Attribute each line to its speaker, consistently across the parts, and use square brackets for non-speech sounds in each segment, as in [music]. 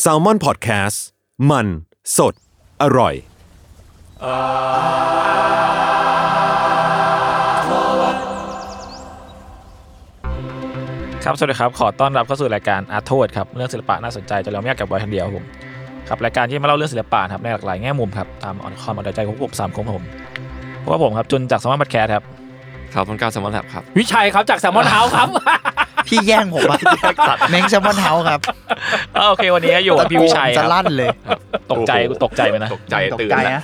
Speaker 1: แซลมอนพอดแคสต์มันสดอร่อย
Speaker 2: ครับ สวัสดีครับ ขอต้อนรับเข้าสู่รายการอาร์โทษครับ เรื่องศิลปะน่าสนใจจะเราไม่อยากเก็บไว้คนเดียวครับผม ครับ รายการที่มาเล่าเรื่องศิลปะนะครับในหลากหลายแง่มุมครับ ตามออนคอนมอนใจของพวกผมสามคนครับผมเพราะว่าผมครับ จุนจากสมาร์ทบัตแคร์ครับ
Speaker 3: ครับต้นกล้าสมอลแลบครับ
Speaker 4: วิชัยครับจากแซมมอนเฮาส์ครับ
Speaker 5: พี่แย่งผมอะเม้งแซมมอนเฮาส์ครับ
Speaker 2: [laughs] อ่าโอเค วันนี้อยู่กับพี่วิชัยค
Speaker 5: จะ
Speaker 2: รับ
Speaker 5: ลั่นเลย
Speaker 2: ตกใจกูตกใจไหมนะ
Speaker 3: ตกใจตื่น
Speaker 5: ใจ
Speaker 3: แล้ว
Speaker 5: นะ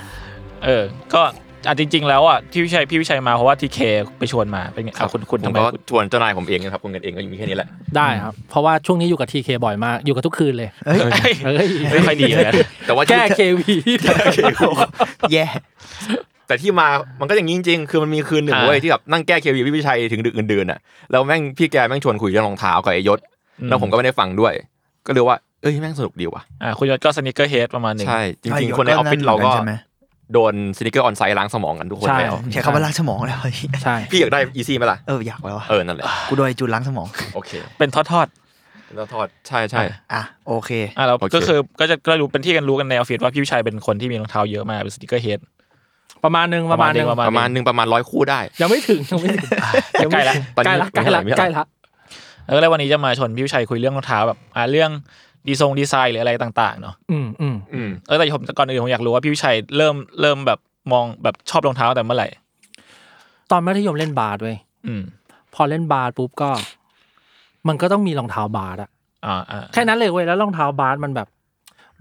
Speaker 2: เออ ก็อ่ะจริง ๆ แล้วอ่ะที่วิชัยพี่วิชัยมาเพราะว่าทีเคไปชวนมาเป็นไงอ่ะคุณคุณ
Speaker 3: ผ
Speaker 2: ทำ
Speaker 3: ม
Speaker 2: ไม
Speaker 3: ก็
Speaker 2: คุณ
Speaker 3: ชวนเจ้านายผมเองนะครับคุณกันเองก็อยู่มีแค่นี้แหละ
Speaker 4: ได้ครับ เพราะว่าช่วงนี้อยู่กับทีเคบ่อยมาก อยู่กับทุกคืนเลย เฮ้ย
Speaker 2: ไม่ค่อยดีเลยนะ
Speaker 3: แต่ว่า
Speaker 4: แก้
Speaker 3: ที่
Speaker 4: เควี
Speaker 5: แย่
Speaker 3: แต่ที่มามันก็อย่างนี้จริงๆ คือมันมีคืนหนึ่ง
Speaker 2: อ่า
Speaker 3: เว้ยที่แบบนั่งแก้เควีพี่วิชัยถึงดึกอื่นๆน่ะแล้วแม่งพี่แกแม่งชวนคุยเรื่องรองเท้ากับไอ้ยศแล้วผมก็ไม่ได้ฟังด้วย ก็เลยว่าเอ้ยแม่งสนุกดีว่ะ
Speaker 2: อ่ะคุณยศก็สนิเกอร์เฮดประมาณหนึ่ง
Speaker 3: ใช่จริง
Speaker 5: ไอ้ยศ
Speaker 3: ๆคนในออฟฟิศ
Speaker 5: ก็นั่น
Speaker 3: เราก็
Speaker 5: เหมือนกันใช่ไหม
Speaker 3: โดนสนิเกอร์ออนไซต์ล้างสมองกันทุกคน
Speaker 4: ใช่
Speaker 3: แล้ว
Speaker 5: ใช้คำว่าล้างสมองแล้ว [laughs]
Speaker 4: ใช่
Speaker 3: พี่อยากได้อีซี่ไหมล่ะ
Speaker 5: เอออยากแล้วอะ
Speaker 3: เออนั่นแหละ
Speaker 5: กูโดนไอ้จูนล้างสมอง
Speaker 3: โอเค
Speaker 2: เป็นทอด
Speaker 3: แล้วทอดใช่ใช่
Speaker 5: อ่ะโอเค
Speaker 2: ๆอ่ะเรา
Speaker 3: โอเค
Speaker 2: ก็คือก็จะก็รู้เป็นที่กันรู้กันในออฟฟิศว่าพี่วิชัยเป็นคนที่มีรองเท้าเยอะมากเป็นสนิเกอร์เฮด
Speaker 4: ประมาณหนึงประมาณหนึง
Speaker 2: ประมาณ
Speaker 3: ประมาณหนึ่งประมาณร้อยคู่ได้
Speaker 4: ยังไม่ถึงยังไม่
Speaker 3: [laughs]
Speaker 4: ถึงยังไม่
Speaker 2: ใกล้ละ
Speaker 4: ถึง
Speaker 3: ตอนนี้
Speaker 4: ใกล้ละใกล้ละ
Speaker 3: ไม่เท่าไหร่
Speaker 4: ใกล้ละ
Speaker 2: เออแล้ววันนี้จะมาชวนพี่วิชัยคุยเรื่องรองเท้าแบบอ่าเรื่องดีทรงดีไซน์หรืออะไรต่างๆเนาะ
Speaker 4: อืมอืม
Speaker 3: อืม
Speaker 2: เออแต่ผมก่อนอื่นผมอยากรู้ว่าพี่วิชัยเริ่มเริ่มแบบมองแบบชอบรองเท้าแต่เมื่อไหร่
Speaker 4: ตอนมัธยมเล่นบาสเว้ย
Speaker 2: อืม
Speaker 4: พอเล่นบาสปุ๊บก็ มันก็ต้องมีรองเท้าบาสอะ
Speaker 2: อ่าอ่า
Speaker 4: แค่นั้นเลยเว้ยแล้วรองเท้าบาสมันแบบ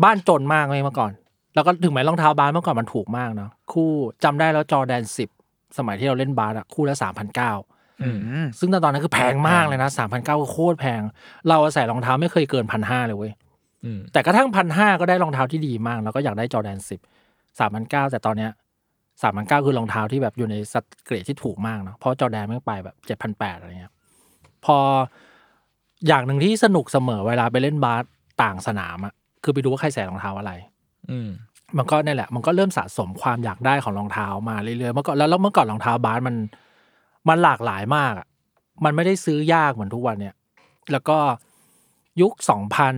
Speaker 4: บ้านจนมากเลยเมื่อก่อน แล้วก็ถึงแม้รองเท้าบาสเมื่อก่อนมันถูกมากเนาะคู่จำได้แล้วจอแดนสิบสมัยที่เราเล่นบาสอะคู่ละสามพันเก้า
Speaker 2: อืม
Speaker 5: อืม
Speaker 4: ซึ่งตอนนั้นคือแพงมากเลยนะสามพันเก้าโคตรแพง เราอะใส่รองเท้าไม่เคยเกินพันห้าเลยเว้ย
Speaker 2: อืม
Speaker 4: แต่กระทั่งพันห้าก็ได้รองเท้าที่ดีมาก แล้วก็อยากได้จอแดนสิบสามพันเก้าแต่ตอนเนี้ยสามพันเก้าคือรองเท้าที่แบบอยู่ในสเกรดที่ถูกมากเนาะเพราะจอแดนไม่งไปแบบเจ็ดพันแปดอะไรเงี้ยพออย่างหนึ่งที่สนุกเสมอเวลาไปเล่นบาสต่างสนามอะคือไปดูว่าใครใส่รองเท้าอะไร
Speaker 2: อืม
Speaker 4: มันก็นี่นแหละ มันก็เริ่มสะสมความอยากได้ของรองเท้ามาเรื่อยๆ เมื่อก่อนแล้วแล้วเมื่อก่อนรองเท้าบาสมัน มันหลากหลายมากอะมันไม่ได้ซื้อยากเหมือนทุกวันเนี่ย แล้วก็ยุคสองพัน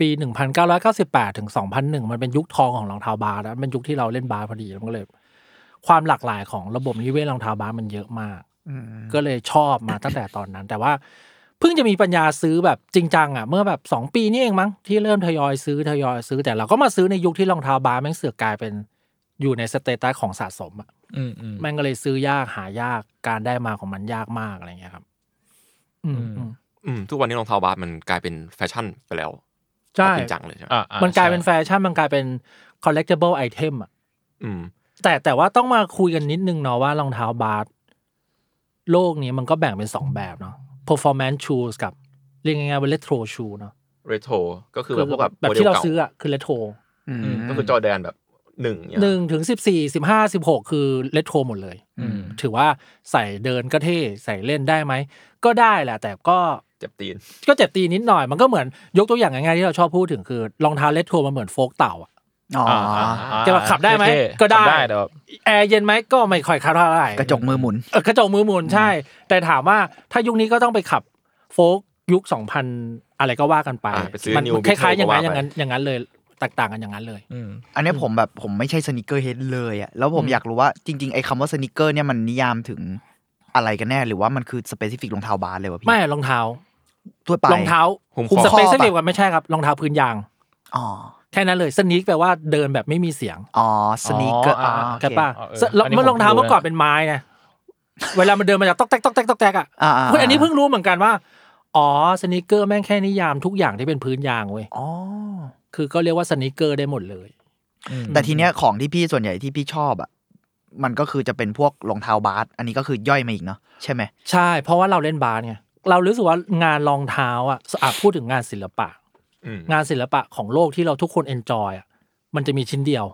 Speaker 4: ปีหนึ่งพันเก้าร้อยเก้าสิบแปดถึงสองพันหนึ่งมันเป็นยุคทองของรองเท้าบาสแล้วเป็นยุคที่เราเล่นบาสพอดีมันก็เลย ความหลากหลายของระบบนิเวศรองเท้าบาสมันเยอะมาก
Speaker 5: อืม
Speaker 4: ก็เลยชอบมา ตั้งแต่ตอนนั้น แต่ว่าเพิ่งจะมีปัญญาซื้อแบบจริงจังอ่ะเมื่อแบบ 2 ปีนี่เองมั้งที่เริ่มทยอยซื้อทยอยซื้อแต่เราก็มาซื้อในยุคที่รองเท้าบาสแม่งเสือกกลายเป็นอยู่ในสเตตัสของสะสมอ่ะ
Speaker 2: อืมอืม
Speaker 4: แม่งก็เลยซื้อยากหายากการได้มาของมันยากมากอะไรเงี้ยครับ อืม
Speaker 2: อืม
Speaker 4: อืม
Speaker 3: อืมทุกวันนี้รองเท้าบาสมันกลายเป็นแฟชั่นไปแล้ว
Speaker 4: ใช่
Speaker 3: จริงจังเลยใช่ไหม
Speaker 2: อ่าอ่
Speaker 4: มันกลายเป็นแฟชั่นมันกลายเป็น collectible item อ่ะ
Speaker 3: อืม
Speaker 4: แต่แต่ว่าต้องมาคุยกันนิดนึงเนาะว่ารองเท้าบาสโลกนี้มันก็แบ่งเป็นสองแบบเนาะ performance shoes กับเรียกง่ายๆว่า retro shoe เนาะ
Speaker 3: เรโทรก็คือแบบพวกแบบ
Speaker 4: แบบ
Speaker 3: โมดล
Speaker 4: ที่เรา
Speaker 3: ก่
Speaker 4: ซื้ออ่ะคือเลโทร
Speaker 5: อืม
Speaker 3: ก็คือจอแดนแบบหนึ่งเย
Speaker 4: หนึ่งถึงสิบสี่สิบห้าสิบหกคือเลโทรหมดเลย
Speaker 2: อืม
Speaker 4: ถือว่าใส่เดินก็เท่ใส่เล่นได้ไหม ก็ได้แหละ แต่ก็
Speaker 3: เจ็บตีน
Speaker 4: ก็เจ็บตีนิดหน่อยมันก็เหมือนยกตัวอย่างง่ายๆที่เราชอบพูดถึงคือรองเท้าเลโทรมันเหมือนโฟกเต่าอะ
Speaker 5: อ๋อ
Speaker 2: อ่า
Speaker 5: อ
Speaker 2: อ่าอ่า
Speaker 4: จะแบบขับได้ไหม
Speaker 2: เท่ๆ
Speaker 4: ก็ได้
Speaker 2: ขับได้แต่แบบ
Speaker 4: แอร์เย็นไหมก็ไม่ค่อยคับเท่าไหร่
Speaker 5: กระจกมือหมุน
Speaker 4: เออกระจกมือหมุนใช่ แต่ถามว่าถ้ายุคนี้ก็ต้องไปขับโฟกยุคสองพันอะไรก็ว่ากันไป
Speaker 3: อ่าไปซื้อ
Speaker 4: มั
Speaker 3: New
Speaker 4: คล้ายๆ
Speaker 3: Beetle
Speaker 4: อย่างนั้น
Speaker 3: ก็
Speaker 4: อย่าง
Speaker 3: ว่าไป
Speaker 4: นั้นอย่างนั้นเลยแตกต่างกันอย่างนั้นเลย
Speaker 2: อืม
Speaker 5: อันเนี้ยผมแบบผมไม่ใช่สนิเกอร์เฮดเลยอ่ะแล้วผม
Speaker 4: อืม
Speaker 5: อยากรู้ว่าจริง ๆ ไอ้คำว่าสนิเกอร์เนี่ยมันนิยามถึงอะไรกันแน่หรือว่ามันคือสเปซิฟิกรองเท้าบาสเลยวะพี่
Speaker 4: ไม่รองเท้า
Speaker 5: ทั่วไป
Speaker 4: รองเท้า
Speaker 3: หุ้มข้อ
Speaker 4: สเปซ
Speaker 5: ข้อปะ
Speaker 4: สนิทกันไม่ใช่ครับรองเท้าพื้นยาง
Speaker 5: อ๋อ
Speaker 4: แค่นั้นเลยสนิทแปลว่าเดินแบบไม่มีเสียง
Speaker 5: อ๋อสนีกเกอร์
Speaker 2: อ๋อ
Speaker 5: อ๋
Speaker 2: อ่า
Speaker 5: อโอเค
Speaker 4: ใช่ปะ
Speaker 2: เออเออ
Speaker 4: ส
Speaker 2: อันนี้ผม
Speaker 4: เมื่อรองเท้า
Speaker 2: รู้นะ
Speaker 4: เมื่อก่อนเป็นไม้นะเวลามันเดินมันจะตอกแตกตอกแตกตอกแตกอ่ะ
Speaker 5: อ่า
Speaker 4: เพื่อนอันนี้เพิ่งรู้เหมือนกันว่าอ๋อสนิเกอร์แม่งแค่นิยามทุกอย่างที่เป็นพื้นยางเว้ย
Speaker 5: อ๋อ
Speaker 4: คือก็เรียกว่าสนิเกอร์ได้หมดเลย
Speaker 5: แต่ทีเนี้ยของที่พี่ส่วนใหญ่ที่พี่ชอบอ่ะมันก็คือจะเป็นพวกรองเท้าบาสอันนี้ก็คือย่อยมาอีกเนาะใช่ไหม
Speaker 4: ใช่ เพราะว่าเราเล่นบาสไงเรารู้สึกว่างานรองเท้าอ่ะอ่ะพูดถึงงานศิลปะ
Speaker 3: อืม
Speaker 4: งานศิลปะของโลกที่เราทุกคนเอนจอยอ่ะมันจะมีชิ้นเดียว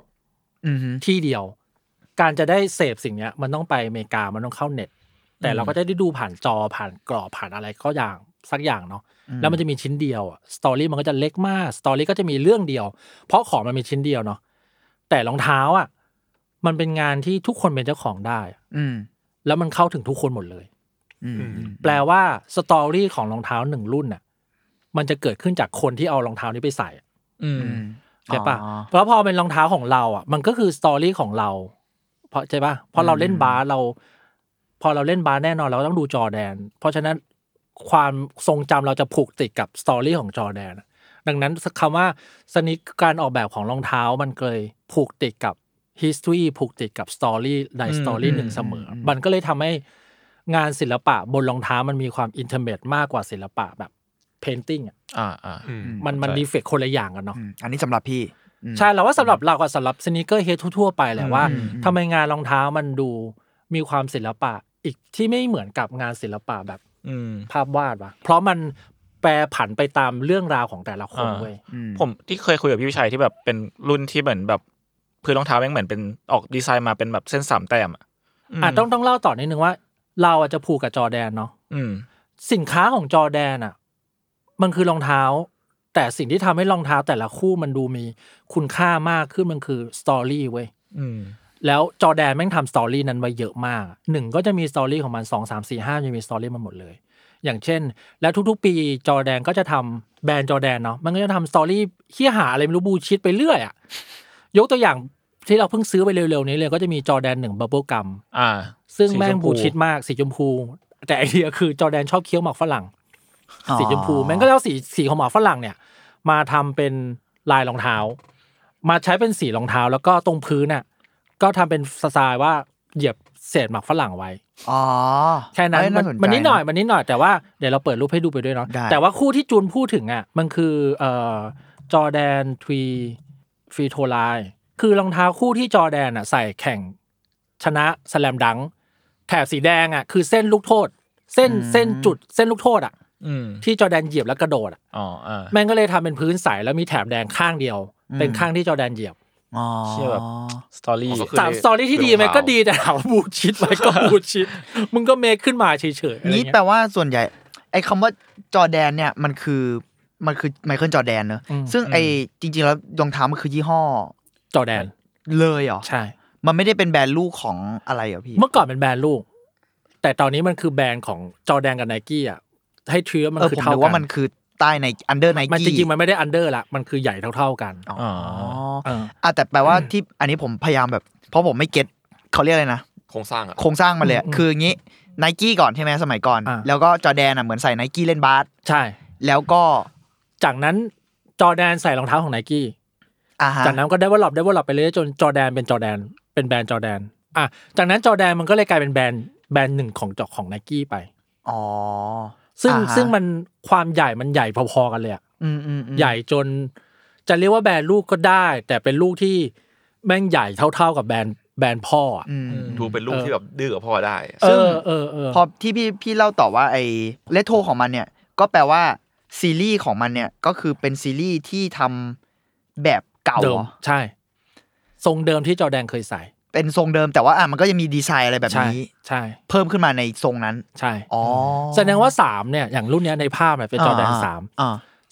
Speaker 5: อือฮึ
Speaker 4: ที่เดียว การจะได้เสพสิ่งเนี้ย มันต้องไปอเมริกามันต้องเข้าเน็ต แต่เราก็จะได้ดูผ่านจอผ่านกรอบผ่านอะไรก็อย่างสักอย่างเนาะแล้วมันจะมีชิ้นเดียวสตอรี่มันก็จะเล็กมากสตอรี่ก็จะมีเรื่องเดียว เพราะของมันมีชิ้นเดียวเนาะแต่รองเท้าอ่ะมันเป็นงานที่ทุกคนเป็นเจ้าของได้
Speaker 5: อืม
Speaker 4: แล้วมันเข้าถึงทุกคนหมดเลย
Speaker 5: อืม
Speaker 4: แปลว่าสตอรี่ของรองเท้าหนึ่งรุ่นน่ะมันจะเกิดขึ้นจากคนที่เอารองเท้านี้ไปใส่
Speaker 2: อืม
Speaker 5: อืม
Speaker 4: ใช่ปะ
Speaker 5: อ๋อ
Speaker 4: เพราะพอเป็นรองเท้าของเราอ่ะ มันก็คือสตอรี่ของเรา เพราะใช่ปะเพราะเราเล่นบาสเรา พอเราเล่นบาสแน่นอนเราต้องดูจอร์แดน เพราะฉะนั้นความทรงจำเราจะผูกติดกับสตอรี่ของจอร์แดน ดังนั้นคำว่าสนิกการออกแบบของรองเท้ามันเคยผูกติดกับ history ผูกติดกับสตอรี่ใด
Speaker 2: อืม
Speaker 4: สตอรี่หนึ่งเสมอ มันก็เลยทำให้งานศิลปะบนรองเท้ามันมีความอินเทอร์เมมากกว่าศิลปะแบบเพนติ้งอ่ะ
Speaker 2: อ่าอ่า
Speaker 3: อืม
Speaker 4: มันมัน
Speaker 2: ใช่
Speaker 4: ดีเฟกคนละอย่างกันเนาะ
Speaker 5: อืมอันนี้สำหรับพี่อืม
Speaker 4: ใช่เราว่าสำหรับเรากับสำหรับสนิเกอร์เฮดทั่วๆไปแหละว่า
Speaker 5: อืม
Speaker 4: ทำไมงานรองเท้ามันดูมีความศิลปะอีกที่ไม่เหมือนกับงานศิลปะแบบ
Speaker 2: อืม
Speaker 4: ภาพวาดวะเพราะมันแปรผันไปตามเรื่องราวของแต่ละคน
Speaker 2: อ่า
Speaker 4: เว้ย
Speaker 5: อื
Speaker 2: ผมที่เคยคุยกับพี่วิชัยที่แบบเป็นรุ่นที่เหมือนแบบพื้นรองเท้าแม่งเหมือนเป็นออกดีไซน์มาเป็นแบบเส้นสามแต้มอ่ะ
Speaker 4: อ่ะต้องต้องเล่าต่อนิดนึงว่า เราอาจจะผูกกับจอร์แดนเนาะ
Speaker 2: อืม
Speaker 4: สินค้าของจอร์แดนอ่ะมันคือรองเท้า แต่สิ่งที่ทำให้รองเท้าแต่ละคู่มันดูมีคุณค่ามากขึ้นมันคือสตอรี่เว้ย
Speaker 2: อืม
Speaker 4: แล้วจอร์แดนแม่งทำสตอรี่นั้นไว้เยอะมากหนึ่งก็จะมีสตอรี่ของมันสองสามสี่ห้าจะมีสตอรี่มันหมดเลย อย่างเช่น แล้วทุกๆ ปีจอร์แดนก็จะทำแบรนด์จอร์แดนเนาะมันก็จะทำสตอรี่เฮี้ยหาอะไรไม่รู้บูชิดไปเรื่อยอะยกตัวอย่างที่เราเพิ่งซื้อไปเร็วๆนี้เลยก็จะมีจอร์แดนหนึ่งบับเบิลกัม
Speaker 2: อ่า
Speaker 4: ซึ่ง
Speaker 2: สีช
Speaker 4: แม่ง
Speaker 2: พู
Speaker 4: บูชิดมากสีชมพู แต่ไอเดียคือจอร์แดนชอบเคี้ยวหมากฝรั่ง สีชมพูแม่งก็แล้วสีสีของหมากฝรั่งเนี่ย มาทำเป็นลายรองเท้า มาใช้เป็นสีรองเท้าแล้วก็ตรงพื้นน่ะก็ทำเป็นสไตล์ว่าเหยียบเศษหมากฝรั่งไว้
Speaker 5: อ๋อ
Speaker 4: แค่นั้น
Speaker 5: เอ้
Speaker 4: มั
Speaker 5: ยาน สใจ
Speaker 4: มันนิดหน่อยมันนิดหน่อยแต่ว่าเดี๋ยวเราเปิดรูปให้ดูไปด้วยเนาะ
Speaker 5: ได้
Speaker 4: แต่ว่าคู่ที่จูนพูดถึงอ่ะมันคือเอ่อจอแดนทวีฟรีโทไลคือรองเท้าคู่ที่จอแดนอ่ะใส่แข่งชนะสแลมดังก์แถบสีแดงอ่ะคือเส้นลูกโทษ เส้นเส้นจุดเส้นลูกโทษอ่ะ
Speaker 2: อืม
Speaker 4: ที่จอแดนเหยียบแล้วกระโดดอ่ะ
Speaker 2: อ๋ออ่า
Speaker 4: แม่งก็เลยทำเป็นพื้นใสแล้วมีแถบแดงข้างเดียว เป็นข้างที่จอร์แดนเหยียบ
Speaker 5: อ๋อ
Speaker 2: เชื่อแบบ สตอรี่
Speaker 3: อ๋อก็คื
Speaker 4: สามสตอรี่ที่ดีไหมก็ดีแต่ถามว่าบูชิดไหมก็บูชิด มึงก็เมคขึ้นมาเฉยๆอะไร
Speaker 5: นี่
Speaker 4: เงี้
Speaker 5: แปล
Speaker 4: ย
Speaker 5: ว่าส่วนใหญ่ ไอ้คำว่าจอร์แดนเนี่ยมันคือมันคือไมเคิลจอร์แดนเนอะ
Speaker 4: อืม
Speaker 5: ซึ่งไอ้จริง ๆ แล้วรองเท้ามันคือยี่ห้อ
Speaker 4: จอร์แดน
Speaker 5: เลยเหรอ
Speaker 4: ใช่
Speaker 5: มันไม่ได้เป็นแบรนด์ลูกของอะไรเหรอพี่
Speaker 4: เมื่อก่อนเป็นแบรนด์ลูก แต่ตอนนี้มันคือแบรนด์ของจอร์แดนกับไนกี้อ่ะให้เทือมัน
Speaker 5: เออ
Speaker 4: คือ
Speaker 5: ผม
Speaker 4: เท่า
Speaker 5: รู้
Speaker 4: กั
Speaker 5: ว่ามันคือใต้ในอันเดอร์ไน
Speaker 4: มัน
Speaker 5: กี้
Speaker 4: จริงๆมันไม่ได้อันเดอร์ละมันคือใหญ่เท่า ๆกัน
Speaker 2: อ๋อ
Speaker 4: เออ
Speaker 5: อ่ะแต่แปลว่าที่อันนี้ผมพยายามแบบ เพราะผมไม่เก็ตเขาเรียกอะไรนะ
Speaker 3: โครงสร้างอ่ะ
Speaker 5: โครงสร้างมันเลยอะคืออย่างนี้ไนกี้ก่อนใช่ไหมสมัยก่อน
Speaker 4: า
Speaker 5: แล้วก็จอร์แดนอ่ะเหมือนใส่ไนกี้เล่นบาส
Speaker 4: ใช่
Speaker 5: แล้วก็
Speaker 4: จากนั้นจอร์แดนใส่รองเท้าของไนกี้
Speaker 5: อ่าฮะ
Speaker 4: จากนั้นก็ได้วอลล p ได้วอลล p ไปเรื่อยๆจนจอร์แดนเป็นจอร์แดนเป็นแบรนด์จอร์แดนอ่ะจากนั้นจอร์แดนมันก็เลยกลายเป็นแบรนด์แบรนด์หนึ่งของจอกของไนกี้ไป
Speaker 5: อ๋อ
Speaker 4: ซึ่ง
Speaker 5: อ่าฮะ
Speaker 4: ซึ่งมันความใหญ่มันใหญ่พอๆกันเลยอะ
Speaker 5: อืมอืมอืม
Speaker 4: ใหญ่จน จะเรียกว่าแบรนด์ลูกก็ได้ แต่เป็นลูกที่แม่งใหญ่เท่าๆกับแบรนด์แบรนด์พ่ออะ
Speaker 5: อืม
Speaker 3: ดูเป็นลูกที่แบบดื้อกับพ่อได้
Speaker 4: เออเออเออ
Speaker 5: พอที่พี่พี่เล่าต่อว่าไอ้เลโทของมันเนี่ย ก็แปลว่าซีรีส์ของมันเนี่ยก็คือเป็นซีรีส์ที่ทำแบบเก่า
Speaker 4: เดิม
Speaker 5: เหรอ
Speaker 4: ใช่ ทรงเดิมที่จอร์แดนเคยใส่
Speaker 5: เป็นทรงเดิมแต่ว่าอ่ะมันก็ยังมีดีไซน์อะไรแบบ
Speaker 4: ใช่
Speaker 5: นี้
Speaker 4: ใช่
Speaker 5: เพิ่มขึ้นมาในทรงนั้น
Speaker 4: ใช่
Speaker 5: อ๋อ
Speaker 4: แสดงว่าสามเนี่ยอย่างรุ่นเนี้ยในภาพเนี่ยเป็นจอร์แดนสาม
Speaker 5: อ่า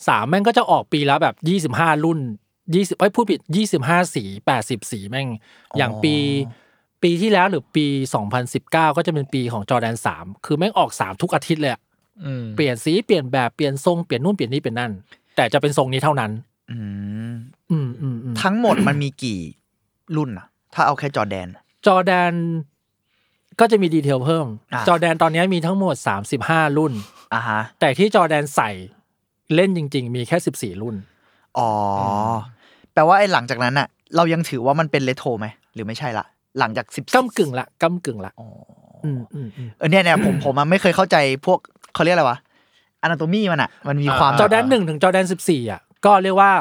Speaker 4: สามแม่งก็จะออกปีละแบบยี่สิบห้ารุ่นยี่สิบเอ้ยพูดผิดยี่สิบห้าสีแปดสิบสีแม่ง อย่างปีปีที่แล้วหรือปีสองพันสิบเก้าก็จะเป็นปีของจอแดนสามคือแม่งออกสามทุกอาทิตย์เลยอะ
Speaker 2: อืม
Speaker 4: เปลี่ยนสีเปลี่ยนแบบเปลี่ยนทรงเปลี่ยนนู่นเปลี่ยนนี่เปลี่ยนนั่น แต่จะเป็นทรงนี้เท่านั้น
Speaker 5: อืม
Speaker 4: อืมอืมอืม
Speaker 5: ทั้งหมดมันมีกี่รุ่นอะถ้าเอาแค่จอร์แดน
Speaker 4: จอแดนก็จะมีดีเทลเพิ่ม
Speaker 5: อ่ะ
Speaker 4: จอแดนตอนนี้มีทั้งหมด 35 รุ่น
Speaker 5: อ่าฮะ
Speaker 4: แต่ที่จอร์แดนใส่เล่นจริง ๆ มีแค่สิบสี่รุ่น
Speaker 5: อ๋ออแปลว่าไอ้หลังจากนั้นอะเรายังถือว่ามันเป็นเลโทรไหม หรือไม่ใช่ละ หลังจากสิบ
Speaker 4: ก้ากึ่งละก้ากึ่งละอืมอืมอืม
Speaker 5: เออเนี่ยเนี่ยผมผมอะไม่เคยเข้าใจพวกเขาเรียกอะไรวะอนาโตมีมันอะมันมีความ
Speaker 4: จอร์แดนหนึ่งถึงจอร์แดนสิบสี่อ่ะ ก็เรียกว่า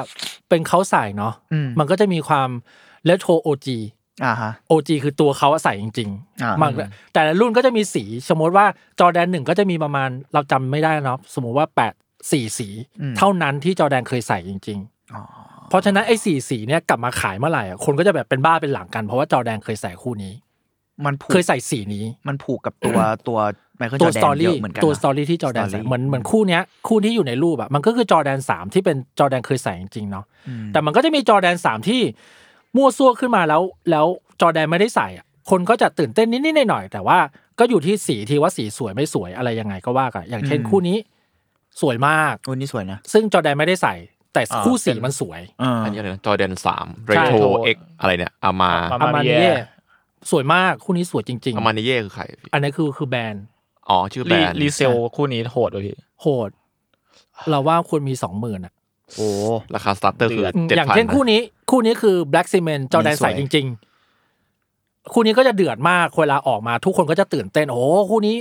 Speaker 4: เป็นเขาใส่เนาะ
Speaker 5: อืม
Speaker 4: มันก็จะมีความเลโทรโอจี
Speaker 5: อ่าฮะ
Speaker 4: OG คือตัวเขาอะใส่จริง
Speaker 5: อ่า
Speaker 4: ๆมันก็แต่ละรุ่นก็จะมีสี สมมติว่าจอแดนหนึ่งก็จะมีประมาณเราจำไม่ได้เนาะสมมติว่าแปดสี่สี
Speaker 5: อืม
Speaker 4: เท่านั้นที่จอแดนเคยใส่จริง
Speaker 5: อ๋อ
Speaker 4: ๆ เพราะฉะนั้นไอ้สี่สีเนี่ยกลับมาขายเมื่อไหร่อะคนก็จะแบบเป็นบ้าเป็นหลังกันเพราะว่าจอแดนเคยใส่คู่นี้
Speaker 5: มันผูก
Speaker 4: เคยใส่สีนี้
Speaker 5: มันผูกกับตัวตัวไมเคิลจ
Speaker 4: ตั
Speaker 5: อ
Speaker 4: ว
Speaker 5: ร์แด
Speaker 4: ส
Speaker 5: น
Speaker 4: ตอ
Speaker 5: เย
Speaker 4: รี่
Speaker 5: อะเหมือนกัน
Speaker 4: ตัว
Speaker 5: นะ
Speaker 4: สตอรี่ที่จอแดน
Speaker 5: story
Speaker 4: ใส่เหมือนเหมือนคู่เนี้ยคู่ที่อยู่ในรูปอะมันก็คือจอแดนสามที่เป็นจอแดนเคยใส่จริงๆเนาะ
Speaker 5: อืม
Speaker 4: แต่มันก็จะมีจอแดนสามที่มั่วซั่วขึ้นมาแล้ว แล้วจอแดนไม่ได้ใส่อะคนก็จะตื่นเต้นนิดๆหน่อยๆแต่ว่าก็อยู่ที่สีที่ว่าสีสวยไม่สวยอะไรยังไงก็ว่ากันอย่างเช่นคู่นี้ สวยมาก
Speaker 5: โอ้นี่สวยนะ
Speaker 4: ซึ่งจอแดนไม่ได้ใส่ แต่
Speaker 5: อ่า
Speaker 4: คู่สีมันสวย
Speaker 5: อ่า
Speaker 3: อันนี้อะไรจอแดนสามเร
Speaker 2: ใช่
Speaker 3: โทร
Speaker 2: Retro
Speaker 3: เอ็กอะไรเนี่ยอามา
Speaker 2: อา
Speaker 4: อามาเน
Speaker 2: Amanier
Speaker 4: ยสวยมากคู่นี้สวยจริง
Speaker 3: อามาเนเย่คือใครพี่
Speaker 4: ๆ อันนี้คือคือแบรนด์
Speaker 3: อ๋อชื่อแบร
Speaker 2: รี
Speaker 3: นด์
Speaker 2: รีเซลคู่นี้โหดเลยพี่
Speaker 4: โหด เราว่าควรมีสองหมื่นอะ
Speaker 5: โอ้
Speaker 3: ราคาสตาร์เตอร์คือ
Speaker 2: เดือด
Speaker 3: เจ็ด
Speaker 4: อย่าง
Speaker 3: พัน
Speaker 4: เช่นคู่นี้คู่นี้คือ Black Cement จอแดน
Speaker 5: นี่สวย
Speaker 4: ใส่จริง ๆ คู่นี้ก็จะเดือดมากเวลาออกมาทุกคนก็จะตื่นเต้น โอ้โหคู่นี้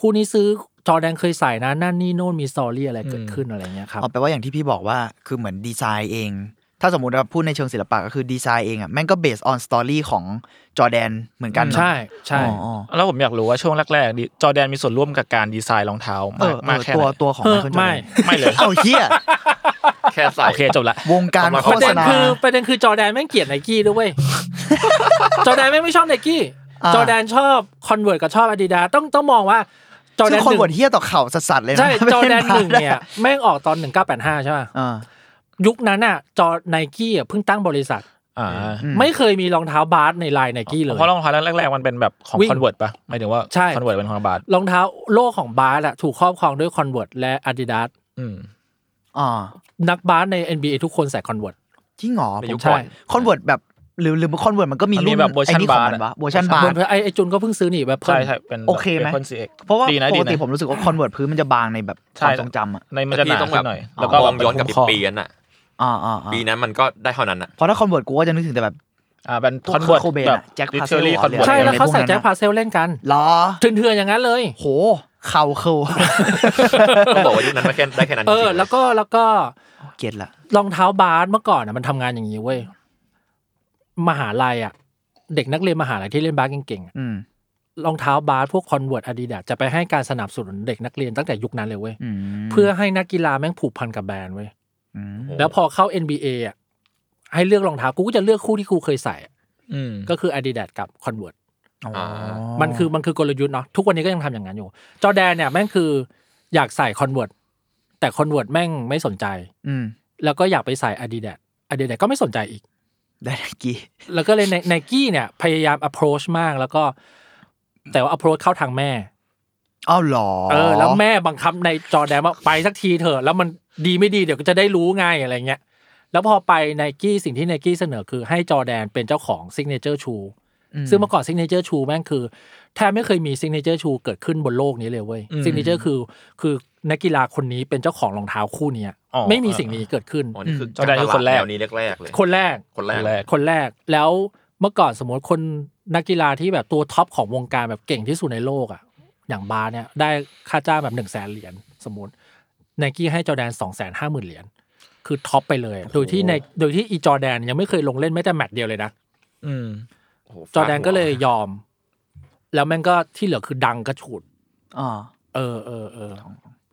Speaker 4: คู่นี้ซื้อจอแดนเคยใส่นะนั่นนี่โน่นมีสตอรี่อะไรเกิดขึ้นอะไรเงี้ยครับ
Speaker 5: เอาแปลว่าอย่างที่พี่บอกว่าคือเหมือนดีไซน์เอง ถ้าสมมติเราพูดในเชิงศิลปะก็คือดีไซน์เองอ่ะแม่งก็เบสออนสตอรี่ของจอร์แดนเหมือนกันเนอะ
Speaker 4: ใช่ใช่
Speaker 5: อ๋ออ๋อ
Speaker 2: แล้วผมอยากรู้ว่าช่วงแรกๆดิจอร์แดนมีส่วนร่วมกับการดีไซน์รองเท้า
Speaker 5: เอ
Speaker 2: มาก
Speaker 5: อเอ
Speaker 2: มาก
Speaker 5: อ
Speaker 2: แค่
Speaker 5: ตัว
Speaker 2: ไหน
Speaker 5: ตัวของ
Speaker 4: เออ
Speaker 5: Michael Jordan
Speaker 4: ไม่
Speaker 2: ไม่เลย
Speaker 5: เอาเฮีย
Speaker 3: แค่ใส่
Speaker 2: โอเคจบละ
Speaker 5: วงการโฆ
Speaker 4: ป
Speaker 5: ษ
Speaker 4: ระเด็น
Speaker 5: ณา
Speaker 4: คือประเด็นคือจอแดนแม่งเกลียดไนกี้ด้วยเวย
Speaker 5: [laughs]
Speaker 4: จอแดนแม่งไม่ชอบไนกี้
Speaker 5: อ่า
Speaker 4: จอแดนชอบคอนเวิร์ตกับชอบอาดิดาต้องต้องมองว่าจอแด
Speaker 5: ซึ่ง
Speaker 4: น
Speaker 5: ค
Speaker 4: ห
Speaker 5: น
Speaker 4: นึ่ง
Speaker 5: บทเฮียต่อเข่าสัสๆเลยนะ
Speaker 4: ใช่
Speaker 5: ไม่เป็
Speaker 4: จอแดนหนึ่ง
Speaker 5: พาร์ท
Speaker 4: เนี่ยแม่งออกตอนหนึ่งเก้าแปดห้าใช่ปะ
Speaker 5: อ่า
Speaker 4: ยุคนั้นน่ะ จอไนกี้อ่ะเพิ่งตั้งบริษัท
Speaker 2: อ่า
Speaker 5: อืม
Speaker 4: ไม่เคยมีรองเท้าบาสในลายไนกี้เลย
Speaker 2: เพราะรองเท้าแรกๆมันเป็นแบบของ
Speaker 4: วิ่ง
Speaker 2: คอนเวิร์ตปะหมายถึงว่า
Speaker 4: ใช่
Speaker 2: คอนเวิร์ตเป็นของบาท
Speaker 4: รองเท้าโลกของบาสอ่ะถูกครอบครองด้วยคอนเวิร์ตและอาดิดาส
Speaker 2: อืม
Speaker 5: อ่า
Speaker 4: นักบาสใน NBA ทุกคนใส่คอนเวิร์ต
Speaker 5: จริงเหรอ
Speaker 3: ใน
Speaker 5: ผ
Speaker 3: ยุ
Speaker 5: ม
Speaker 3: คก่อน
Speaker 5: คอนเวิร์ตแบบหรือหรือคอนเวิร์ตมันก็มี
Speaker 2: มันมี
Speaker 5: รุ่น
Speaker 2: แบบเวอร์ชัน
Speaker 5: ไอ้นี่ของมัน
Speaker 2: บาร์
Speaker 5: วะ
Speaker 2: อะ
Speaker 5: เวอร์ชันบาร์
Speaker 4: ไอไอจุนก็เพิ่งซื้อหนีแบบเพิ่
Speaker 2: ใช่
Speaker 4: ม
Speaker 2: ใช่เป็น
Speaker 5: โอเคไหม
Speaker 2: เป็นคนสีเอก
Speaker 5: เพราะว่า
Speaker 2: ดีน
Speaker 5: ปก
Speaker 2: ดี
Speaker 5: ติ
Speaker 2: นะ
Speaker 5: ผมรู้สึกว่าคอนเวิร์ตพื้นมันจะบางในแบบความทรงจำอ่ะ
Speaker 2: ในมันจะหนา
Speaker 3: แต่พี่ต้องแบ
Speaker 2: ขึ้
Speaker 3: บ
Speaker 2: นหน่อย
Speaker 3: แล้
Speaker 2: แล้ว ว
Speaker 3: ก็
Speaker 2: ก็
Speaker 3: ม
Speaker 2: แบ
Speaker 3: อง
Speaker 2: บ
Speaker 3: ย้อนกลับไป
Speaker 2: เป็ข้
Speaker 3: ปีนั้นอ่ะ
Speaker 5: อ่าอ่าอ่า
Speaker 3: ปีนั้นมันก็ได้เท่านั้นอ่ะ
Speaker 5: เพราะถ้าคอนเวิร์ตกูก็จะนึกถึงแต่แบบ
Speaker 2: อ่าเป็น
Speaker 5: พวก
Speaker 2: คอนเวิร์ต
Speaker 5: โคเบนอะ
Speaker 2: แบบ
Speaker 5: แจ็ค
Speaker 2: ดิ
Speaker 5: พาเซล
Speaker 2: เทอรี่
Speaker 5: เหรอ
Speaker 2: คอนเวิร์ต
Speaker 4: ใช่
Speaker 5: อะไร
Speaker 4: แล้วเขาใส่
Speaker 5: ในพวกนั้น
Speaker 4: แจ็คพาเซลเล่นกัน
Speaker 5: หรอ
Speaker 4: เถื่อนๆอย่างนั้นเลย
Speaker 5: โหเข่าเข่า
Speaker 3: ต้องบอกว่ายุคนั้นมันแค่ได้แค่นั้น
Speaker 4: เอ
Speaker 3: จ
Speaker 4: อ
Speaker 3: ริงๆ
Speaker 4: แล้วก็แล้วก็
Speaker 5: เกลียดละ
Speaker 4: ร [laughs] องเท้าบาสเมื่อก่อนอ่ะมันทำงานอย่างนี้เว้ยมหาลัยอ่ะ เด็กนักเรียนมหาลัยที่เล่นบาสเก่งๆอะ
Speaker 5: อืม
Speaker 4: รองเท้าบาสพวกคอนเวิร์ตอาดิดาจะไปให้การสนับสนุนเด็กนักเรียนตั้งแต่ยุคนั้นเลยเว้ย
Speaker 5: อืม
Speaker 4: เพื่อให้นักกีฬาแม่งผูกพันกับแบรนด์เว้ย
Speaker 5: อืม
Speaker 4: แล้วพอเข้า NBA อ่ะให้เลือกรองเท้ากูก็จะเลือกคู่ที่กูเคยใส่อะ
Speaker 2: อืม
Speaker 4: ก็คือ Adidas กับ Convert
Speaker 5: อ๋อ
Speaker 4: มันคือมันคือกลยุทธ์เนาะทุกวันนี้ก็ยังทำอย่างนั้นอยู่ จอแดนเนี่ยแม่งคืออยากใส่ Convert แต่ Convert แม่งไม่สนใจ
Speaker 5: อืม
Speaker 4: แล้วก็อยากไปใส่ Adidas Adidas ก็ไม่สนใจอีก
Speaker 5: ได้กี่
Speaker 4: แล้วก็เลยในไนกี้เนี่ยพยายาม approach มากแล้วก็ แต่ว่า approach เข้าทางแม่
Speaker 5: อ้าวเหรอ
Speaker 4: เออแล้วแม่บังคับในจอแดนว่าไปสักทีเถอะแล้วมันดีไม่ดีเดี๋ยวก็จะได้รู้ไงอะไรเงี้ยแล้วพอไปไนกี้สิ่งที่ไนกี้เสนอคือให้จอแดนเป็นเจ้าของซิกเนเจอร์ชูซึ่งเมื่อก่อนซิกเนเจอร์ชูแม่งคือแทบไม่เคยมีซิกเนเจอร์ชูเกิดขึ้นบนโลกนี้เลยเว้ยซิกเนเจอร์คือคือนักกีฬาคนนี้เป็นเจ้าของรองเท้าคู่เนี้ยไม่มีสิ่งนี้เกิดขึ้น
Speaker 3: อ๋อนี่คือ
Speaker 2: จอร์แดนคือคนแรก
Speaker 3: วนี้แรกๆเลย
Speaker 4: คนแรก
Speaker 3: คนแรก
Speaker 2: แรก
Speaker 4: คนแรกแล้วเมื่อก่อนสมมติคนนักกีฬาที่แบบตัวท็อปของวงการแบบเก่งที่สุดในโลกอ่ะอย่างบาร์เนี่ยได้ค่าจ้างแบบหนึ่งแสนเหรียญสมมติไนกี้ให้จอร์แดนสองแสนห้าหมื่นเหรียญคือท็อปไปเลย โดยที่ในโดยที่อีจอร์แดนยังไม่เคยลงเล่นแม้แต่แมตช์เดียวเลยนะ
Speaker 2: อืม
Speaker 3: โโห
Speaker 4: จอร์แดน
Speaker 3: ฟา
Speaker 4: ก็เลยยอม แล้วแม่งก็ที่เหลือคือดังกระฉูด
Speaker 5: อ๋อ
Speaker 4: เออเออเออ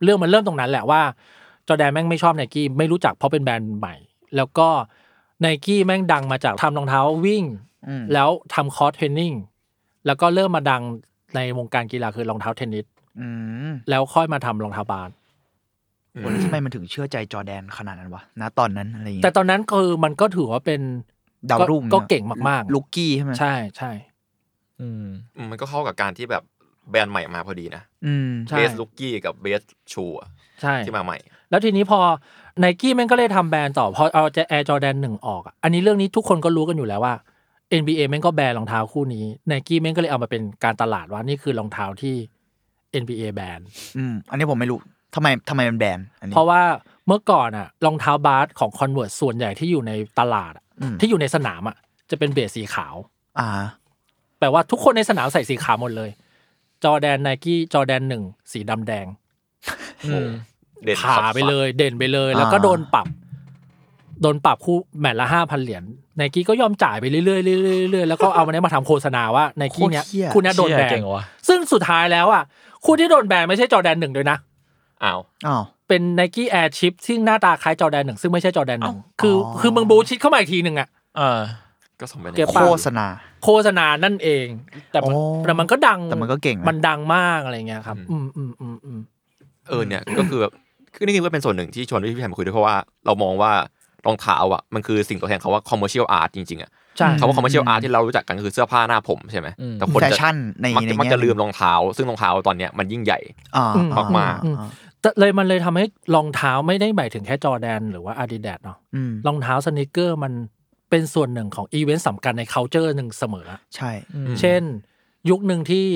Speaker 4: เรื่องมันเริ่มตรงนั้นแหละว่า จอร์แดนแม่งไม่ชอบไนกี้ไม่รู้จักเพราะเป็นแบรนด์ใหม่ แล้วก็ไนกี้แม่งดังมาจากทำรองเท้าวิ่ง
Speaker 5: อืม
Speaker 4: แล้วทำคอร์สเทรนนิ่งแล้วก็เริ่มมาดังในวงการกีฬาคือรองเท้าเทนนิส
Speaker 5: อืม
Speaker 4: แล้วค่อยมาทำรองเท้าบาส
Speaker 5: โหแล้วทำไมมันถึงเชื่อใจจอร์แดนขนาดนั้นวะณตอนนั้นอะไรอย่าง
Speaker 4: แต่
Speaker 5: เงี้ย
Speaker 4: ตอนนั้นคือมันก็ถือว่าเป็น
Speaker 5: ดาวรุ่ง
Speaker 4: ก็เก่งมากๆ
Speaker 5: ลูกกี้ใช่ไหม
Speaker 4: ใช่ใช่
Speaker 2: อืม
Speaker 3: อืมมันก็เข้ากับการที่แบบแบรนด์ใหม่มาพอดีนะ
Speaker 5: อืม
Speaker 4: ใช่
Speaker 3: เบสลุกกี้กับเบสชูอะ
Speaker 4: ใช่
Speaker 3: ที่มาใหม่
Speaker 4: แล้วทีนี้พอไนกี้แม่งก็เลยทำแบรนด์ต่อพอเอาจะแอร์จอแดนหนึ่งออกอะอันนี้เรื่องนี้ทุกคนก็รู้กันอยู่แล้วว่า NBA แม่งก็แบรนด์รองเท้าคู่นี้ไนกี้แม่งก็เลยเอามาเป็นการตลาดว่านี่คือรองเท้าที่ NBA แบน
Speaker 5: อืมอันนี้ผมไม่รู้ทำไมทำไมมันแบนอันนี้
Speaker 4: เพราะว่าเมื่อก่อนอะรองเท้าบาสของ Converse ส่วนใหญ่ที่อยู่ในตลาดอะ
Speaker 5: อืม
Speaker 4: ที่อยู่ในสนามอะจะเป็นเบสสีขาว
Speaker 5: อ่า
Speaker 4: แปลว่าทุกคนในสนามใส่สีขาวหมดเลย จอแดนไนกี้จอแดนหนึ่งสีดำแดง
Speaker 3: เด่น
Speaker 4: ผ่า
Speaker 3: สับ
Speaker 4: ไปเลย เด่นไปเลย แล้วก็
Speaker 5: อ่า
Speaker 4: โดนปรับ โดนปรับคู่แมตช์ละห้าพันเหรียญไนกี้ก็ยอมจ่ายไปเรื่อยๆเรื่อยๆเรื่อยๆแล้วก็เอามันนี้มาทำโฆษณาว่าไนกี้เนี้ย
Speaker 5: โคตรเหี้ย
Speaker 4: คุณเนี้ยโดนแบ
Speaker 2: เชี่ย
Speaker 4: น
Speaker 2: เก่งวะ
Speaker 4: ซึ่งสุดท้ายแล้วอ่ะคู่ที่โดนแบนไม่ใช่จอแดนหนึ่งด้วยนะ
Speaker 3: อ้าว
Speaker 5: อ้าว
Speaker 4: เป็นไนกี้แอร์ชิปที่หน้าตาคล้ายจอแดนหนึ่งซึ่งไม่ใช่จอแดนหนึ่งคืออ
Speaker 5: อ
Speaker 4: คือมึงบูชิดเข้ามาอีกทีหนึ่งอ่ะ
Speaker 2: เออ
Speaker 3: ก็สมเป็น
Speaker 4: เก็บ
Speaker 5: โฆษณา
Speaker 4: โฆษณานั่นเอง แต่มัน
Speaker 5: อ๋อ
Speaker 4: แต่มันก็ดัง
Speaker 5: แต่มันก็เก่งนะ
Speaker 4: มันดังมากอะไรเงี้ยครับ อืมอืมอืมอืม
Speaker 3: เออเนี่ยก็คือแบบคือนี่ก็เป็นส่วนหนึ่งที่ชวนพี่พี่ชายมาคุยด้วยเพราะว่าเรามองว่ารองเท้าอ่ะมันคือสิ่งตัวแทนเขาว่า commercial art จริงๆอ่ะ
Speaker 4: ใช่
Speaker 3: คำว่า commercial art ที่เรารู้จักกันคือเสื้อผ้าหน้าผมใช่ไหม
Speaker 2: อืม
Speaker 3: แต่คน
Speaker 5: แฟ
Speaker 3: จะ
Speaker 5: ชั่นใน
Speaker 3: มัก
Speaker 5: ใน
Speaker 3: จะมัก
Speaker 5: แง่
Speaker 3: จะลืมรองเท้า ซึ่งรองเท้าตอนเนี้ยมันยิ่งใหญ่
Speaker 5: อ่า
Speaker 4: อื
Speaker 5: อ่
Speaker 3: มาก
Speaker 4: อื
Speaker 5: อ่า
Speaker 4: แต่เลยมันเลยทำให้รองเท้าไม่ได้หมายถึงแค่จอแดนหรือว่าอาดิดาสเนาะ
Speaker 5: อืม
Speaker 4: รองเท้าสนิเกอร์มันเป็นส่วนหนึ่งของอีเวนต์สำคัญใน c u เจอร์หนึ่งเสมออะ
Speaker 5: ใช่
Speaker 2: อืม
Speaker 4: เช่น ยุคหนึ่งที่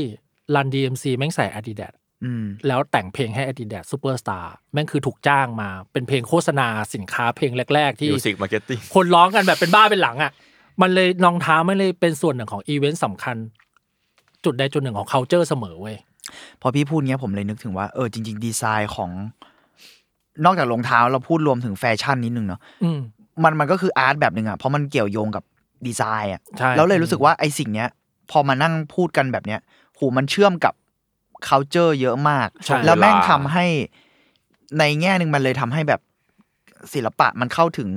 Speaker 4: รันดีเอ็มซีแม่งใส่อาดิดาส
Speaker 5: อืม
Speaker 4: แล้วแต่งเพลงให้ Adidas Superstar แม่งคือถูกจ้างมา เป็นเพลงโฆษณาสินค้าเพลงแรก ๆ ที่
Speaker 3: music marketing
Speaker 4: คนร้องกันแบบเป็นบ้าเป็นหลังอ่ะ มันเลยรองเท้าไม่เลยเป็นส่วนหนึ่งของอีเวนต์สำคัญ จุดใดจุดหนึ่งของ culture เสมอเว้ย
Speaker 5: พอพี่พูดเงี้ยผมเลยนึกถึงว่าเออจริง ๆ ดีไซน์ของ นอกจากรองเท้าเราพูดรวมถึงแฟชั่นนิดนึงเนาะ
Speaker 4: อืม
Speaker 5: มันมันก็คืออาร์ตแบบหนึ่งอะเพราะมันเกี่ยวโยงกับดีไซน์อะ
Speaker 4: ใช่
Speaker 5: แล้วเลยรู้สึกว่าไอสิ่งเนี้ย พอมานั่งพูดกันแบบเนี้ยหูมันเชื่อมกับ c u เจอร์เยอะมาก
Speaker 4: ใช่
Speaker 5: แล้วแม่งทำให้ในแง่หนึ่งมันเลยทำให้แบบศิลปะมันเข้าถึง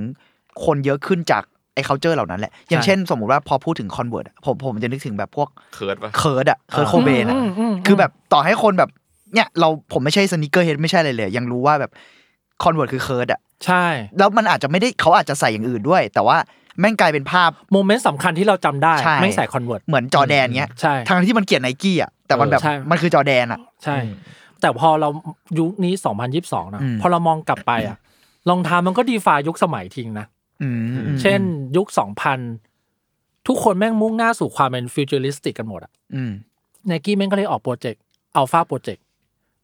Speaker 5: คนเยอะขึ้นจากไอ c u เจอร์เหล่านั้นแหละอย่างเช่น สมมุติว่าพอพูดถึงคอนเวิร์ตผมผมจะนึกถึงแบบพวก
Speaker 3: เคิร์ดปะ
Speaker 5: เคิร์ดอะเคิร์ดโคเบนอะ
Speaker 4: อืมอืมอืม
Speaker 5: คือแบบต่อให้คนแบบเนี่ยเราผมไม่ใช่สนิเกอร์เฮดไม่ใช่อะไรเลย ยังรู้ว่าแบบคอนเวิร์ตคือเคิร์ดอะ
Speaker 4: ใช่
Speaker 5: แล้วมันอาจจะไม่ได้เขาอาจจะใส่อย่างอื่นด้วย แต่ว่าแม่งกลายเป็นภาพ
Speaker 4: โมเมนต์สำคัญที่เราจำได้
Speaker 5: ใช่
Speaker 4: แม่งใส่ Convert
Speaker 5: เหมือนจอแดนเงี้ย
Speaker 4: ใช่
Speaker 5: ทางที่มันเกียดไนกี้อะแต่มันแบบ
Speaker 4: เออใช่
Speaker 5: มันคือจอแดนอะ
Speaker 4: ใช่ แต่พอเรายุคนี้ 2022 นะ
Speaker 5: อืม
Speaker 4: พอเรามองกลับไปอ่ะ [coughs] รองเท้ามันก็ดีฟายุคสมัยทิ้งนะ
Speaker 5: อืมอืม
Speaker 4: เช่นยุค 2000 ทุกคนแม่งมุ่งหน้าสู่ความเป็นฟิวเจอริสติกกันหมดอะ
Speaker 5: อืม
Speaker 4: ไนกี้แม่งก็เลยออกโปรเจกต์อัลฟาโปรเจกต์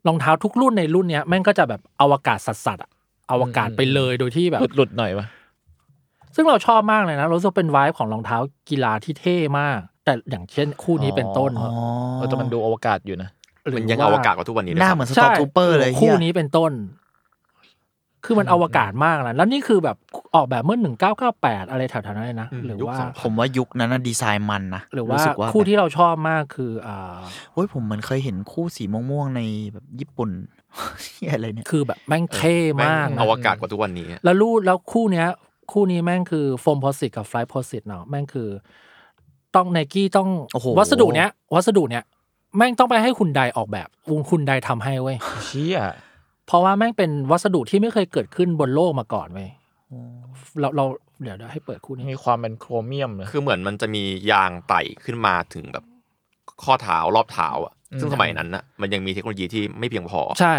Speaker 4: รองเท้าทุกรุ่นในรุ่นเนี้ยแม่งก็จะแบบอวกาศสัสสัสๆอะอวกาศไปเลยโดยที่แบบ
Speaker 2: หลุดหลุดหน่อยปะ
Speaker 4: ซึ่งเราชอบมากเลยนะ เรารู้สึกว่าเป็นไวบ์ของรองเท้ากีฬาที่เท่มาก แต่อย่างเช่นคู่นี้เป็นต้น
Speaker 5: อ๋อ
Speaker 2: เออแต่มันดูอวกาศอยู่นะ
Speaker 4: หรื
Speaker 3: มันยังอวกาศกว่าทุกวันนี้เลย
Speaker 5: ห
Speaker 3: ค
Speaker 5: น้า
Speaker 3: รับ
Speaker 5: เหมือนส
Speaker 4: ใช่
Speaker 5: ตอปทูเปอร์เลย
Speaker 4: คู่
Speaker 5: เหี้ย
Speaker 4: นี้เป็นต้น คือมันอวกาศมากนะแล้วนี่คือแบบออกแบบเมื่อ 1998 อะไรแถวๆนั้นเลยนะหรือว่า
Speaker 5: ผมว่ายุคนั้นนะดีไซน์มันนะ
Speaker 4: หรือว่า
Speaker 5: สึก
Speaker 4: คู่ที่เราชอบมากคืออ่า
Speaker 5: โอ้ยผมเหมันเคยเห็นคู่สีม่วงๆในแบบญี่ปุ่น [laughs] เหี้ยอะไรเนี่ย
Speaker 4: คือแบบแม่งเท่
Speaker 3: แม่ง
Speaker 4: มากนะ
Speaker 3: อวกาศกว่าทุกวันนี้
Speaker 4: แล้วรูแล้วคู่เนี้ย คู่นี้แม่งคือโฟมโพสิตกับไฟล์โพสิตเนาะแม่งคือ ต้องไนกี้ต้อง
Speaker 5: โอ้โห
Speaker 4: วัสดุเนี้ย วัสดุเนี้ยแม่งต้องไปให้คุณไดออกแบบวงคุณไดทำให้เว้ย
Speaker 2: เชี่ย
Speaker 4: เพราะว่าแม่งเป็นวัสดุที่ไม่เคยเกิดขึ้นบนโลกมาก่อนเว้ยเราเราเดี๋ยวเดี๋ยวให้เปิดคู่นี้
Speaker 2: มีความเป็นโครเมียมเลย
Speaker 3: คือเหมือนมันจะมียางไต่ขึ้นมาถึงแบบข้อเท้ารอบเท้าอ่ะ ซึ่งสมัยนั้นน่ะมันยังมีเทคโนโลยีที่ไม่เพียงพอ
Speaker 4: ใช่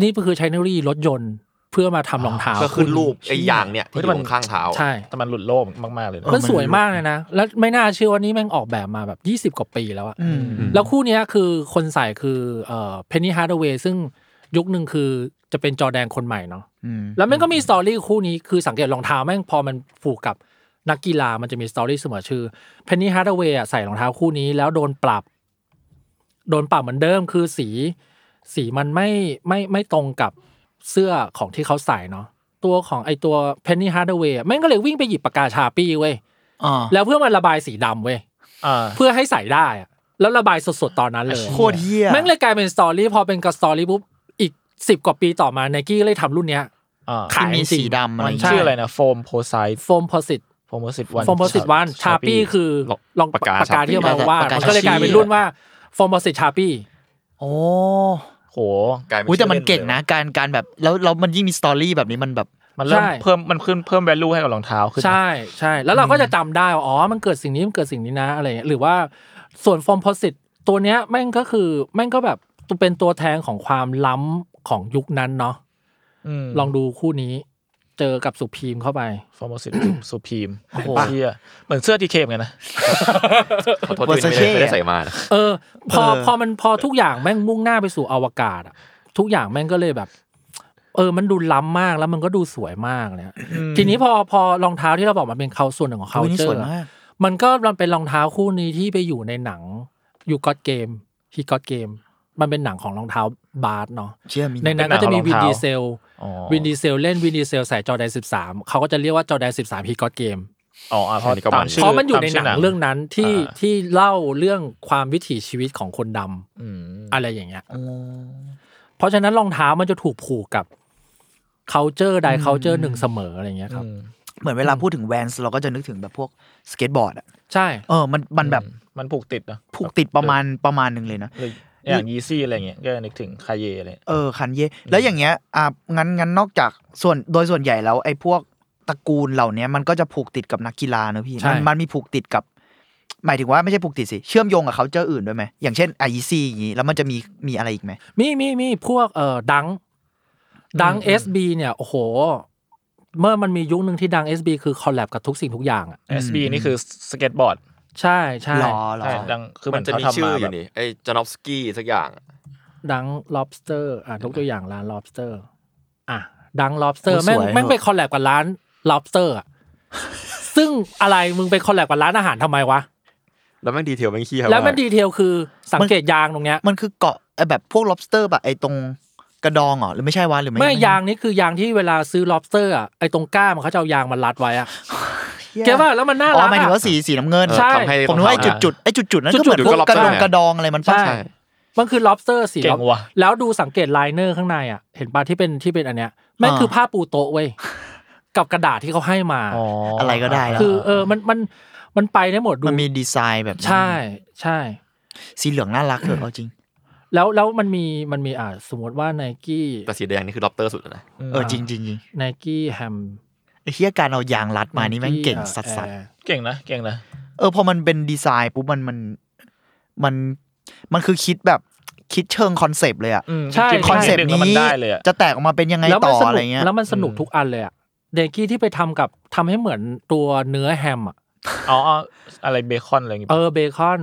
Speaker 4: นี่ก็คือใช้เทคโนโลยีรถยนต์เพื่อมาทำรองเท้า
Speaker 3: ก็ขึ้นรูปไอ้
Speaker 2: เชี่ย
Speaker 3: ยางเนี่ยที่อยู่ตรงข้างเท้า
Speaker 4: ใช่
Speaker 2: แต่มันหลุดโลกมากๆเลยนะ
Speaker 4: มันสวยมากเลยนะ แล้วไม่น่าเชื่อว่านี่แม่งออกแบบมาแบบ 20 กว่าปีแล้วอะ
Speaker 5: อืม
Speaker 4: แล้วคู่เนี้ยคือคนใส่คือเอ่อเพนนี h ฮาร์ดเวย์ซึ่งยุคหนึ่งคือจะเป็นจอแดนคนใหม่เนาะ
Speaker 5: อืม
Speaker 4: แล้วแม่งก็มีสตอรี่คู่นี้คือสังเกตรองเท้าแม่งพอมันผูกกับนักกีฬามันจะมีสตอรี่เสมอชื่อเพนนี h ฮาร์ดเวย์ใส่รองเท้าคู่นี้แล้วโดนปรับ โดนปรับเหมือนเดิมคือสี สีมันไม่ไม่ไม่ตรงกับเสื้อของที่เขาใส่เนาะตัวของไอตัวเพนนี h ฮาร์ดเวย์แม่งก็เลยวิ่งไปหยิบปากกาชาปี้เว้ย
Speaker 5: อ่า
Speaker 4: แล้วเพื่อมาระบายสีดำเว้ย
Speaker 2: อ่า
Speaker 4: เพื่อให้ใส่ได้อะแล้วระบายสดๆ ตอนนั้นเลย
Speaker 5: โคตรเหี้ย
Speaker 4: แม่งเลยกลายเป็นสตอรี่พอเป็นกับสตอรี่ปุ๊บอีกสิบกว่าปีต่อมาไนกี้เลยทำรุ่นเนี้ย
Speaker 2: อ่า
Speaker 4: ขาย
Speaker 5: ที่มี
Speaker 4: จริงๆ
Speaker 5: สีดำอะไร
Speaker 2: มัน
Speaker 5: ย่าง
Speaker 2: ชื่อ
Speaker 5: เงี้ย
Speaker 2: อะไรนะโฟมโพไซ
Speaker 4: โฟมโพสิต
Speaker 2: โฟมโพสิตวัน
Speaker 4: โฟมโพสิตวันชาปี้คือลองปากกาที่เอามาวาดมันก็เลยกลายเป็นรุ่นว่าโฟมโพสิตชาปี้
Speaker 5: โอ้
Speaker 2: โห
Speaker 3: กลายเป็น
Speaker 5: อุ๊ยแต่มัน
Speaker 3: ชื่อล่
Speaker 5: เก่งนะ การการแบบแล้วแล้วมันยิ่งมีสตอรี่แบบนี้มันแบบ
Speaker 2: มันเริ่มเพิ่มมันขึ้นเพิ่ม value ให้กับรองเท้าขึ้น
Speaker 4: ใช่ใช่แล้วเราก็จะจำได้ว่าอ๋อมันเกิดสิ่งนี้มันเกิดสิ่งนี้นะอะไรอย่างเงี้ยหรือว่าส่วนโฟมโพสิตตัวเนี้ยแม่งก็คือแม่งก็แบบเป็นตัวแทนของความล้ำของยุคนั้นเนาะ
Speaker 2: อืม
Speaker 4: ลองดูคู่นี้ จ เจอกับสุพีมเข้าไป
Speaker 2: ฟอร์มอสิตสุพีม
Speaker 4: โอ้โห
Speaker 2: เหี้ยเหมือนเสื้อทีเคมไงนะ
Speaker 3: ขอโทษที่ไม่ได้
Speaker 5: Versace
Speaker 3: ไม่ได้ใส่มานะ
Speaker 4: เออ พอ
Speaker 5: เออ
Speaker 4: พอมันพอทุกอย่างแม่งมุ่งหน้าไปสู่อวกาศอะทุกอย่างแม่งก็เลยแบบ เออ มันดูล้ำมากแล้วมันก็ดูสวยมากเนี่ย ทีนี้พอพอรองเท้าที่เราบอกมันเป็นเขาส่วนหนึ่งของเขา
Speaker 5: อุ๊ยนี่
Speaker 4: เจ
Speaker 5: ส
Speaker 4: อ
Speaker 5: วยมาก
Speaker 4: มันก็มันเป็นรองเท้าคู่นี้ที่ไปอยู่ในหนังยูก็ตเกมฮีก็ตเกมมันเป็นหนังของรองเท้าบาสเนาะ
Speaker 5: เชื่อมี
Speaker 4: ในนั้นก็จะมี
Speaker 2: เป็นหนังของร
Speaker 4: วิน
Speaker 2: องเท้า
Speaker 4: ดีเซล
Speaker 2: อ๋อ
Speaker 4: วินดีเซลเล่นวินดีเซลใส่จอแดน13 เขาก็จะเรียกว่าจอแดน13ฮีก็ตเกม
Speaker 2: อ๋ออ่ะเพราะตามชื่อ
Speaker 4: เพราะมันอยู่ใน
Speaker 2: ต
Speaker 4: หนัง
Speaker 2: ชื่
Speaker 4: เรื่องนั้นที่
Speaker 2: อ่า
Speaker 4: ที่เล่าเรื่องความวิถีชีวิตของคนดำ
Speaker 2: อืม
Speaker 4: อะไรอย่างเงี้ยเพราะฉะนั้นรองเท้ามันจะถูกผูกกับ culture ใด culture หนึ่งเสมออะไรเงี้ยครับ
Speaker 5: เหมือนเวลาพูดถึงแวนส์เราก็จะนึกถึงแบบพวกสเก็ตบอร์ดอะ
Speaker 4: ใช่
Speaker 5: เออมันมันแบบ
Speaker 2: มันผูกติดนะ
Speaker 5: ผูกติดประมาณประมาณหนึ่งเลยนะ
Speaker 2: หรืออย่างยีซี่อะไรเงี้ยก็นึกถึงคาเยอะไร
Speaker 5: เออคันเย่แล้วอย่างเงี้ยอ่ะงั้นงั้นนอกจากส่วนโดยส่วนใหญ่แล้วไอ้พวกตระกูลเหล่าเนี้ยมันก็จะผูกติดกับนักกีฬาเนอะพี่
Speaker 4: ใช่
Speaker 5: มันมันมีผูกติดกับ หมายถึงว่าไม่ใช่ผูกติดสิ เชื่อมโยงกับเขาเจออื่นด้วยไหมอย่างเช่นไอซีอย่างงี้แล้วมันจะมีมีอะไรอีกไหม
Speaker 4: มีมีมีพวกเอ่อดัง ดัง SB เนี่ย โอ้โห เมื่อมันมียุคหนึ่งที่ดัง SB คือคอลแลบกับทุกสิ่งทุกอย่างอ่ะ
Speaker 2: เอสบีนี่คือสเก็ตบอร์ด
Speaker 4: ใช่ใช่
Speaker 5: หรอหรอ
Speaker 2: ใช่ดังคือเห
Speaker 3: มั
Speaker 2: มัน น
Speaker 3: จะ
Speaker 2: เขา
Speaker 3: มี
Speaker 2: ทำ
Speaker 3: ชื่
Speaker 2: มา
Speaker 3: ออ
Speaker 2: แบ
Speaker 3: ยู่
Speaker 2: บ
Speaker 3: นี่ไอ้จานอฟสกี้สักอย่าง
Speaker 4: ดัง lobster อ่ะยกตัวอย่างร้าน lobster อ่ะดัง lobster
Speaker 5: โอ้
Speaker 4: แม่ง
Speaker 5: สวย
Speaker 4: แม่ง
Speaker 5: เนอะ
Speaker 4: ไปคอลแลบกับร้าน lobster อ่ะ ซึ่งอะไรมึงไปคอลแลบกับร้านอาหารทำไมวะ
Speaker 3: แล้วแม่งดีเทลแม่งเคี้ยว
Speaker 4: แล้วมัน
Speaker 3: าก
Speaker 4: ดีเทลคือสังเกตยางตรงเนี้ย
Speaker 5: มันคือเกาะไอ้แบบพวก lobster แบบไอ้ตรงกระดองเหรอหรือไม่ใช่วะหรือไม่
Speaker 4: ไม่ยางนี่คือยางที่เวลาซื้อ lobster อ่ะไอตรงก้ามเขาจะเอายางมารัดไว้อ่ะ
Speaker 5: หี้ย
Speaker 4: เก็ว่าแล้วมันน่า
Speaker 5: อ๋
Speaker 4: รั
Speaker 5: อก หมายถึงว่า
Speaker 4: อ่ะ
Speaker 5: สีสีน้ำเงิน
Speaker 4: ใช่
Speaker 3: ทำให้
Speaker 5: ผมนึกว่าไอ้
Speaker 3: รอง
Speaker 5: จุ
Speaker 3: เท้า
Speaker 5: ดจุดๆไอ้จุดจุดๆนั่นก็
Speaker 4: จุดๆ
Speaker 5: เหมือนพวก
Speaker 3: หรือก ก
Speaker 5: ระ
Speaker 3: ระดอ
Speaker 5: ดอ
Speaker 3: ง ง
Speaker 5: กระดองอะไรมันปะ
Speaker 4: ใช่ มันคือ lobster สี
Speaker 2: เก่ง
Speaker 4: lob-
Speaker 2: ว่ะ
Speaker 4: แล้วดูสังเกตไลเนอร์ข้างในอ่ะ เห็นปะที่เป็นที่เป็นอันเนี้ยแม่งคือผ้าปูโต๊ะเว้ย กับกระดาษที่เขาให้มา
Speaker 5: อะไรก็ได้แล้ว
Speaker 4: คือเออมันมันมันไปได้หมดดู
Speaker 5: มันมีดีไซน์แบบนั้น
Speaker 4: ใช่ใช่
Speaker 5: สีเหลืองน่ารักเถอะเอาจริง
Speaker 4: แล้วแล้วมันมีมันมีอ่าสมมติว่าไนกี้
Speaker 3: แต่สีแดงนี่คือล็อบเตอร์สุดแล้วนะ
Speaker 5: เออจริงๆจริงๆ
Speaker 4: ไนกี้แฮม
Speaker 5: ไอ้เฮียการเอายางรัดมานี่แม่งเก่งสัส
Speaker 2: เก่งนะเก่งนะ
Speaker 5: ๆเออพอมันเป็นดีไซน์ปุ๊บมันมันมันมันคือคิดแบบคิดเชิงคอนเซปต์เลยอะ
Speaker 2: อืม
Speaker 4: ใช่
Speaker 2: จริงๆ
Speaker 5: คอนเซปต์
Speaker 2: ดึงแล้ว
Speaker 5: นี้
Speaker 2: มันได้เลยอะ
Speaker 5: จะแตกออกมาเป็นยังไง
Speaker 4: แล้ว
Speaker 5: ต่
Speaker 4: มัน
Speaker 5: อ
Speaker 4: ส
Speaker 5: อะไร
Speaker 4: นุก
Speaker 5: เงี้ย
Speaker 4: แล้วมันสนุก
Speaker 2: อืม
Speaker 4: ทุกอันเลยอ่ะไนกี้ที่ไปทำกับทำให้เหมือนตัวเนื้อแฮมอ่ะ
Speaker 2: อ๋อเอาอะไรเบคอนอะไรอย่างงี้
Speaker 4: เอ
Speaker 2: ปะ
Speaker 4: อเบคอน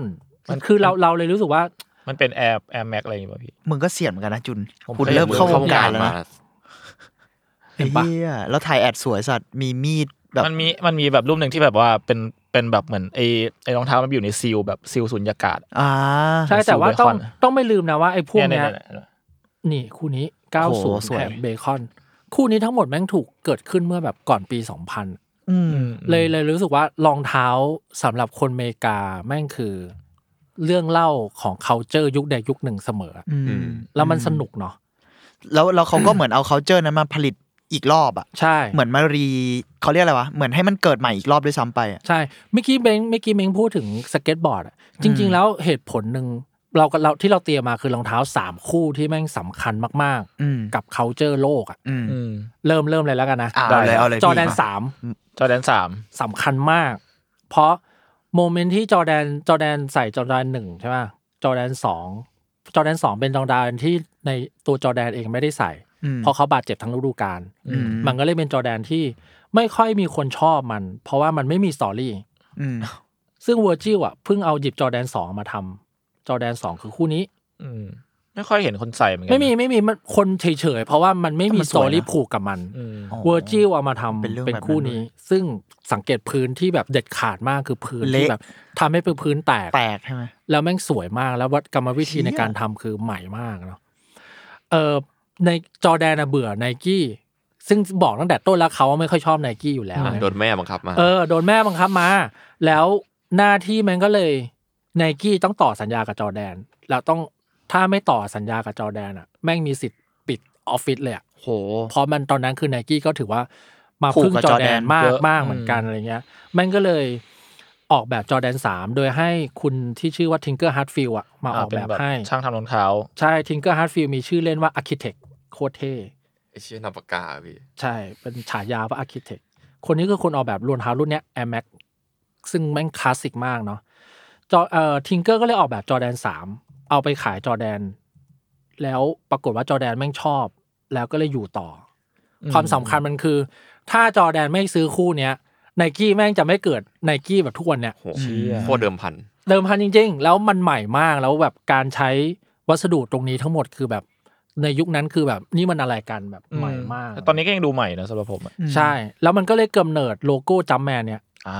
Speaker 2: มัน
Speaker 4: คือเราเราเลยรู้สึกว่า
Speaker 2: มันเป็นแอร์แอร์แม็กอะไรอย่างงี้ป่ะพี่
Speaker 5: มึงก็เสี่ยงเหมือนกันนะจุน
Speaker 2: ผม
Speaker 5: คุณเริ่มเข้าวงการแล้ว
Speaker 3: มา
Speaker 5: นะไอ้เฮียแล้วถ่ายแอดสวยสัตว์มีมีดแบบ
Speaker 2: มันมีมันมีแบบรูปหนึ่งที่แบบว่าเป็นเป็นแบบเหมือนไอไอรองเท้ามันอยู่ในซีลแบบซีลสุญญากาศ
Speaker 5: อ่า
Speaker 4: ใช่
Speaker 2: ไอ้
Speaker 4: แต่ว่าต้อง
Speaker 2: ซิลเบคอน
Speaker 4: ต้องไม่ลืมนะว่าไอ้พวกเนี้ย
Speaker 2: ยๆๆ
Speaker 4: นี่คู่นี้90แถมเบคอน คู่นี้ทั้งหมดแม่งถูกเกิดขึ้นเมื่อแบบก่อนปี 2000
Speaker 5: อืม
Speaker 2: ๆ
Speaker 4: เลยเลยรู้สึกว่ารองเท้าสำหรับคนอเมริกาแม่งคือ เรื่องเล่าของ culture ยุคใดยุคหนึ่งเสมอ
Speaker 5: อืม
Speaker 4: แล้วมันสนุกเนาะ
Speaker 5: แล้วแล้วเขาก็เหมือนเอาเคาเจอร์นั้นมาผลิตอีกรอบอะ
Speaker 4: ใช่
Speaker 5: เหมือนมารีเขาเรียกอะไรวะเหมือนให้มันเกิดใหม่อีกรอบด้วยซ้ำไปอะ
Speaker 4: ใช่เมื่อกี้เบงเมื่อกี้เบงพูดถึงสเก็ตบอร์ดอะจริง ๆ แล้วเหตุผลหนึ่งเราก็เราที่เราเตรียมมาคือรองเท้าสามคู่ที่แม่งสำคัญมาก
Speaker 5: อืม
Speaker 4: ๆ กับ culture โลกอะ
Speaker 5: อืม
Speaker 2: อืม
Speaker 4: เริ่มเริ่มเลยแล้วกันนะ
Speaker 5: อ่ะเอาเลยเอาเลย
Speaker 4: จอแดน
Speaker 5: พี่
Speaker 4: สาม
Speaker 2: จอแดนสาม
Speaker 4: สำคัญมาก เพราะโมเมนต์ที่จอแดนจอแดนใส่จอแดนหนึ่งใช่ไหมจอแดนสองจอแดนสองเป็นจอแดนที่ในตัวจอแดนเองไม่ได้ใส่
Speaker 5: อืม
Speaker 4: เพราะเขาบาดเจ็บทั้งฤดูกาล
Speaker 5: อืม
Speaker 4: มันก็เลยเป็นจอแดนที่ไม่ค่อยมีคนชอบมัน เพราะว่ามันไม่มีสตอรี่
Speaker 5: อืม
Speaker 4: ซึ่งเวอร์จิลอ่ะเพิ่งเอาหยิบจอแดนสองมาทำจอแดนสองคือคู่นี้
Speaker 2: อืมไม่ค่อยเห็นคนใส่เหมือนกั
Speaker 4: ไม่มีไม่มีมันคนเฉยๆเพราะว่ามันไม่มี
Speaker 5: แต่มันส
Speaker 4: ส
Speaker 5: วย
Speaker 4: ตอ
Speaker 5: นะ
Speaker 4: รี่ผูกกับมัน
Speaker 2: อืม
Speaker 5: อ๋อ
Speaker 4: เวอร์จิลเอามาทำ
Speaker 5: เป็นเรื่อง
Speaker 4: เป็นคู่นี้ ซึ่งสังเกตพื้นที่แบบเด็ดขาดมากคือพื้นที่
Speaker 5: เละ
Speaker 4: แบบทำให้เป็นพื้นแตก
Speaker 5: แตกใช่ไหม
Speaker 4: แล้วแม่งสวยมากแล้ววัดกรรมวิธี
Speaker 5: เชี่ย
Speaker 4: ในการทำคือใหม่มากเนาะเออในจอร์แดนอะเบื่อไนกี้ซึ่งบอกตั้งแต่ต้นแล้วเขาว่าไม่ค่อยชอบไนกี้อยู่แล้ว
Speaker 3: อ่ะ
Speaker 4: นะ
Speaker 3: โดนแม่บังคับมา
Speaker 4: เออโดนแม่บังคับมา แล้วหน้าที่มันก็เลยไนกี้ต้องต่อสัญญากับจอร์แดน แล้วต้องถ้าไม่ต่อสัญญากับจอร์แดนอะแม่งมีสิทธิ์ปิดออฟฟิศเลยอะ
Speaker 5: โห
Speaker 4: เพราะมันตอนนั้นคือไนกี้ก็ถือว่ามา
Speaker 5: ผูก
Speaker 4: พึ่ง
Speaker 5: กับ
Speaker 4: จอ
Speaker 5: จอ
Speaker 4: แด
Speaker 5: แด
Speaker 4: น
Speaker 5: น
Speaker 4: มาก
Speaker 2: เยอะ
Speaker 4: มากเหมือนกันอะไรเงี้ยมันก็เลยออกแบบจอแดน 3 โดยให้คุณที่ชื่อว่าทิงเกอร์ฮาร์ดฟิลอะมาออก
Speaker 2: เป็
Speaker 4: แบ
Speaker 2: น
Speaker 4: บให้
Speaker 2: ช่างทำรองเท้า
Speaker 4: ใช่ทิงเกอร์ฮาร์ดฟิลมีชื่อเล่นว่าอาร์เคเต็กโคตรเท่
Speaker 3: ไอ้เชี่ยนามปากกาพี่
Speaker 4: ใช่ เป็นฉายาว่าอาร์เคเต็กคนนี้คือคนออกแบบรวนเท้ารุ่นเนี้ย Air Max ซึ่งแม่งคลาสสิกมากเนาะจอเอ่อทิงเกอร์ก็เลยออกแบบจอแดน 3 เอาไปขายจอแดน แล้วปรากฏว่าจอแดนแม่งชอบ แล้วก็เลยอยู่ต่ออ
Speaker 2: ม
Speaker 4: ความสำคัญมันคือ ถ้าจอร์แดนไม่ซื้อคู่เนี้ยไนกี้แม่งจะไม่เกิดไนกี้แบบทุกวันเนี่ย
Speaker 3: โห
Speaker 2: เชี่ย
Speaker 3: โคตรเดิมพัน
Speaker 4: เดิมพันจริง ๆ แล้วมันใหม่มากแล้วแบบการใช้วัสดุตรงนี้ทั้งหมดคือแบบในยุคนั้นคือแบบนี่มันอะไรกันแบบใหม่มาก
Speaker 2: อืตอนนี้ก็ยังดูใหม่นะสำหรับผมอะ
Speaker 4: ใช่ แล้วมันก็เลยกำเนิดโลโก้จัมแมนเนี่ย
Speaker 2: อ่า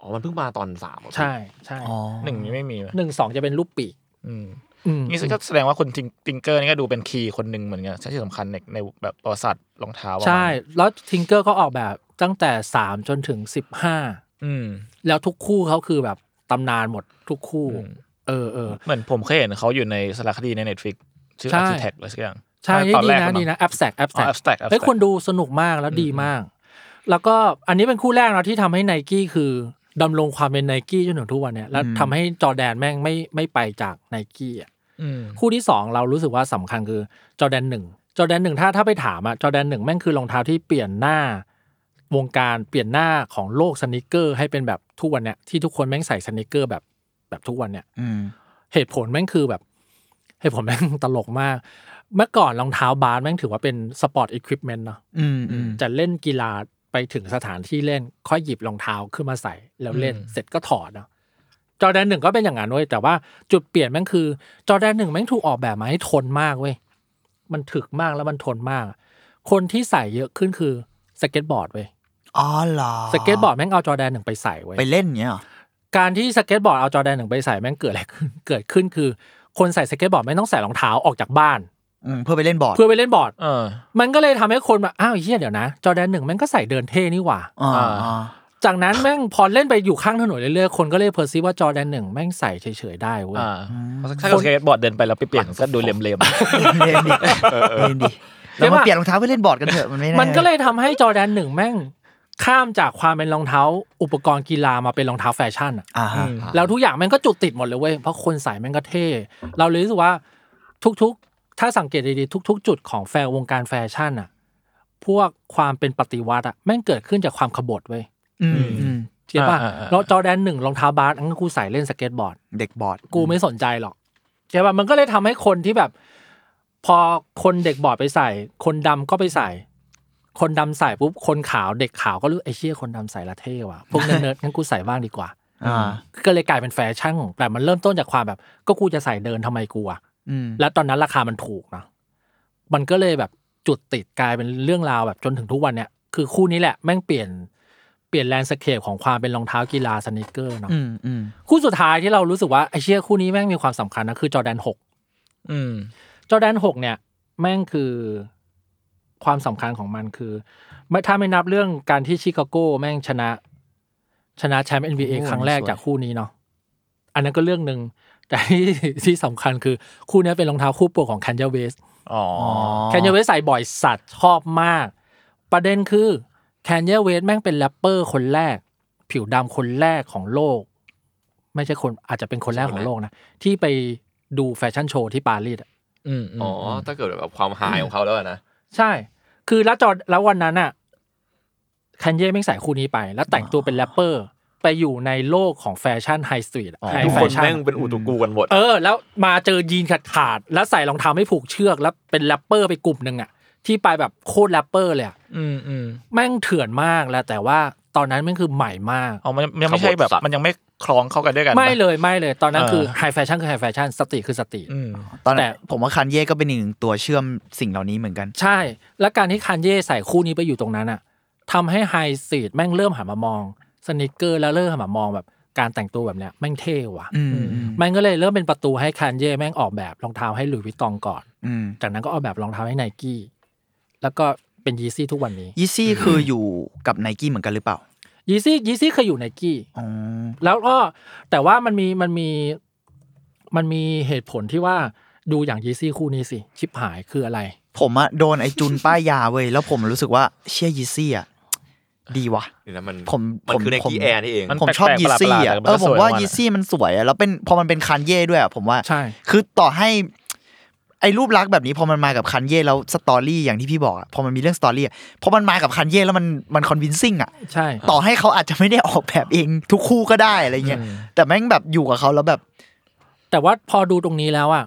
Speaker 3: อ๋อ มันเพิ่งมาตอนสาม
Speaker 4: ใช่ใช่
Speaker 2: หนึ่งนี้ไม่มีไหม
Speaker 4: หนึ่งสองจะเป็นรูปปีก
Speaker 2: อืม
Speaker 4: อืม
Speaker 2: นี่ก็แสดงว่าคนทิงทิงเกอร์นี่ก็ดูเป็นคีย์คนหนึ่งเหมือนกันที่สำคัญในในแบบประวัติศาสตร์รองเท้าประมาณ
Speaker 4: ใช่ แล้วทิงเกอร์ก็ออกแบบตั้งแต่สามจนถึงสิบห้า
Speaker 2: อืม
Speaker 4: แล้วทุกคู่เขาคือแบบตำนานหมดทุกคู่
Speaker 2: อืม
Speaker 4: เออเออ
Speaker 2: เหมือนผมเคยเห็นเขาอยู่ในสารคดีใน Netflix ชื่อ
Speaker 4: ใช่
Speaker 2: Architect อะไรสักอย่าง
Speaker 4: ใช่
Speaker 2: ตอน
Speaker 4: ดี
Speaker 2: แรก
Speaker 4: นะ
Speaker 2: มั้ง
Speaker 4: ดีนะแอปแสกแอปแส
Speaker 2: อ๋อ Abstract
Speaker 4: กเฮ้ย
Speaker 2: Abstract
Speaker 4: คนดูสนุกมากแล้วดีมาก แล้วก็อันนี้เป็นคู่แรกเนาะที่ทำให้ไนกี้คือดำรงความเป็นไนกี้จนถึงทุกวันเนี่ยแล้วทำให้จอร์แดนแม่งไม่ไม่ไปจากไนกี้อ่ะ
Speaker 2: อืม
Speaker 4: คู่ที่สองเรารู้สึกว่าสำคัญคือจอร์แดนหนึ่งจอร์แดนหนึ่งถ้าถ้าไปถามอ่ะจอร์แดนหนึ่งแม่งคือรองเท้าที่เปลี่ยนหน้าวงการเปลี่ยนหน้าของโลกสนิเกอร์ให้เป็นแบบทุกวันเนี่ยที่ทุกคนแม่งใส่สนิเกอร์แบบแบบทุกวันเนี่ย
Speaker 5: อืม
Speaker 4: เหตุผลแม่งคือแบบเหตุผลแม่ง ตลกมาก เมื่อก่อนรองเท้าบาสแม่งถือว่าเป็นสปอร์ตอุปกรณ์เนาะ
Speaker 5: อืมอืม
Speaker 4: จะเล่นกีฬาไปถึงสถานที่เล่น ค่อยหยิบรองเท้าขึ้นมาใส่แล้วเล่นเสร็จก็ถอดเนาะจอแดนหนึ่งก็เป็นอย่างนั้นเว้ยแต่ว่าจุดเปลี่ยนแม่งคือจอแดนหนึ่งแม่งถูกออกแบบมาให้ทนมากเว้ยมันถึกมากแล้วมันทนมาก คนที่ใส่เยอะขึ้นคือสเก็ตบอร์ดเว้ย
Speaker 5: อ๋อเหรอ
Speaker 4: สเก็ตบอร์ดแม่งเอาจอแดนหนึ่งไปใส่เว้ย
Speaker 5: ไปเล่นเงี้ยเหรอ
Speaker 4: การที่สเก็ตบอร์ดเอาจอแดนหนึ่งไปใส่แม่งเกิดอะไรขึ้น เกิดขึ้นคือ คนใส่สเก็ตบอร์ดไม่ต้องใส่รองเท้าออกจากบ้าน
Speaker 5: อืมเพื่อไปเล่นบอร์ด
Speaker 4: เพื่อไปเล่นบอร์ด
Speaker 2: เออ
Speaker 4: มันก็เลยทำให้คนแบบอ้าวเฮียเดี๋ยวนะ จอแดนหนึ่งแม่งก็ใส่เดินเท่นี่หว่า
Speaker 5: อ่า
Speaker 2: อ่า
Speaker 5: อ่า
Speaker 4: จากนั้นแม่งพอเล่นไปอยู่ข้างถนนเรื่อยๆคนก็เลยเพอร์ซีว่าจอแดนหนึ่งแม่งใส่เฉยๆได้เว้ย
Speaker 2: อ่าถ้าเกิดสเก็ตบอร์ดเดินไปแล้วไปเปลี่ยนก็ดูเหลม
Speaker 5: เล่นดิเล่นดิเรามาเปลี่ยนรองเท้าเพื่อเล่นบอร์ดกันเถอะมันไม่ได้
Speaker 4: มันก็เลยทำให้จอแดนหนึ่งแม่งข้ามจากความเป็นรองเท้า อุปกรณ์กีฬามาเป็นรองเท้าแฟชั่นอะ
Speaker 5: อ่าฮะ
Speaker 4: แล้วทุกอย่างแม่งก็จุดติดหมดเลยเว้ย เพราะคนใส่แม่งก็เท่ เราเลยรู้สึกว่าทุกๆ ถ้าสังเกตดีๆ ทุก ๆ จุดของแฟร์วงการแฟชั่นอะพวกความเป็นปฏิวัติอะแม่งเกิดขึ้นจากความขบฏเว้ย
Speaker 5: อืมอืม
Speaker 4: เจ็บป่ะ
Speaker 2: อ่าอ่าอ่า
Speaker 4: แล้วจอแดนหนึ่งรองเท้าบาสอันนั้นกูใส่เล่นสเก็ตบอร์ด
Speaker 5: เด็กบอร์ด
Speaker 4: กูไม่สนใจหรอกเจ็บป่ะมันก็เลยทำให้คนที่แบบ พอคนเด็กบอร์ดไปใส่ คนดำก็ไปใส่ คนดำใส่ปุ๊บคนขาวเด็กขาวก็รู้ไอ้เชี่ยคนดำใส่ละเท่ว่ะพวกเนิร์ด
Speaker 5: [laughs]
Speaker 4: ๆงั้นกูใส่บ้างดีกว่า
Speaker 5: อ่า
Speaker 4: ก็เลยกลายเป็นแฟชั่นของแต่มันเริ่มต้นจากความแบบ ก็กูจะใส่เดินทำไมกูอะ
Speaker 5: อืม
Speaker 4: แล้วตอนนั้นราคามันถูกนะมันก็เลยแบบจุดติดกลายเป็นเรื่องราวแบบจนถึงทุกวันเนี่ยคือคู่นี้แหละแม่งเปลี่ยนเปลี่ยนแลนด์สเคปของความเป็นรองเท้ากีฬาสนิเกอร์เนาะ
Speaker 5: อืมอืม
Speaker 4: คู่สุดท้ายที่เรารู้สึกว่าไอเชียคู่นี้แม่งมีความสำคัญนะคือจอแดนหก
Speaker 2: ๆอืม
Speaker 4: จอแดนหกเนี่ย แม่งคือความสำคัญของมันคือไม่ถ้าไม่นับเรื่องการที่ชิคาโก้แม่งชนะ ชนะแชมป์ NBA ครั้งแรกจากคู่นี้เนาะ อันนั้นก็เรื่องหนึ่งแต่ที่ [laughs] ที่สำคัญคือคู่นี้เป็นรองเท้าคู่โปรดของแคนยาเวส
Speaker 2: อ๋อ
Speaker 4: แคนยาเวสใส่บ่อยสัตว์ชอบมาก ประเด็นคือแคนยาเวสแม่งเป็นแรปเปอร์คนแรก ผิวดำคนแรกของโลก ไม่ใช่คนอาจจะเป็นคนแรกของโลกนะ ที่ไปดูแฟชั่นโชว์ที่ปารีสอะ
Speaker 2: อืมม
Speaker 3: อ๋อ ถ้าเกิดแบบความหายของเขาแล้วอะนะ
Speaker 4: ใช่ คือแล้วจอแล้ววันนั้นอะคันเย่ไม่งใส่คู่นี้ไป แล้วแต่งตัวเป็นแรปเปอร์ ไปอยู่ในโลกของแฟชั่นไฮสตรีทไฮ
Speaker 3: ทุก
Speaker 4: แฟ
Speaker 3: คน
Speaker 4: ชั่
Speaker 3: แม่
Speaker 4: น
Speaker 3: งเป็นอุตุกูกันหมด
Speaker 4: เออ แล้วมาเจอยีนขาดขาดๆแล้วใส่รองเท้าไม่ผูกเชือก แล้วเป็นแรปเปอร์ไปกลุ่มหนึ่งอะที่ไปแบบโคตรแรปเปอร์เลยอะ
Speaker 2: อืมอืม
Speaker 4: แม่งเถื่อนมากแล้วแต่ว่าตอนนั้นแม่งคือใหม่มาก
Speaker 2: อ๋อมันยังไม่ใช่แบบ
Speaker 3: ขบวนสัตว์
Speaker 2: มันยังไม่คล้องเข้ากันด้วยกันปะ
Speaker 4: ไม่เลยไม่เลย ตอนนั้นคือ
Speaker 2: เออ
Speaker 4: ไฮแฟชั่นคือไฮแฟชั่นสตรีทคือสตรีท
Speaker 2: อืม
Speaker 5: ตอนนั้
Speaker 4: แต่
Speaker 5: นผมว่าคันเย่ก็เป็นอีกหนึ่งตัวเชื่อมสิ่งเหล่านี้เหมือนกัน
Speaker 4: ใช่ และการที่คันเย่ใส่คู่นี้ไปอยู่ตรงนั้นอะทำให้ไฮสตรีทแม่งเริ่มหันมามองสนิเกอร์แล้วเริ่มหันมามองแบบการแต่งตัวแบบเนี้ยแม่งเท่ว่ะ
Speaker 5: อืมอืม
Speaker 4: มันก็เลยเริ่มเป็นประตูให้คันเย่แม่งออกแบบรองเท้าให้หลุยส์วิตตองก่อน
Speaker 5: อืม
Speaker 4: จากนั้นก็ออกแบบรองเท้าให้ไนกี้แล้วก็เป็นยีซี่ทุกวันนี้
Speaker 5: ยีซี่คืออยู่กับไนกี้เหมือนกันหรือเปล่า
Speaker 4: ยีซี่ยีซี่เคยอยู่ไนกี้
Speaker 5: อ๋อ
Speaker 4: แล้วก็แต่ว่ามันมีมันมีมันมีเหตุผลที่ว่าดูอย่างยีซี่คู่นี้สิชิปหายคืออะไร
Speaker 5: ผมอะโดนไอจุนป้ายยาเว้ยแล้วผมรู้สึกว่าเชี่ยยีซี่อะดีวะ
Speaker 3: นี่นะมัน
Speaker 5: ผม
Speaker 3: มันคือใน
Speaker 5: ผม
Speaker 3: กีแอร์นี่เอง
Speaker 2: มัน
Speaker 5: ผมชอบ
Speaker 2: แปลกๆ
Speaker 5: ยี
Speaker 2: ป
Speaker 5: ซี่
Speaker 2: ระหลาดๆ
Speaker 5: อะ
Speaker 2: แต่มันก็
Speaker 5: เออผมว่า
Speaker 2: สวยมาก
Speaker 5: ยีซี่มันสวยอะแล้วเป็นพอมันเป็นคันเย่ด้วยอะผมว่า
Speaker 4: ใช่
Speaker 5: คือต่อให้ไอ้รูปลักษณ์แบบนี้พอมันมากับคันเย่แล้วสตอรี่อย่างที่พี่บอกอะพอมันมีเรื่องสตอรี่อะพอมันมากับคันเย่แล้วมันมันคอนวินซิ่งอะ
Speaker 4: ใช่
Speaker 5: ต่อให้เขาอาจจะไม่ได้ออกแบบเองทุกคู่ก็ได้อะไรเงี้ยแต่แม่งแบบอยู่กับเขาแล้วแบบ
Speaker 4: แต่ว่าพอดูตรงนี้แล้วอะ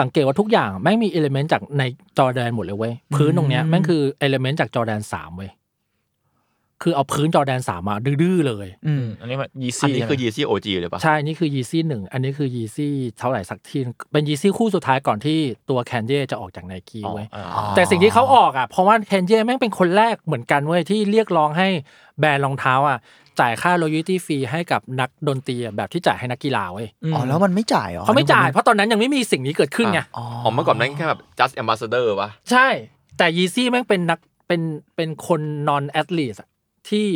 Speaker 4: สังเกตว่าทุกอย่างแม่งมีเอลเมนต์จากในจอร์แดนหมดเลยเว้ย พื้นตรงเนี้ยแม่งคือเอลเมนต์จากจอร์แดนสามเว้ย คือเอาพื้นจอร์แดนสามมาดื้อๆเลย
Speaker 5: อืม
Speaker 2: อันนี้มันยี
Speaker 3: อัน
Speaker 2: ซี่
Speaker 3: นี้คือยีซี่โอจีเลยปะ
Speaker 4: ใช่ นี่คือยีซี่หนึ่ง อันนี้คือยีซี่เท่าไหร่สักทีนึงเป็นยีซี่คู่สุดท้ายก่อนที่ตัวแคนเย่จะออกจากไนกี้เว้ย แต่สิ่งที่เขาออกอ่ะ เพราะว่าแคนเย่แม่งเป็นคนแรกเหมือนกันเว้ย ที่เรียกร้องให้แบรนด์รองเท้าอ่ะ จ่ายค่า royalty fee ให้กับนักดนตรีอะแบบที่จ่ายให้นักกีฬาเว้ย
Speaker 5: อ๋อ แล้วมันไม่จ่ายเหรอ
Speaker 4: เขาไม่จ่าย เพราะตอนนั้นยังไม่มีสิ่งนี้เกิดขึ้นไง
Speaker 3: อ๋อเมื่อก่อนนั้นแค่แบบ just ambassador ปะ
Speaker 4: ใช่ แต่ยีซี่แม่งเป็นนักเป็นเป็นคนนอนแอ l ลีสที่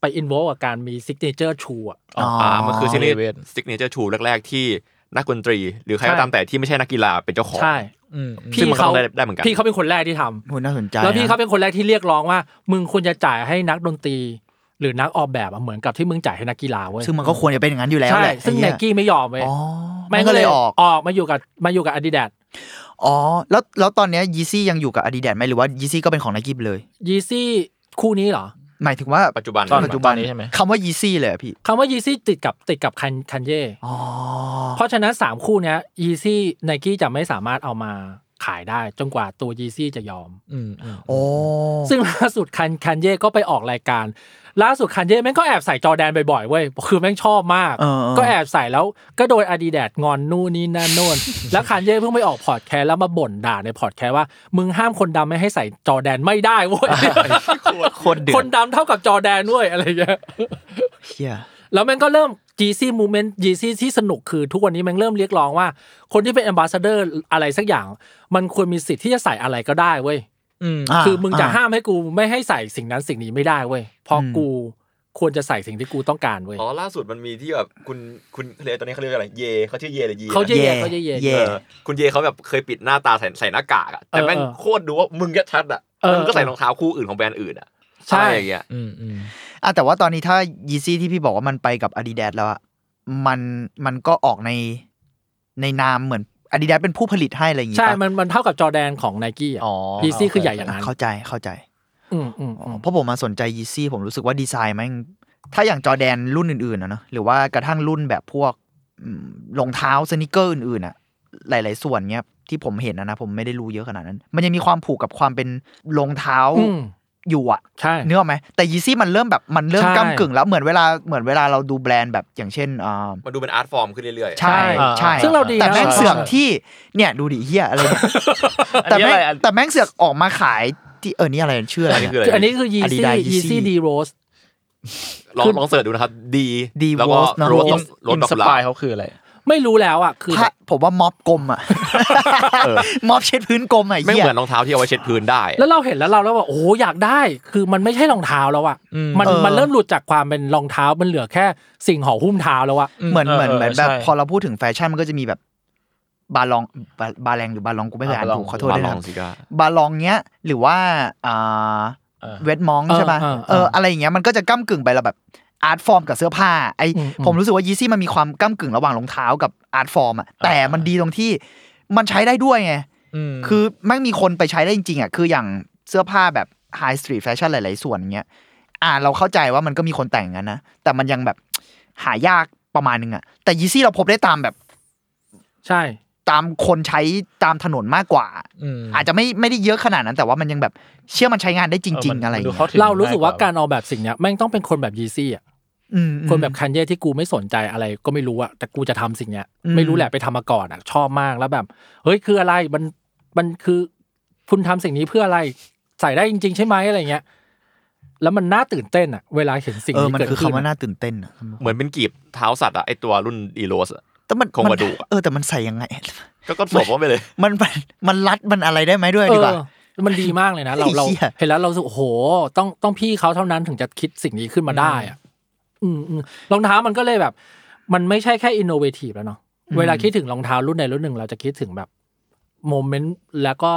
Speaker 4: ไปอิน o l ลกับการมีซิกเนเจอร์ชูอ่ะ
Speaker 3: อ๋ออ่ามันคือซีรีส์
Speaker 2: เวน
Speaker 3: signature shoe แรก ๆ ที่นักดนตรี หรือใครก็
Speaker 4: ใช่
Speaker 3: ตามแต่ที่ไม่ใช่นักกีฬาเป็นเจ้าของ
Speaker 4: ใช่
Speaker 3: ซึ่งมันก็ต้องได้ได้เหมือนกัน
Speaker 4: พี่เขาเป็นคนแรกที่ทำ
Speaker 5: โหน่าสนใจ
Speaker 4: แล้วพี่
Speaker 5: นะ
Speaker 4: เขาเป็นคนแรกที่เรียกร้องว่า มึงควรจะจ่ายให้นักดนตรี หรือนักออกแบบอะเหมือนกับที่มึงจ่ายให้นักกีฬาเว้ย
Speaker 5: ซึ่งมันก็ควรจะเป็นอย่างนั้นอยู่แล้ว
Speaker 4: ใช่
Speaker 5: แหละ
Speaker 4: ซึ่ง
Speaker 5: ไอ้
Speaker 4: ไน
Speaker 5: เหี้ย
Speaker 4: กี้ไม่ยอมเว้ย
Speaker 5: อ๋อ
Speaker 4: แม่
Speaker 5: แม่
Speaker 4: ง
Speaker 5: งก็เลยออก
Speaker 4: ออกมาอยู่กับมาอยู่กับอาดิดาส
Speaker 5: อ๋อ แล้วแล้วตอนเนี้ยีซี่ยังอยู่กับอาดิดาสไหมหรือว่ายีซี่ก็เป็นของไนกี้ไปเลย
Speaker 4: ยีซี่คู่นี้เหรอ
Speaker 5: หมายถึงว่า
Speaker 3: ปัจจุบัน
Speaker 2: ตอน
Speaker 5: ปัจจุบัน
Speaker 2: นี้ใช่ไหม
Speaker 5: คำว่ายีซี่เลยอะพี่
Speaker 4: คำว่ายีซี่ติดกับติดกับคันคันเย่
Speaker 5: อ๋อ
Speaker 4: เพราะฉะนั้น 3 คู่เนี้ยยีซี่ไนกี้จะไม่สามารถเอามาขายได้จนกว่าตัวยีซี่จะยอม
Speaker 5: โอ้
Speaker 4: ซึ่งล่าสุดคันคันเย่ก็ไปออกรายการ ล่าสุดคันเย่แม่งก็แอบใส่จอแดนบ่อยๆเว้ยคือแม่งชอบมาก
Speaker 5: เออเ
Speaker 4: ก็แอบใส่แล้วก็โดนอาดีแดดงอนนู่นนี่นั่นโน่น แล้วคันเย่เพิ่งไปออกพอดแคสต์แล้วมาบ่นด่าในพอดแคสต์ว่า มึงห้ามคนดำไม่ให้ใส่จอแดนไม่ได้เว้ย
Speaker 5: โคนเดือ
Speaker 4: ค
Speaker 5: ด
Speaker 4: นดำเท่ากับจอแดนเว้ยอะไรเงี้ย
Speaker 5: เฮีย
Speaker 4: แล้วแม่งก็เริ่ม GC movement GC ที่สนุกคือทุกวันนี้แม่งเริ่มเรียกร้องว่า คนที่เป็นแอมบาสเดอร์อะไรสักอย่าง มันควรมีสิทธิ์ที่จะใส่อะไรก็ได้เว้ย
Speaker 5: า
Speaker 4: คือมึงจะ
Speaker 5: า
Speaker 4: ห้ามให้กูไม่ให้ใส่สิ่งนั้นสิ่งนี้ไม่ได้เว้ยเพราะ
Speaker 5: อืม
Speaker 4: กูควรจะใส่สิ่งที่กูต้องการเว้ย
Speaker 3: อ๋อล่าสุดมันมีที่แบบคุณคุณเขาเรียกตอนนี้เขาเรียกอะไรเยเขาชื่อเยหรือยีนะ
Speaker 4: เขาเย่
Speaker 5: เย่
Speaker 4: เขาเย่เย่
Speaker 5: เย่
Speaker 3: เออ
Speaker 4: เย่
Speaker 3: คุณเยเขาแบบเคยปิดหน้าตาใส่ใส่หน้ากากอะแต่
Speaker 4: เออ
Speaker 3: แม่ง
Speaker 4: เออ
Speaker 3: โคตรดูว่ามึงยัดชัดอะ
Speaker 4: เออ
Speaker 3: มึงก็ใส่รองเท้าคู่อื่นของแบรนด์อื่นอะ
Speaker 4: ใช่
Speaker 3: อะไรอย่างเงี้ย
Speaker 5: อ่ะแต่ว่าตอนนี้ถ้ายีซี่ที่พี่บอกว่ามันไปกับอาดิดาสแล้วอะมันมันก็ออกในในนามเหมือนอาดิดาสเป็นผู้ผลิตให้อะไรอย่างงี้
Speaker 4: ใช่
Speaker 5: ปะ
Speaker 4: มันมันเท่ากับจอแดนของไนกี้อ่ะ
Speaker 5: อ๋อ
Speaker 4: DC คือใหญ่อย่างนั้น
Speaker 5: เข้าใจเข้าใจ
Speaker 4: อืมอืมอืม
Speaker 5: เพราะผมมาสนใจยีซี่ผมรู้สึกว่าดีไซน์แม่งถ้าอย่างจอแดนรุ่นอื่นๆนะเนอะหรือว่ากระทั่งรุ่นแบบพวกอืมรองเท้าสนิเกอร์อื่นๆอ่ะ หลาย ๆ ส่วนเนี้ยที่ผมเห็นนะนะผมไม่ได้รู้เยอะขนาดนั้น มันยังมีความผูกกับความเป็นรองเท้า
Speaker 4: อืม
Speaker 5: อยู่อ่ะ
Speaker 4: ใช่
Speaker 5: เนื้ออกไหมแต่ยีซี่มันเริ่มแบบมันเริ่ม
Speaker 4: ใช่
Speaker 5: ก้ากึ่งแล้วเหมือนเวลาเหมือนเวลาเราดูแบรนด์แบบอย่างเช่นอ่า
Speaker 3: มันดูเป็นอาร์ตฟอร์มขึ้นเรื่อยๆ
Speaker 5: ใช่
Speaker 2: อ่า
Speaker 5: ใช่
Speaker 4: ซึ่งเราดีนะ
Speaker 5: แต่แม่งเสือก
Speaker 4: ใช่
Speaker 5: ที่เนี่ยดูดิเฮียอะไรเนี่ย
Speaker 2: อัน
Speaker 5: แต่
Speaker 2: นี้
Speaker 5: แม่ง
Speaker 2: อะไรอัน
Speaker 5: แต่แม่งเสือกออกมาขายที่เออนี่อะไรชื่ออะไร
Speaker 3: อันนี้
Speaker 5: เนี่
Speaker 3: คื
Speaker 5: ย
Speaker 3: ออะไร
Speaker 4: คืออันนี้คือยีซี่
Speaker 5: Adidas
Speaker 4: ยี
Speaker 5: Yeezy
Speaker 4: ซี่ดีโรส
Speaker 3: ลอง
Speaker 4: คือ
Speaker 3: ลองเสิร์ชดูนะครับดี
Speaker 5: ดี
Speaker 3: แล้วก็
Speaker 5: Rose เนอะ
Speaker 3: โรส
Speaker 2: อิน
Speaker 3: รส
Speaker 2: อิน
Speaker 3: บัก
Speaker 2: ส
Speaker 3: ลา
Speaker 2: ปายเขาคืออะไร
Speaker 4: ไม่รู้แล้วอ่ะคือ
Speaker 5: ผ้าผมว่าม็อบกลมอ่ะม็อบเช็ด [laughs] พื้นกลมอ่ะ
Speaker 3: ไม่
Speaker 5: เหี้
Speaker 3: เห
Speaker 5: ย
Speaker 3: มือนรองเท้าที่เอาไว้เช็ดพื้นได้
Speaker 4: แล้วเราเห็นแล้วเราแล้วว่าโอ้โหอยากได้ คือมันไม่ใช่รองเท้าแล้วอ่ะมันมันเริ่มหลุดจากความเป็นรองเท้ามันเหลือแค่สิ่งห่อหุ้มเท้าแล้วอ่ะ
Speaker 5: เหมือนเหมือน
Speaker 2: เออ
Speaker 5: เหมือนแบบ
Speaker 2: ใช่
Speaker 5: พอเราพูดถึงแฟชั่นมันก็จะมีแบบบาลองบาบาแรงหรือบาลองกูไม่เคยอ่าน
Speaker 2: อ่าบาลอง
Speaker 5: ถูกขอโทษ
Speaker 3: มา
Speaker 5: ด้วย
Speaker 3: ลอ
Speaker 5: นะค
Speaker 3: ง
Speaker 5: รับ
Speaker 3: สิก้า
Speaker 5: บาลองเนี้ย หรือว่าอ่า
Speaker 2: เออ
Speaker 5: เวทมอง
Speaker 4: เออ
Speaker 5: ใช่ป่ะ
Speaker 4: เออเออ
Speaker 5: เอออะไรอย่างเงี้ยมันก็จะก้ากึ่งไปละแบบอาร์ตฟอร์มกับเสื้อผ้าไอ
Speaker 4: อืมอืม
Speaker 5: ผมรู้สึกว่ายีซี่มันมีความก้ากึ่งระหว่างรองเท้ากับอาร์ตฟอร์มอ่ะแต่มันดีตรงที่มันใช้ได้ด้วยไง คือแม่งมีคนไปใช้ได้จริงๆอ่ะคืออย่างเสื้อผ้าแบบไฮสตรีทแฟชั่นหลาย ๆ ส่วนเงี้ยอ่าเราเข้าใจว่ามันก็มีคนแต่งงั้นนะแต่มันยังแบบหายากประมาณนึงอ่ะแต่ยีซี่เราพบได้ตามแบบ
Speaker 4: ใช่
Speaker 5: ตามคนใช้ตามถนนมากกว่า อาจจะไม่ไม่ได้เยอะขนาดนั้น แต่ว่ามันยังแบบเชื่อมันใช้งานได้จริง ๆ อะไรอย่างเงี้ย
Speaker 4: เรารู้สึกว่าการออกแบบสิ่งเนี้ยแม่งต้องเป็นคนแบบยีซี่อ่ะ
Speaker 5: อืมอืม
Speaker 4: คนแบบคันเย่ที่กูไม่สนใจอะไรก็ไม่รู้อะแต่กูจะทำสิ่งเนี้ย
Speaker 5: อืม
Speaker 4: ไม่รู้แหละไปทำมาก่อนอะชอบมากแล้วแบบ เฮ้ยคืออะไรมันมันคือคุณทำสิ่งนี้เพื่ออะไรใส่ได้จริง ๆ ใช่ไหมอะไรเงี้ย แล้วมันน่าตื่นเต้นอะเวลาเห็นสิ่ง
Speaker 5: เออ
Speaker 4: นี้
Speaker 5: มัน
Speaker 4: เกิด
Speaker 5: คือ
Speaker 4: ขึ้น
Speaker 5: คำว่า
Speaker 4: อะ
Speaker 5: น่าตื่นเต้นอะ
Speaker 3: เหมือนเป็นกีบเท้าสัตว์อะไอตัวรุ่นอีโรสอะ
Speaker 5: แต่มัน
Speaker 3: คงกระดูกอะ
Speaker 5: เออแต่มันใส่ยังไง [laughs]
Speaker 3: ก็ก็สวมว่าไปเลย
Speaker 5: มันมันมันรัดมันอะไรได้ไหมด้วย
Speaker 4: เอ
Speaker 5: ดีกว่า
Speaker 4: อมันดีมากเลยนะเราเรา
Speaker 5: ไอ้เหี้ย
Speaker 4: เห็นแล้วเรารู้สึกโอ้โหต้องต้องพี่เขาเท่านั้นถึงจะคิดสิ่งนี้ขึ้นมาได้อะอืมอืมรองเท้ามันก็เลยแบบ มันไม่ใช่แค่อินโนเวทีฟแล้วเนาะเวลาคิดถึงรองเท้ารุ่นใดรุ่นหนึ่งเราจะคิดถึงแบบโมเมนต์แล้วก็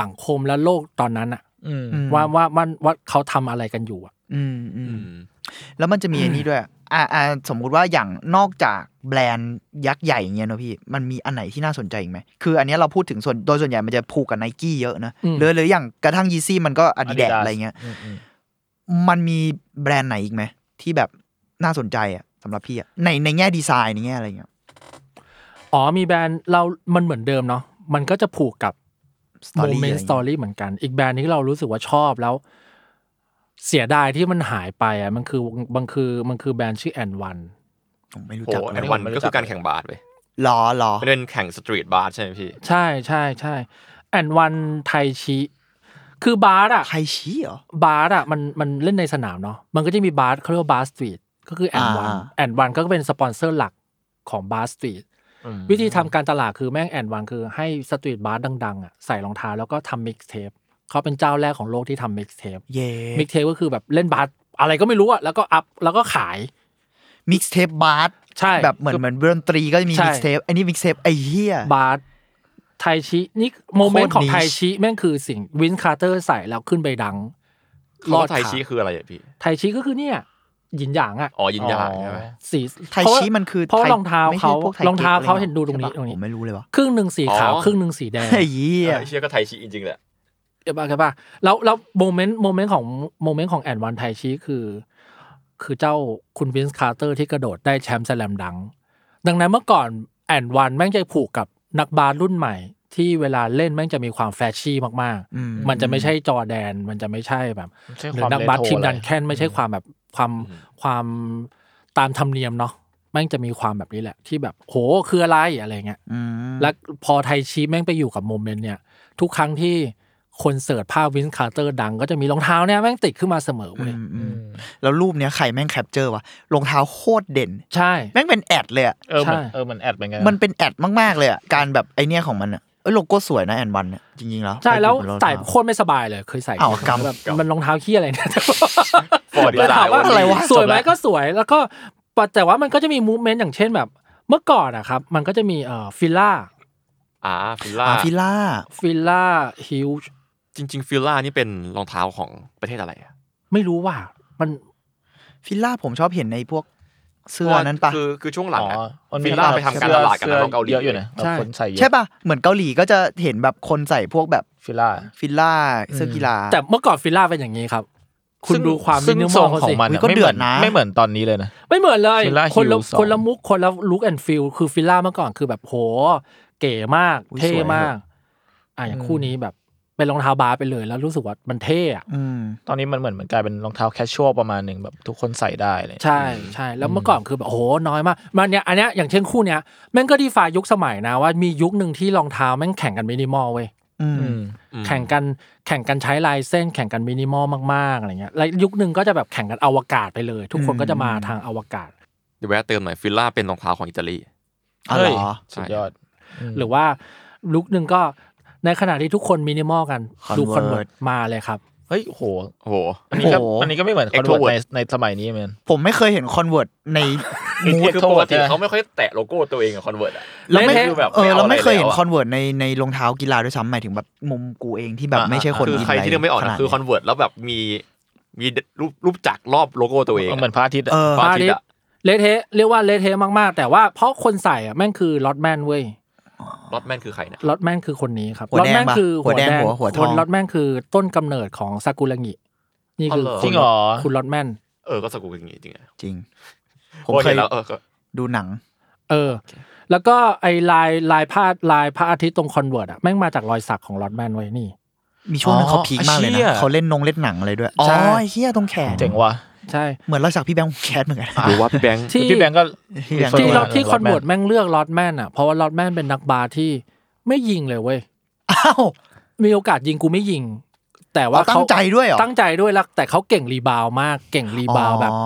Speaker 4: สังคมและโลกตอนนั้นอะ
Speaker 5: อืม
Speaker 4: ว่าว่ามันว่าเขาทำอะไรกันอยู่อะ
Speaker 5: อืมอืม แล้วมันจะมีอันนี้ด้วยอ่าอ่าสมมุติว่าอย่างนอกจากแบรนด์ยักษ์ใหญ่อย่างเงี้ยเนอะพี่ มันมีอันไหนที่น่าสนใจอีกไหม คืออันเนี้ยเราพูดถึงส่วนโดยส่วนใหญ่มันจะผูกกับไนกี้เยอะนะหรือหรืออย่างกระทั่งยีซี่มันก็อาดิดา
Speaker 2: Adidas
Speaker 5: อะไรเงี้ย มันมีแบรนด์ไหนอีกไหม ที่แบบน่าสนใจอ่ะสำหรับพี่อ่ะในในแง่ดีไซน์ในแง่อะไรเงี้ย
Speaker 4: อ๋อมีแบรนด์เรามันเหมือนเดิมเนาะมันก็จะผูกกับ
Speaker 5: Story
Speaker 4: โมเมน
Speaker 5: อะไร
Speaker 4: ต์
Speaker 5: เงี้
Speaker 4: ส
Speaker 5: ย
Speaker 4: ตอรี่เหมือนกัน อีกแบรนด์นี้เรารู้สึกว่าชอบแล้ว เสียดายที่มันหายไปอ่ะมันคือบางคือมันคือแบรนด์ชื่อแอนวัน
Speaker 5: ผมไม่รู้
Speaker 3: โอ้
Speaker 5: จัก
Speaker 3: โห
Speaker 5: เล
Speaker 3: แอน
Speaker 5: ย
Speaker 3: วันก็คือการแข่งบาสไป
Speaker 5: ล้อล้อ
Speaker 3: เป็นเรื่องแข่งสตรีทบาสใช่ไหมพี่
Speaker 4: ใช่ใช่ใช่แอนวันไทชิ คือบาร์อ่ะ
Speaker 5: ไทชี้เหรอ
Speaker 4: บาร์อ่ะมันมันเล่นในสนามเนาะมันก็จะมีบาร์เขาเรียกว่าบาร์สตรีทก็คือแอนวัน
Speaker 5: อ่า
Speaker 4: แอนวันก็เป็นสปอนเซอร์หลักของบาร์สตรีทวิธีทำการตลาดคือแม่งแอนวันคือให้สตรีทบาร์ดังๆอ่ะใส่รองเท้าแล้วก็ทำมิกซ์เทปเขาเป็นเจ้าแรกของโลกที่ทำมิกซ์เทป
Speaker 5: เย่
Speaker 4: มิกซ์เทปก็คือแบบเล่นบาร์อะไรก็ไม่รู้อ่ะแล้วก็อัพแล้วก็ขาย
Speaker 5: มิกซ์เทปบาร์
Speaker 4: ใช่
Speaker 5: แบบเหมือนเหมือนดนตรีก็จะมี
Speaker 4: ใช่
Speaker 5: มิกซ์เทปอันนี้มิกซ์เทปไอ้เหี้ย
Speaker 4: บาสไทชินี่โมเมนต์ของ
Speaker 5: โคตรนิช
Speaker 4: ไทชิแม่งคือสิ่งวินคาร์เตอร์ใส่แล้วขึ้นไปดัง
Speaker 3: รอดไทย
Speaker 4: ขา
Speaker 3: ชี้คืออะไรอะพี่
Speaker 4: ไทชิก็คือเนี่ยหยินหยางอะ
Speaker 3: อ๋อยินยางใช่ไหม
Speaker 4: สี
Speaker 5: ไทชิมันคือ
Speaker 4: เพราะว่า
Speaker 5: ไ
Speaker 4: รองเท้า
Speaker 5: ไม่ใช่
Speaker 4: เขา
Speaker 5: พวกไท
Speaker 4: รองเท้าเขา
Speaker 5: ก็บะไ
Speaker 4: เห็นดูตรงนี้
Speaker 5: ใช่ปะ
Speaker 4: ตรงนี้
Speaker 5: ผมไม่รู้เลยวะ
Speaker 4: ครึ่งหนึ่งสีขาวครึ่งหนึ่งสีแดง
Speaker 5: ไอ้เหี้ย
Speaker 3: เออเชื่อก็ไทยชี้จริงๆแหละ
Speaker 4: เดี๋ยวป่ะเดี๋ยวป่ะแล้วแล้วโมเมนต์โมเมนต์ของโมเมนต์ของแอนวันไทชิคือ คือเจ้าคุณวินส์คาร์เตอร์ที่กระโดดได้แชมป์สแลมดัง ดังนั้นเมื่อก่อนแอนวันแม่งจะผูกกับนักบาสรุ่นใหม่ ที่เวลาเล่นแม่งจะมีความแฟชชี่มาก
Speaker 5: อืม
Speaker 4: ๆ มันจะไม่ใช่จอแดน มันจะไม่ใช่แบบ
Speaker 2: ไม่ใช่
Speaker 4: หรื
Speaker 2: ค
Speaker 4: อ
Speaker 2: วาม
Speaker 4: นักบาส
Speaker 2: เรโทร
Speaker 4: ทีมดัน
Speaker 2: อะไร
Speaker 4: แค้นไม่ใช่ความแบบความ
Speaker 3: อืม
Speaker 4: ความตามธรรมเนียมเนาะแม่งจะมีความแบบนี้แหละ ที่แบบโหคืออะไรอะไรเงี้ย
Speaker 5: อืม
Speaker 4: แล้วพอไทยชีแม่งไปอยู่กับโมเมนต์เนี่ย ทุกครั้งที่คนเสิร์ชภาพวินส์คาร์เตอร์ดัง ก็จะมีรองเท้าเนี่ยแม่งติดขึ้นมาเสมอ
Speaker 5: อื
Speaker 4: เว้ย
Speaker 5: มอื
Speaker 2: อื
Speaker 5: ม
Speaker 2: ม
Speaker 5: แล้วรูปเนี้ยใครแม่งแคปเจอร์วะรองเท้าโคตรเด่น
Speaker 4: ใช่
Speaker 5: แม่งเป็นแอดเลยอะ
Speaker 2: เออเหมือน
Speaker 4: ใช่
Speaker 2: เออเหมือนแอดเหมือนกัน
Speaker 5: มันเป็นแอดมากๆเลยอะการแบบไอเนี้ยของมันอะเอ้ยโลโก้สวยนะแอนวันเนี่ยจริงๆแล้ว
Speaker 4: ใช่แล้ว
Speaker 5: ไปดูบนรอง
Speaker 4: ใส่
Speaker 5: เท้า
Speaker 4: โคตรไม่สบายเลยเคยใส่
Speaker 5: อ้าวกำ
Speaker 4: แบบมันรองเท้าขี้อะไรเนี่ย
Speaker 3: ฟอร์ด
Speaker 4: แล้วถามว่า
Speaker 3: ดีไซน์อะไรวะ
Speaker 4: สวยไหมก็สวยแล้วก็แต่ว่ามันก็จะมีมูฟเมนต์อย่างเช่นแบบเมื่อก่อนอะครับ มันก็จะมีเอ่อฟิลล่า
Speaker 3: อ่าฟิลล่า
Speaker 5: าฟิล่า
Speaker 4: ฟิลล่าฮิว
Speaker 3: จริง ๆ ฟิลล่านี่เป็นรองเท้าของประเทศอะไรอะ
Speaker 4: ไม่รู้ว่ามัน
Speaker 5: ฟิล่าผมชอบเห็นในพวกเสื้อนั้นปะ
Speaker 3: คือคือช่วงหลังอะ
Speaker 2: อ๋อมัน
Speaker 3: ฟิลล่าไปทำการตลาดกับ
Speaker 2: เสื้อ
Speaker 3: นักร้องเกาหลี
Speaker 2: เยอะอยู่นะแบบคนใส่เยอะ
Speaker 5: ใช่ปะเหมือนเกาหลีก็จะเห็นแบบคนใส่พวกแบบ
Speaker 2: ฟิลล่า
Speaker 5: ฟิล่า
Speaker 2: อืม
Speaker 5: เสื้อกีฬา
Speaker 4: แต่เมื่อก่อนฟิลล่าเป็นอย่างนี้ครับ คุณ
Speaker 2: ซึ่ง
Speaker 4: ดูความ
Speaker 2: ซึ่ง
Speaker 4: มินิม
Speaker 2: ทร
Speaker 4: อล
Speaker 2: ง
Speaker 4: เขา
Speaker 2: ของ
Speaker 4: สิ
Speaker 2: มัน
Speaker 5: อุ๊ย
Speaker 2: อะ
Speaker 5: ก็
Speaker 2: ไม่
Speaker 5: เดื
Speaker 2: เหมื
Speaker 5: อ
Speaker 2: อ
Speaker 5: ด
Speaker 2: น
Speaker 5: นะ
Speaker 2: ไม่เหมือนตอนนี้เลยนะ
Speaker 4: ไม่เหมือนเลย
Speaker 2: Fila
Speaker 4: คนละ
Speaker 2: Heels สอง
Speaker 4: คนละมุกคนละลุคแอนด์ฟิลคือฟิลล่าเมื่อก่อนคือแบบโหเก๋มาก
Speaker 5: อุ๊ย
Speaker 4: เท่
Speaker 5: สวย
Speaker 4: มากอ่ะอย่างคู่นี้แบบเป็นรองเท้าบาสไปเลย แล้วรู้สึกว่ามันเท่อะ
Speaker 5: อืม
Speaker 2: ตอนนี้มันเหมือนเหมือนกลายเป็นรองเท้าแคชชวลประมาณหนึ่งแบบทุกคนใส่ได้เลย
Speaker 4: ใช่ใช่แล้วเมื่อก่อนคือแบบโอ้โหน้อยมากมันเนี่ยอันเนี้ยอย่างเช่นคู่เนี้ยแม่งก็ดีฝ่ายยุคสมัยนะว่ามียุคหนึ่งที่รองเท้าแม่งแข่งกันมินิมอลเว้ย
Speaker 5: อืม
Speaker 2: อืม
Speaker 3: อืม
Speaker 4: แข่งกันแข่งกันใช้ลายเส้น แข่งกันมินิมอลมากๆอะไรเงี้ยแล้วยุคหนึ่งก็จะแบบแข่งกันอวกาศไปเลย ทุกคน
Speaker 5: อืม
Speaker 4: ก็จะมาทางอวกาศ
Speaker 3: เดี๋ยวแวะเติมหน่อยฟิลล่าเป็นรองเท้าของอิตาลี
Speaker 5: อ๋อ
Speaker 2: เฮ้ย
Speaker 5: เหรอ
Speaker 2: สุดยอดม
Speaker 4: หรือว่าลุคหนึ่งก็ในขณะที่ทุกคนมินิมอลกันดูคอนเวิร์
Speaker 5: Convert
Speaker 4: ตมาเลยครับ
Speaker 2: เฮ้ยโห
Speaker 3: โอ้โห
Speaker 2: อันนี้ก็
Speaker 5: โอ้โห
Speaker 2: อันนี้ก็ไม่เหมือนคอนเวิร์
Speaker 3: Extrovert
Speaker 2: ในในสมัยนี้แมัน
Speaker 5: ผมไม่เคยเห็นคอนเวิร์ตใน มูด
Speaker 2: คือป
Speaker 3: ป
Speaker 2: ก
Speaker 3: ก
Speaker 2: ติ
Speaker 3: ติ
Speaker 2: เขา
Speaker 3: เขาไม่ค่อยแตะโลโก้ตัวเองอะคอนเวิร์ตอะ
Speaker 5: แล้วไม่
Speaker 4: เละๆ
Speaker 3: คือแบบ
Speaker 5: เออ
Speaker 3: ไม่เอา
Speaker 5: เราไม่เคยเห็น
Speaker 3: อะไรแล้วอะ
Speaker 5: คอนเวิร์ตในในรองเท้ากีฬาด้วยซ้ำหมายถึงแบบมุมกูเองที่แบบไม่ใช่คน
Speaker 3: คือใครที่เรื่องไม่ออก
Speaker 5: ข
Speaker 3: นะ
Speaker 5: นาด
Speaker 3: คือคอนเวิร์ตแล้วแบบมีมีรูปรูปจักรรอบโลโก้ตัวเองอะ
Speaker 2: เหมือนพระอาทิตย์อะ
Speaker 5: เออ
Speaker 3: ปา
Speaker 4: พา
Speaker 3: ทิ
Speaker 4: ดิ
Speaker 3: ตย์
Speaker 4: ส
Speaker 3: อะ
Speaker 4: เละเทะเรียกว่าเละเทะมากๆ แต่ว่าเพราะคนใส่อะแม่งคือล็อตแมนเว้ย
Speaker 3: รอดแมนคือใครนะ
Speaker 4: ลอตแมนคือคนนี้ครับ
Speaker 5: หัว
Speaker 4: ลอต
Speaker 5: แด
Speaker 4: แม
Speaker 5: ง
Speaker 4: น
Speaker 5: ปะ
Speaker 4: คือ
Speaker 5: หัวแดงหัวหัวทอง
Speaker 4: คนลอตแมนคือต้นกำเนิดของซากุระงินี่คือ
Speaker 2: จ
Speaker 4: คุ
Speaker 2: ริง
Speaker 4: ณ
Speaker 2: เหรอ
Speaker 4: คุณลอตแมน
Speaker 3: เออก็สกุลอย่างงี้จริงอะ
Speaker 5: จริง ผม
Speaker 3: โอ้
Speaker 5: เค
Speaker 3: เห็
Speaker 5: ย
Speaker 3: นแล้วเออก็
Speaker 5: ดูหนัง
Speaker 4: เออ แล้วก็ไอ้ลายลายผ้าลายพระอาทิตย์ตรงคอนเวิร์ตอะแม่งมาจากรอยสักของลอตแมนไว้ยนี่
Speaker 5: มีช่วงนึงเขา
Speaker 2: อ๋อ
Speaker 5: พีคมากเลย
Speaker 2: ไอ้เหี้ย
Speaker 5: นะเขาเล่นนงเล่นหนังอะไรด้วยอ๋อ
Speaker 4: ใช่
Speaker 5: ไอ้เฮียตรงแขน
Speaker 2: เจ๋งว่ะ
Speaker 4: ใช่
Speaker 5: เหมือนรอยสักพี่แบงค์แคทเหมือนกัน
Speaker 3: หรือว่าพี่แบงค์
Speaker 4: ที่
Speaker 2: พี่แบงก์ก็
Speaker 5: ที่แบงค์
Speaker 4: ที่
Speaker 2: Lotman
Speaker 4: ลอตที่คอนเวิร์ต
Speaker 2: Lotman
Speaker 4: แม่งเลือกลอตแมนอะเพราะว่าลอตแมนเป็นนักบาสที่ไม่ยิงเลยเว้ย
Speaker 5: อ้าว
Speaker 4: มีโอกาสยิงกูไม่ยิง แต่ว่า
Speaker 5: อ๋อตั้งใจด้วยเหรอ
Speaker 4: ตั้งใจด้วยแล้วแต่เขาเก่งรีบาวด์มากเก่งรีบาวด์แบบ
Speaker 5: อ๋อ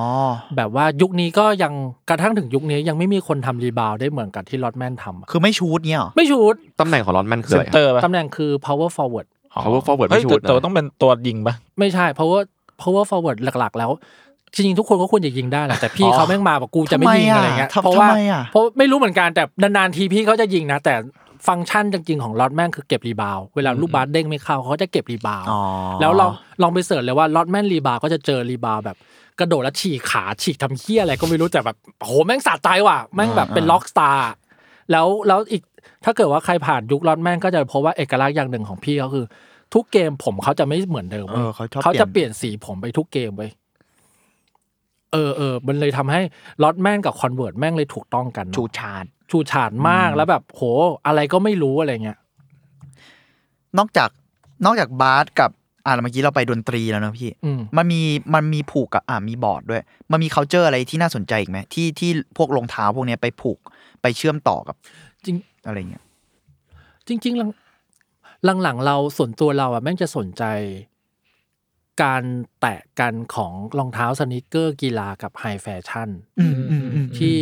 Speaker 4: แบบว่ายุคนี้ก็ยังกระทั่งถึงยุคนี้ยังไม่มีคนทำรีบาวด์ได้เหมือนกับที่ลอตแมนทำอะ
Speaker 5: คือไม่ชูดเนี่ยเหรอ
Speaker 4: ไม่ชูด
Speaker 3: ตำแหน่งของรอนแมนคือ
Speaker 2: เซ
Speaker 3: อะไร
Speaker 2: น
Speaker 3: ค
Speaker 2: เต
Speaker 3: รับ
Speaker 2: อร์ป่ะ
Speaker 4: ตำแหน่งคือ power forward
Speaker 3: power forward
Speaker 2: เฮ้ย
Speaker 3: ไม่ชุ
Speaker 2: แต่
Speaker 3: ดนะ
Speaker 2: แต่ว่าต้องเป็นตัวยิงป่ะ
Speaker 4: ไม่ใช่ power power forward หลักๆ แล้ว จริงๆ ทุกคนก็ควรจะยิงได้แหละแต่พี่
Speaker 3: อ๋อ
Speaker 4: เขาแม่งมาบอกกูจะไม่ยิง
Speaker 5: ทำไมอ่ะ
Speaker 4: อะไรเงี้ย
Speaker 5: ทำ
Speaker 4: เพราะว่า
Speaker 5: ทำไมอ่ะ
Speaker 4: เพราะไม่รู้เหมือนกันแต่นานๆทีพี่เขาจะยิงนะ แต่ฟังก์ชันจริงๆของลอตแม่งคือเก็บรีบาวด์เวลาลูกบาสเด้งไม่เข้าเขาจะเก็บรีบาวด์
Speaker 5: อ๋อ
Speaker 4: แล้วลองลองไปเสิร์ชเลยว่าลอตแมนรีบาร์ก็จะเจอรีบาร์แบบกระโดดแล้วฉีกขาฉีกทำเฮี้ยอะไรก็ไม่รู้แต่แบบโหแม่งสะใจว่ะแม่งแบบเป็นล็อกสตาร์แล้วแล้วอีกถ้าเกิดว่าใครผ่านยุคลอตแมนก็จะพบว่าเอกลักษณ์อย่างหนึ่งของพี่เขาคือ ทุกเกมผมเขาจะไม่เหมือนเดิม
Speaker 5: เอ
Speaker 4: ว้ย
Speaker 5: อเขาชอบ
Speaker 4: เขาจะเปลี่ยนสีผมไปทุกเกมเว้ยเออเออมันเลยทำให้ลอตแมนกับคอนเวิร์ตแม่งเลยถูกต้องกันเนอะ
Speaker 5: ชูชาด
Speaker 4: ชูฉาดมากแล้วแบบโหอะไรก็ไม่รู้อะไรเงี้ย
Speaker 5: นอกจากนอกจากบาสกับ อ่ะแล้วเมื่อกี้เราไปดนตรีแล้วเนอะพี่
Speaker 4: อืม
Speaker 5: มันมีมันมีผูกกับอ่ามีบอร์ดด้วย มันมี c u เจอร์อะไรที่น่าสนใจอีกไหมที่ที่พวกรองเท้าพวกเนี้ยไปผูกไปเชื่อมต่อกับ
Speaker 4: จริง
Speaker 5: อะไรเงี้ย
Speaker 4: จริงๆหลังหลังๆเราส่วนตัวเราอะแม่งจะสนใจ การแตะกันของรองเท้าสนิเกอร์กีฬากับไฮแฟชั่น
Speaker 5: อืมอืมอืม
Speaker 4: ที่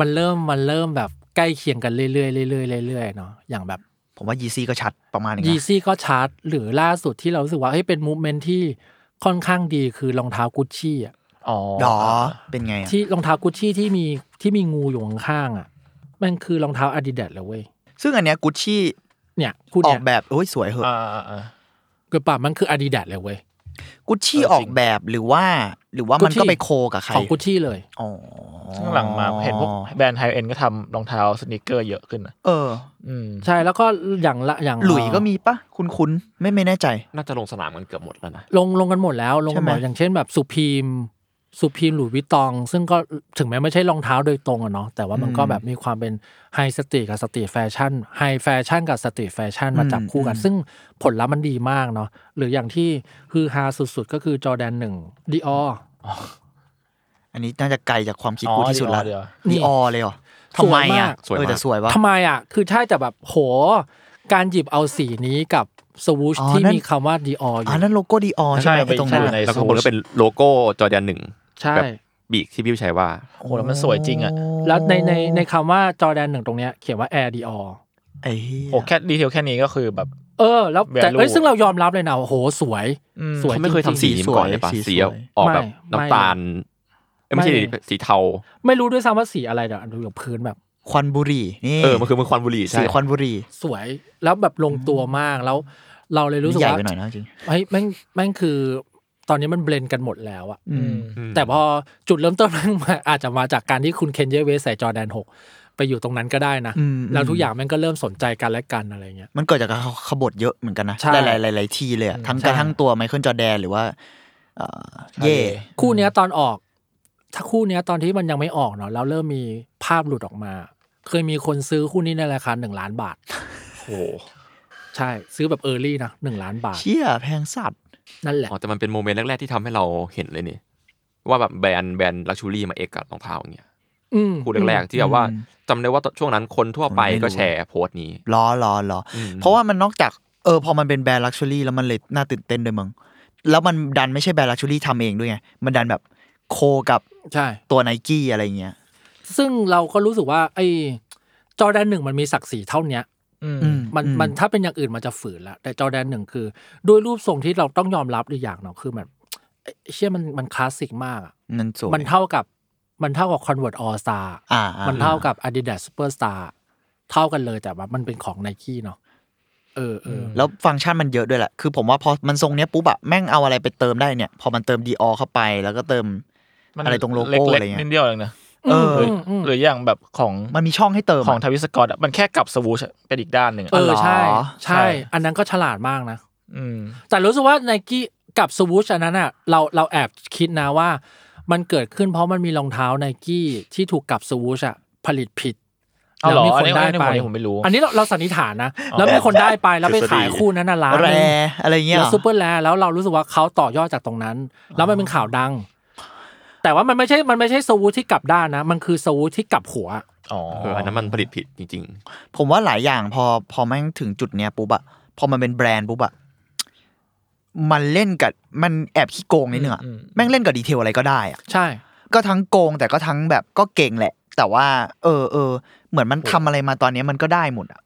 Speaker 4: มันเริ่มมันเริ่มแบบใกล้เคียงกันเรื่อยๆเรื่อยๆเรื่อยๆเนาะอย่างแบบ
Speaker 5: ผมว่ายีซีก็ชัดประมาณนึง
Speaker 4: ยี
Speaker 5: นะ
Speaker 4: ซี่ก็ชาร์จหรือล่าสุดที่เรารู้สึกว่าเฮ้ยเป็นมูฟเมนที่ค่อนข้างดีคือรองเท้ากุชชี่อะ
Speaker 2: อ๋อ
Speaker 5: ดอเป็นไงอะ
Speaker 4: ที่รองเท้ากุชชี่ที่มีที่มีงูอยู่ข้างๆอะมันคือรองเท้าอาดิดาสเลยเว้ย
Speaker 5: ซึ่งอันเนี้ยกุชชี่
Speaker 4: เนี่ยคู่
Speaker 5: ออ
Speaker 4: เนี่
Speaker 5: ก
Speaker 4: ย
Speaker 5: แบบโอ้ยสวยเหอะ
Speaker 2: อ่าอ่าอ่า
Speaker 4: กระเป๋ามันคืออาดิดาสเลยเว้ย
Speaker 5: กุชชี่
Speaker 2: เออจริง
Speaker 5: ออกแบบหรือว่า หรือว่ามัน
Speaker 4: Gucci
Speaker 5: ก็ไปโคกับใคร
Speaker 4: ของกุชชี่เลย
Speaker 5: อ๋อ
Speaker 2: ซึ่งหลังมาเห็นพวกแบรนด์ไฮเอ็นก็ทำรองเท้าสนิเกอร์เยอะขึ้นนะ
Speaker 5: เออ
Speaker 2: อืม
Speaker 4: ใช่แล้วก็อย่างละอย่าง
Speaker 5: หลุยส์ก็มีปะคุณคุณไม่ไม่แน่ใจ
Speaker 3: น่าจะลงสนามกันเกือบหมดแล้วนะ
Speaker 4: ลงลงกันหมดแล้วลงกันหมด
Speaker 5: ใช่ไหม
Speaker 4: อย่างเช่นแบบสุพีมสุพีมหลุยวิตตอง ซึ่งก็ถึงแม้ไม่ใช่รองเท้าโดยตรงอะเนาะแต่ว่ามันก็แบบมีความเป็นไฮสตรีทกับสตรีทแฟชั่นไฮแฟชั่นกับสตรีทแฟชั่นมาจับคู่กัน ซึ่งผลลัพธ์มันดีมากเนาะหรืออย่างที่คือฮาสุดๆ ก็คือจอแดนหนึ่งดีออ
Speaker 5: อันนี้น่าจะไกลจากความคิด
Speaker 2: อ๋อ
Speaker 5: กูที่สุดละ
Speaker 2: เดี๋ยว
Speaker 4: นี่
Speaker 5: ดีออเลยเหรอ
Speaker 4: สวย
Speaker 5: ทำไม
Speaker 4: มา
Speaker 5: อ่ะ
Speaker 4: ก
Speaker 3: สวยมาก
Speaker 5: เออแต่สวยวะ
Speaker 4: ทำไมอ่ะ คือใช่แต่แบบโห การหยิบเอาสีนี้กับสวูช
Speaker 5: อ๋อ
Speaker 4: ที่
Speaker 5: นั่น
Speaker 4: มีคำว่าดีอออ
Speaker 5: อ๋อยู่ นั่นโลโก้ดีออใช่ไหม
Speaker 2: ใช่ไป
Speaker 5: ไอ้ตรงนั้น
Speaker 2: อยู่
Speaker 5: อะ
Speaker 2: ใน
Speaker 3: แล้วข้างบนก็เป็นโลโก้จอร์แดนหนึ่ง
Speaker 4: ใช่
Speaker 3: แบบบีกที่พี่วิชัยว่า
Speaker 2: โอ้โหแล้วมันสวยจริงอ่ะ
Speaker 4: แล้วในในในคำว่าจอแดนหนึ่งตรงเนี้ยเขียนว่าแอร์ดีออ
Speaker 5: ไอ้เหี้ย
Speaker 2: โอ้แค่ดีเทลแค่นี้ก็คือแบบ
Speaker 4: เออแล้วแต่
Speaker 2: Value
Speaker 4: เอ้ยซึ่งเรายอมรับเลยนะโอ้โหสวย
Speaker 2: อืม
Speaker 4: สวย
Speaker 3: เขาไม่เคย
Speaker 4: จ
Speaker 3: ทำ
Speaker 4: ริงๆ
Speaker 3: สีนี้มาก่อนเลยปะสีออกแบบน้ำตาลเอ้ยไม่ใช่ดิ
Speaker 4: ไม่
Speaker 3: สีเทา
Speaker 4: ไม่รู้ด้วยซ้ำว่าสีอะไรแต่ดูจากพื้นแบบ
Speaker 5: ควันบุหรี่นี่
Speaker 3: เออ มันคือมันควันบุหรี่ใช่
Speaker 5: สีควันบุหรี่
Speaker 4: สวยแล้วแบบลงตัวมากแล้ว เราเลยรู้สึก
Speaker 5: ใหญ่
Speaker 4: ว่า
Speaker 5: ไปหน่อยนะจริง
Speaker 4: เฮ้ยแม่งแม่งคือ ตอนนี้มันเบลนกันหมดแล้วอะ
Speaker 5: อืม
Speaker 3: อืม
Speaker 4: แต่พอจุดเริ่มต้นมันมาอาจจะมาจากการที่คุณเคนเยเวสใส่จอแดนหกไปอยู่ตรงนั้นก็ได้นะ
Speaker 5: อืม
Speaker 4: แล้วทุกอย่างแม่งก็เริ่มสนใจกันและกันอะไรเงี้ย
Speaker 5: มันเกิดจากเขาขบฏเยอะเหมือนกันนะ
Speaker 4: ใช่
Speaker 5: หลายหลายๆหลายๆทีเลยอะทั้ง
Speaker 4: ใช่
Speaker 5: กระทั่งตัวไมเคิลจอร์แดนหรือว่าเอ่อเย่
Speaker 4: คู่เนี้ยตอนออก ถ้าคู่เนี้ยตอนที่มันยังไม่ออกเนาะแล้วเริ่มมีภาพหลุดออกมา เคยมีคนซื้อคู่นี้ในราคาหนึ่งล้านบาท
Speaker 2: โอ้โห
Speaker 4: ใช่ ซื้อแบบเออร์ลี่นะหนึ่งล้านบาท
Speaker 5: เชี่ยแพงสัตว์
Speaker 4: นั่นแหละ
Speaker 3: อ๋อแต่มันเป็นโมเมนต์แรก ๆ ที่ทำให้เราเห็นเลยนี่ ว่าแบบแบรนด์แบรนด์ลักชูรี่มาเอกกับรองเท้าอย่างเงี้ย
Speaker 4: อืม
Speaker 3: คู่แรก ๆ ที่แบบว่าจำได้ว่าตอนช่วงนั้นคนทั่วไปก็แชร์โพสต์นี้
Speaker 5: ล้อล้อล้ออ
Speaker 3: ม
Speaker 5: เพราะว่ามันนอกจากเออพอมันเป็นแบรนด์ลักชัวรี่แล้วมันเลยน่าตื่นเต้นด้วยมึงแล้วมันดันไม่ใช่แบรนด์ลักชัวรี่ทำเองด้วยไงมันดันแบบโคกับ
Speaker 4: ใช่
Speaker 5: ตัวไนกี้อะไรเงี้ย
Speaker 4: ซึ่งเราก็รู้สึกว่า ไอ้จอแดนหนึ่งมันมีศักดิ์ศรีเท่าเนี้ย
Speaker 2: อืม
Speaker 5: อืม
Speaker 4: มัน
Speaker 5: อื
Speaker 4: มันถ้าเป็นอย่างอื่นมันจะฝืนละแต่จอแดนหนึ่งคือ ด้วยรูปทรงที่เราต้องยอมรับอีกอย่างเนาะคือแบบไอ้เชี่ยมันมันคลาสสิกมากอะ
Speaker 5: มันสวย
Speaker 4: มันเท่ากับมันเท่ากับคอนเวิร์ตออสตา
Speaker 5: อ่า
Speaker 4: มั
Speaker 5: มัน
Speaker 4: เท่ากับ Adidas Superstar เท่ากันเลยแต่ว่ามันเป็นของไนกี้เนาะเออเออ
Speaker 5: แล้วฟังก์ชันมันเยอะด้วยแหละ คือผมว่าพอมันทรงเนี้ยปุ๊บอะแม่งเอาอะไรไปเติมได้เนี่ย พอมันเติมดีออเข้าไปแล้วก็เติม
Speaker 2: มัน
Speaker 5: อะไรตรงโลโก้
Speaker 2: เล็ก
Speaker 5: อะไรเงี้
Speaker 2: ๆ
Speaker 5: ย
Speaker 2: นิดเดียวเองนะ
Speaker 5: เออ
Speaker 2: หรือ
Speaker 4: มม
Speaker 2: หรืออย่างแบบของ
Speaker 5: มันมีช่องให้เติม
Speaker 2: ของ
Speaker 5: อะ
Speaker 2: ทวิสกอตอะมันแค่กลับสวูชเป็นอีกด้านหนึ่งอะ
Speaker 4: เออใช่
Speaker 5: อ๋อเหรอ
Speaker 4: ใช่ อันนั้นก็ฉลาดมากนะ
Speaker 2: อืม
Speaker 4: แต่รู้สึกว่าไนกี้กับสวูชอันนั้นอ่ะเราเราแอบคิดนะว่า มันเกิดขึ้นเพราะมันมีรองเท้าไนกี้ที่ถูกกับสวูชอ่ะผลิตผิด
Speaker 2: เอาเหรอ
Speaker 4: มี
Speaker 2: อันนี้อันนี้ผมผมไม่รู้
Speaker 4: อันนี้เราเราสันนิษฐานนะ แล้วมีคนได้ไปแล้วไปขายคู่นั้นน่ะร้าน
Speaker 5: แร
Speaker 4: หนึ่ง
Speaker 5: อะไรเงี้ย
Speaker 4: แล้ว
Speaker 5: หรอ
Speaker 4: ซูเปอร์แลแล้วเรารู้สึกว่าเขาต่อยอดจากตรงนั้น แล้วมันเป็นข่าวดัง แต่ว่ามันไม่ใช่มันไม่ใช่สวูชที่กลับด้านนะ มันคือสวูชที่กลับหัว
Speaker 2: ๋อ
Speaker 3: เอออันนั้นมันผลิตผิดจริง
Speaker 5: ผมว่าหลายอย่างพอพอแม่งถึงจุดเนี้ยปุ๊บอะพอมันเป็นแบรนด์ปุ๊บอะมันเล่นกับมันแอบขี้โกงนิดนึงอะแม่งเล่นกับดีเทลอะไรก็ได้อะ
Speaker 4: ใช่
Speaker 5: ก็ทั้งโกงแต่ก็ทั้งแบบก็เก่งแหละ แต่ว่า เออเออเหมือนมันทำอะไรมาตอนเนี้ยมันก็ได้หมดอะ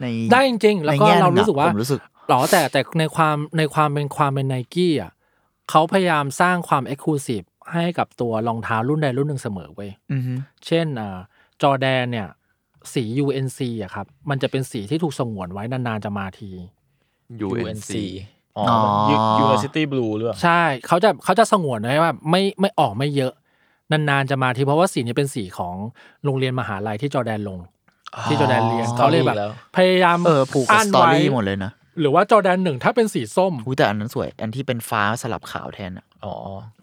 Speaker 5: ใน
Speaker 4: ได้จริงๆแล้ว
Speaker 5: ใน
Speaker 4: ก็
Speaker 5: แง่
Speaker 4: เรารู้
Speaker 5: หนึ่งอะ
Speaker 4: สึกว่า
Speaker 5: ผมรู้สึก
Speaker 4: หรอแต่แต่ในความในความเป็นความเป็นไนกี้อ่ะเขาพยายามสร้างความเอ็กซ์คลูซีฟให้กับตัวรองเท้ารุ่นใดรุ่นหนึ่งเสมอเว้ย
Speaker 5: อือฮึ
Speaker 4: เช่นอ่าจอแดนเนี่ยสี UNC อ่ะครับ มันจะเป็นสีที่ถูกสงวนไว้นานๆจะมาที
Speaker 3: ๆ UNC
Speaker 2: อ๋อ
Speaker 5: อ๋อ
Speaker 2: University Blue หรือเปล่า
Speaker 4: ใช่เขาจะเขาจะสงวนไว้ว่าไม่ไม่ออกไม่เยอะ นานๆจะมาทีเพราะว่าสีนี้เป็นสีของโรงเรียนมหาลัยที่จอแดนลง ที่จอแดนเรียนเขาเลยแบบ พยายาม
Speaker 5: เออผูกกับ
Speaker 4: น
Speaker 5: สตอ
Speaker 4: ไว้
Speaker 5: รี่หมดเลยนะ
Speaker 4: หรือว่าจอแดนหนึ่งถ้าเป็นสีส้ม
Speaker 5: หูแต่อันนั้นสวย อันที่เป็นฟ้าสลับขาวแทนอะ
Speaker 2: อ๋อ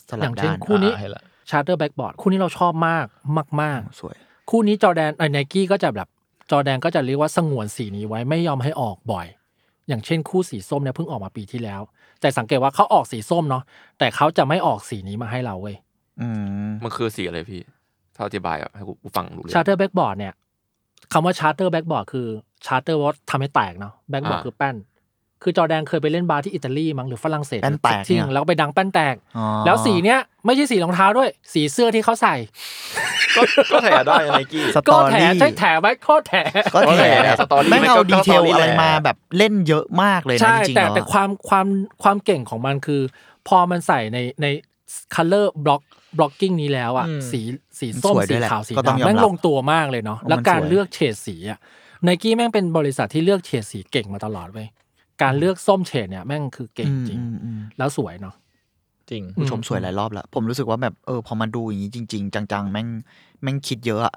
Speaker 5: สลับ
Speaker 4: อย่างเช่
Speaker 5: ด้าน
Speaker 4: นคู่
Speaker 5: อะ
Speaker 4: นี้
Speaker 2: อ่าเห็นละ
Speaker 4: ชาร์เตอร์แบ็กบอร์ดคู่นี้เราชอบมากมาก ๆ
Speaker 5: สวย
Speaker 4: คู่นี้จอร์แดนไนกี้ก็จะแบบจอร์แดนก็จะเรียกว่าสงวนสีนี้ไว้ไม่ยอมให้ออกบ่อย อย่างเช่นคู่สีส้มเนี่ยเพิ่งออกมาปีที่แล้ว แต่สังเกตว่าเขาออกสีส้มเนาะแต่เขาจะไม่ออกสีนี้มาให้เราเว้ย
Speaker 5: อืม
Speaker 3: มันคือสีอะไรพี่ ถ้าอธิบายอ่ะให้กูฟังรู้เรื่อ
Speaker 4: ชาร์
Speaker 3: ง
Speaker 4: เตอร์แบ็กบอร์ดเนี่ยคำว่าชาร์เตอร์แบ็กบอร์ดคือชาร์เตอร์วอททำให้แตกเนาะแบ็กบอร์ด
Speaker 3: อ่า
Speaker 4: คือแป้น คือจอร์แดนเคยไปเล่นบาร์ที่อิตาลีมั้งหรือฝรั่งเศส
Speaker 5: แป้นแตก
Speaker 4: ที่
Speaker 5: เนี่ย
Speaker 4: แล้วก็ไปดังแป้นแตก
Speaker 5: อ๋อ
Speaker 4: แล้วสีเนี้ยไม่ใช่สีรองเท้าด้วย สีเสื้อที่เขาใส่
Speaker 3: ก็ก็แถได้ไนกี้
Speaker 5: สต
Speaker 4: ก็
Speaker 5: อ
Speaker 4: แถ
Speaker 5: รี่
Speaker 4: ใช่แถไหมก็แถ
Speaker 5: ก็แถ
Speaker 3: ก็แถสตอรี่
Speaker 5: แม่ง
Speaker 3: มันก็
Speaker 5: เอาดีเทล
Speaker 3: ก็สตอรี่
Speaker 5: อะไร
Speaker 3: แหละ
Speaker 5: มาแบบเล่นเยอะมากเลยนะ
Speaker 4: ใช่
Speaker 5: จริงๆ
Speaker 4: แต่
Speaker 5: แล้ว
Speaker 4: แต่
Speaker 5: อะ
Speaker 4: ความความความเก่งของมันคือ พอมันใส่ในใน color block blocking นี้แล้วอ่ะ
Speaker 2: อืม
Speaker 4: สีสีส้ม
Speaker 5: สวย
Speaker 4: สี
Speaker 5: ด้วยแหละ
Speaker 4: ขาวสี
Speaker 5: ก็ต้องยอมรั
Speaker 4: ดำ
Speaker 5: บ
Speaker 4: แม่งลงตัวมากเลยเนาะ
Speaker 5: ว่ามัน
Speaker 4: แล้วการ
Speaker 5: สวย
Speaker 4: เลือกเฉดสีอ่ะไนกี้แม่งเป็นบริษัทที่เลือกเฉดสีเก่งมาตลอดเว้ยการเลือกส้มเฉดเนี่ยแม่งคือเก่ง
Speaker 5: อืม
Speaker 4: จริง
Speaker 5: อืมอืม
Speaker 4: แล้วสวยเนาะ
Speaker 2: จริง
Speaker 5: ผู้ชมสวยหลายรอบแล้ว ผมรู้สึกว่าแบบเออพอมาดูอย่างนี้จริง ๆ จังๆ แม่งแม่งคิดเยอะอะ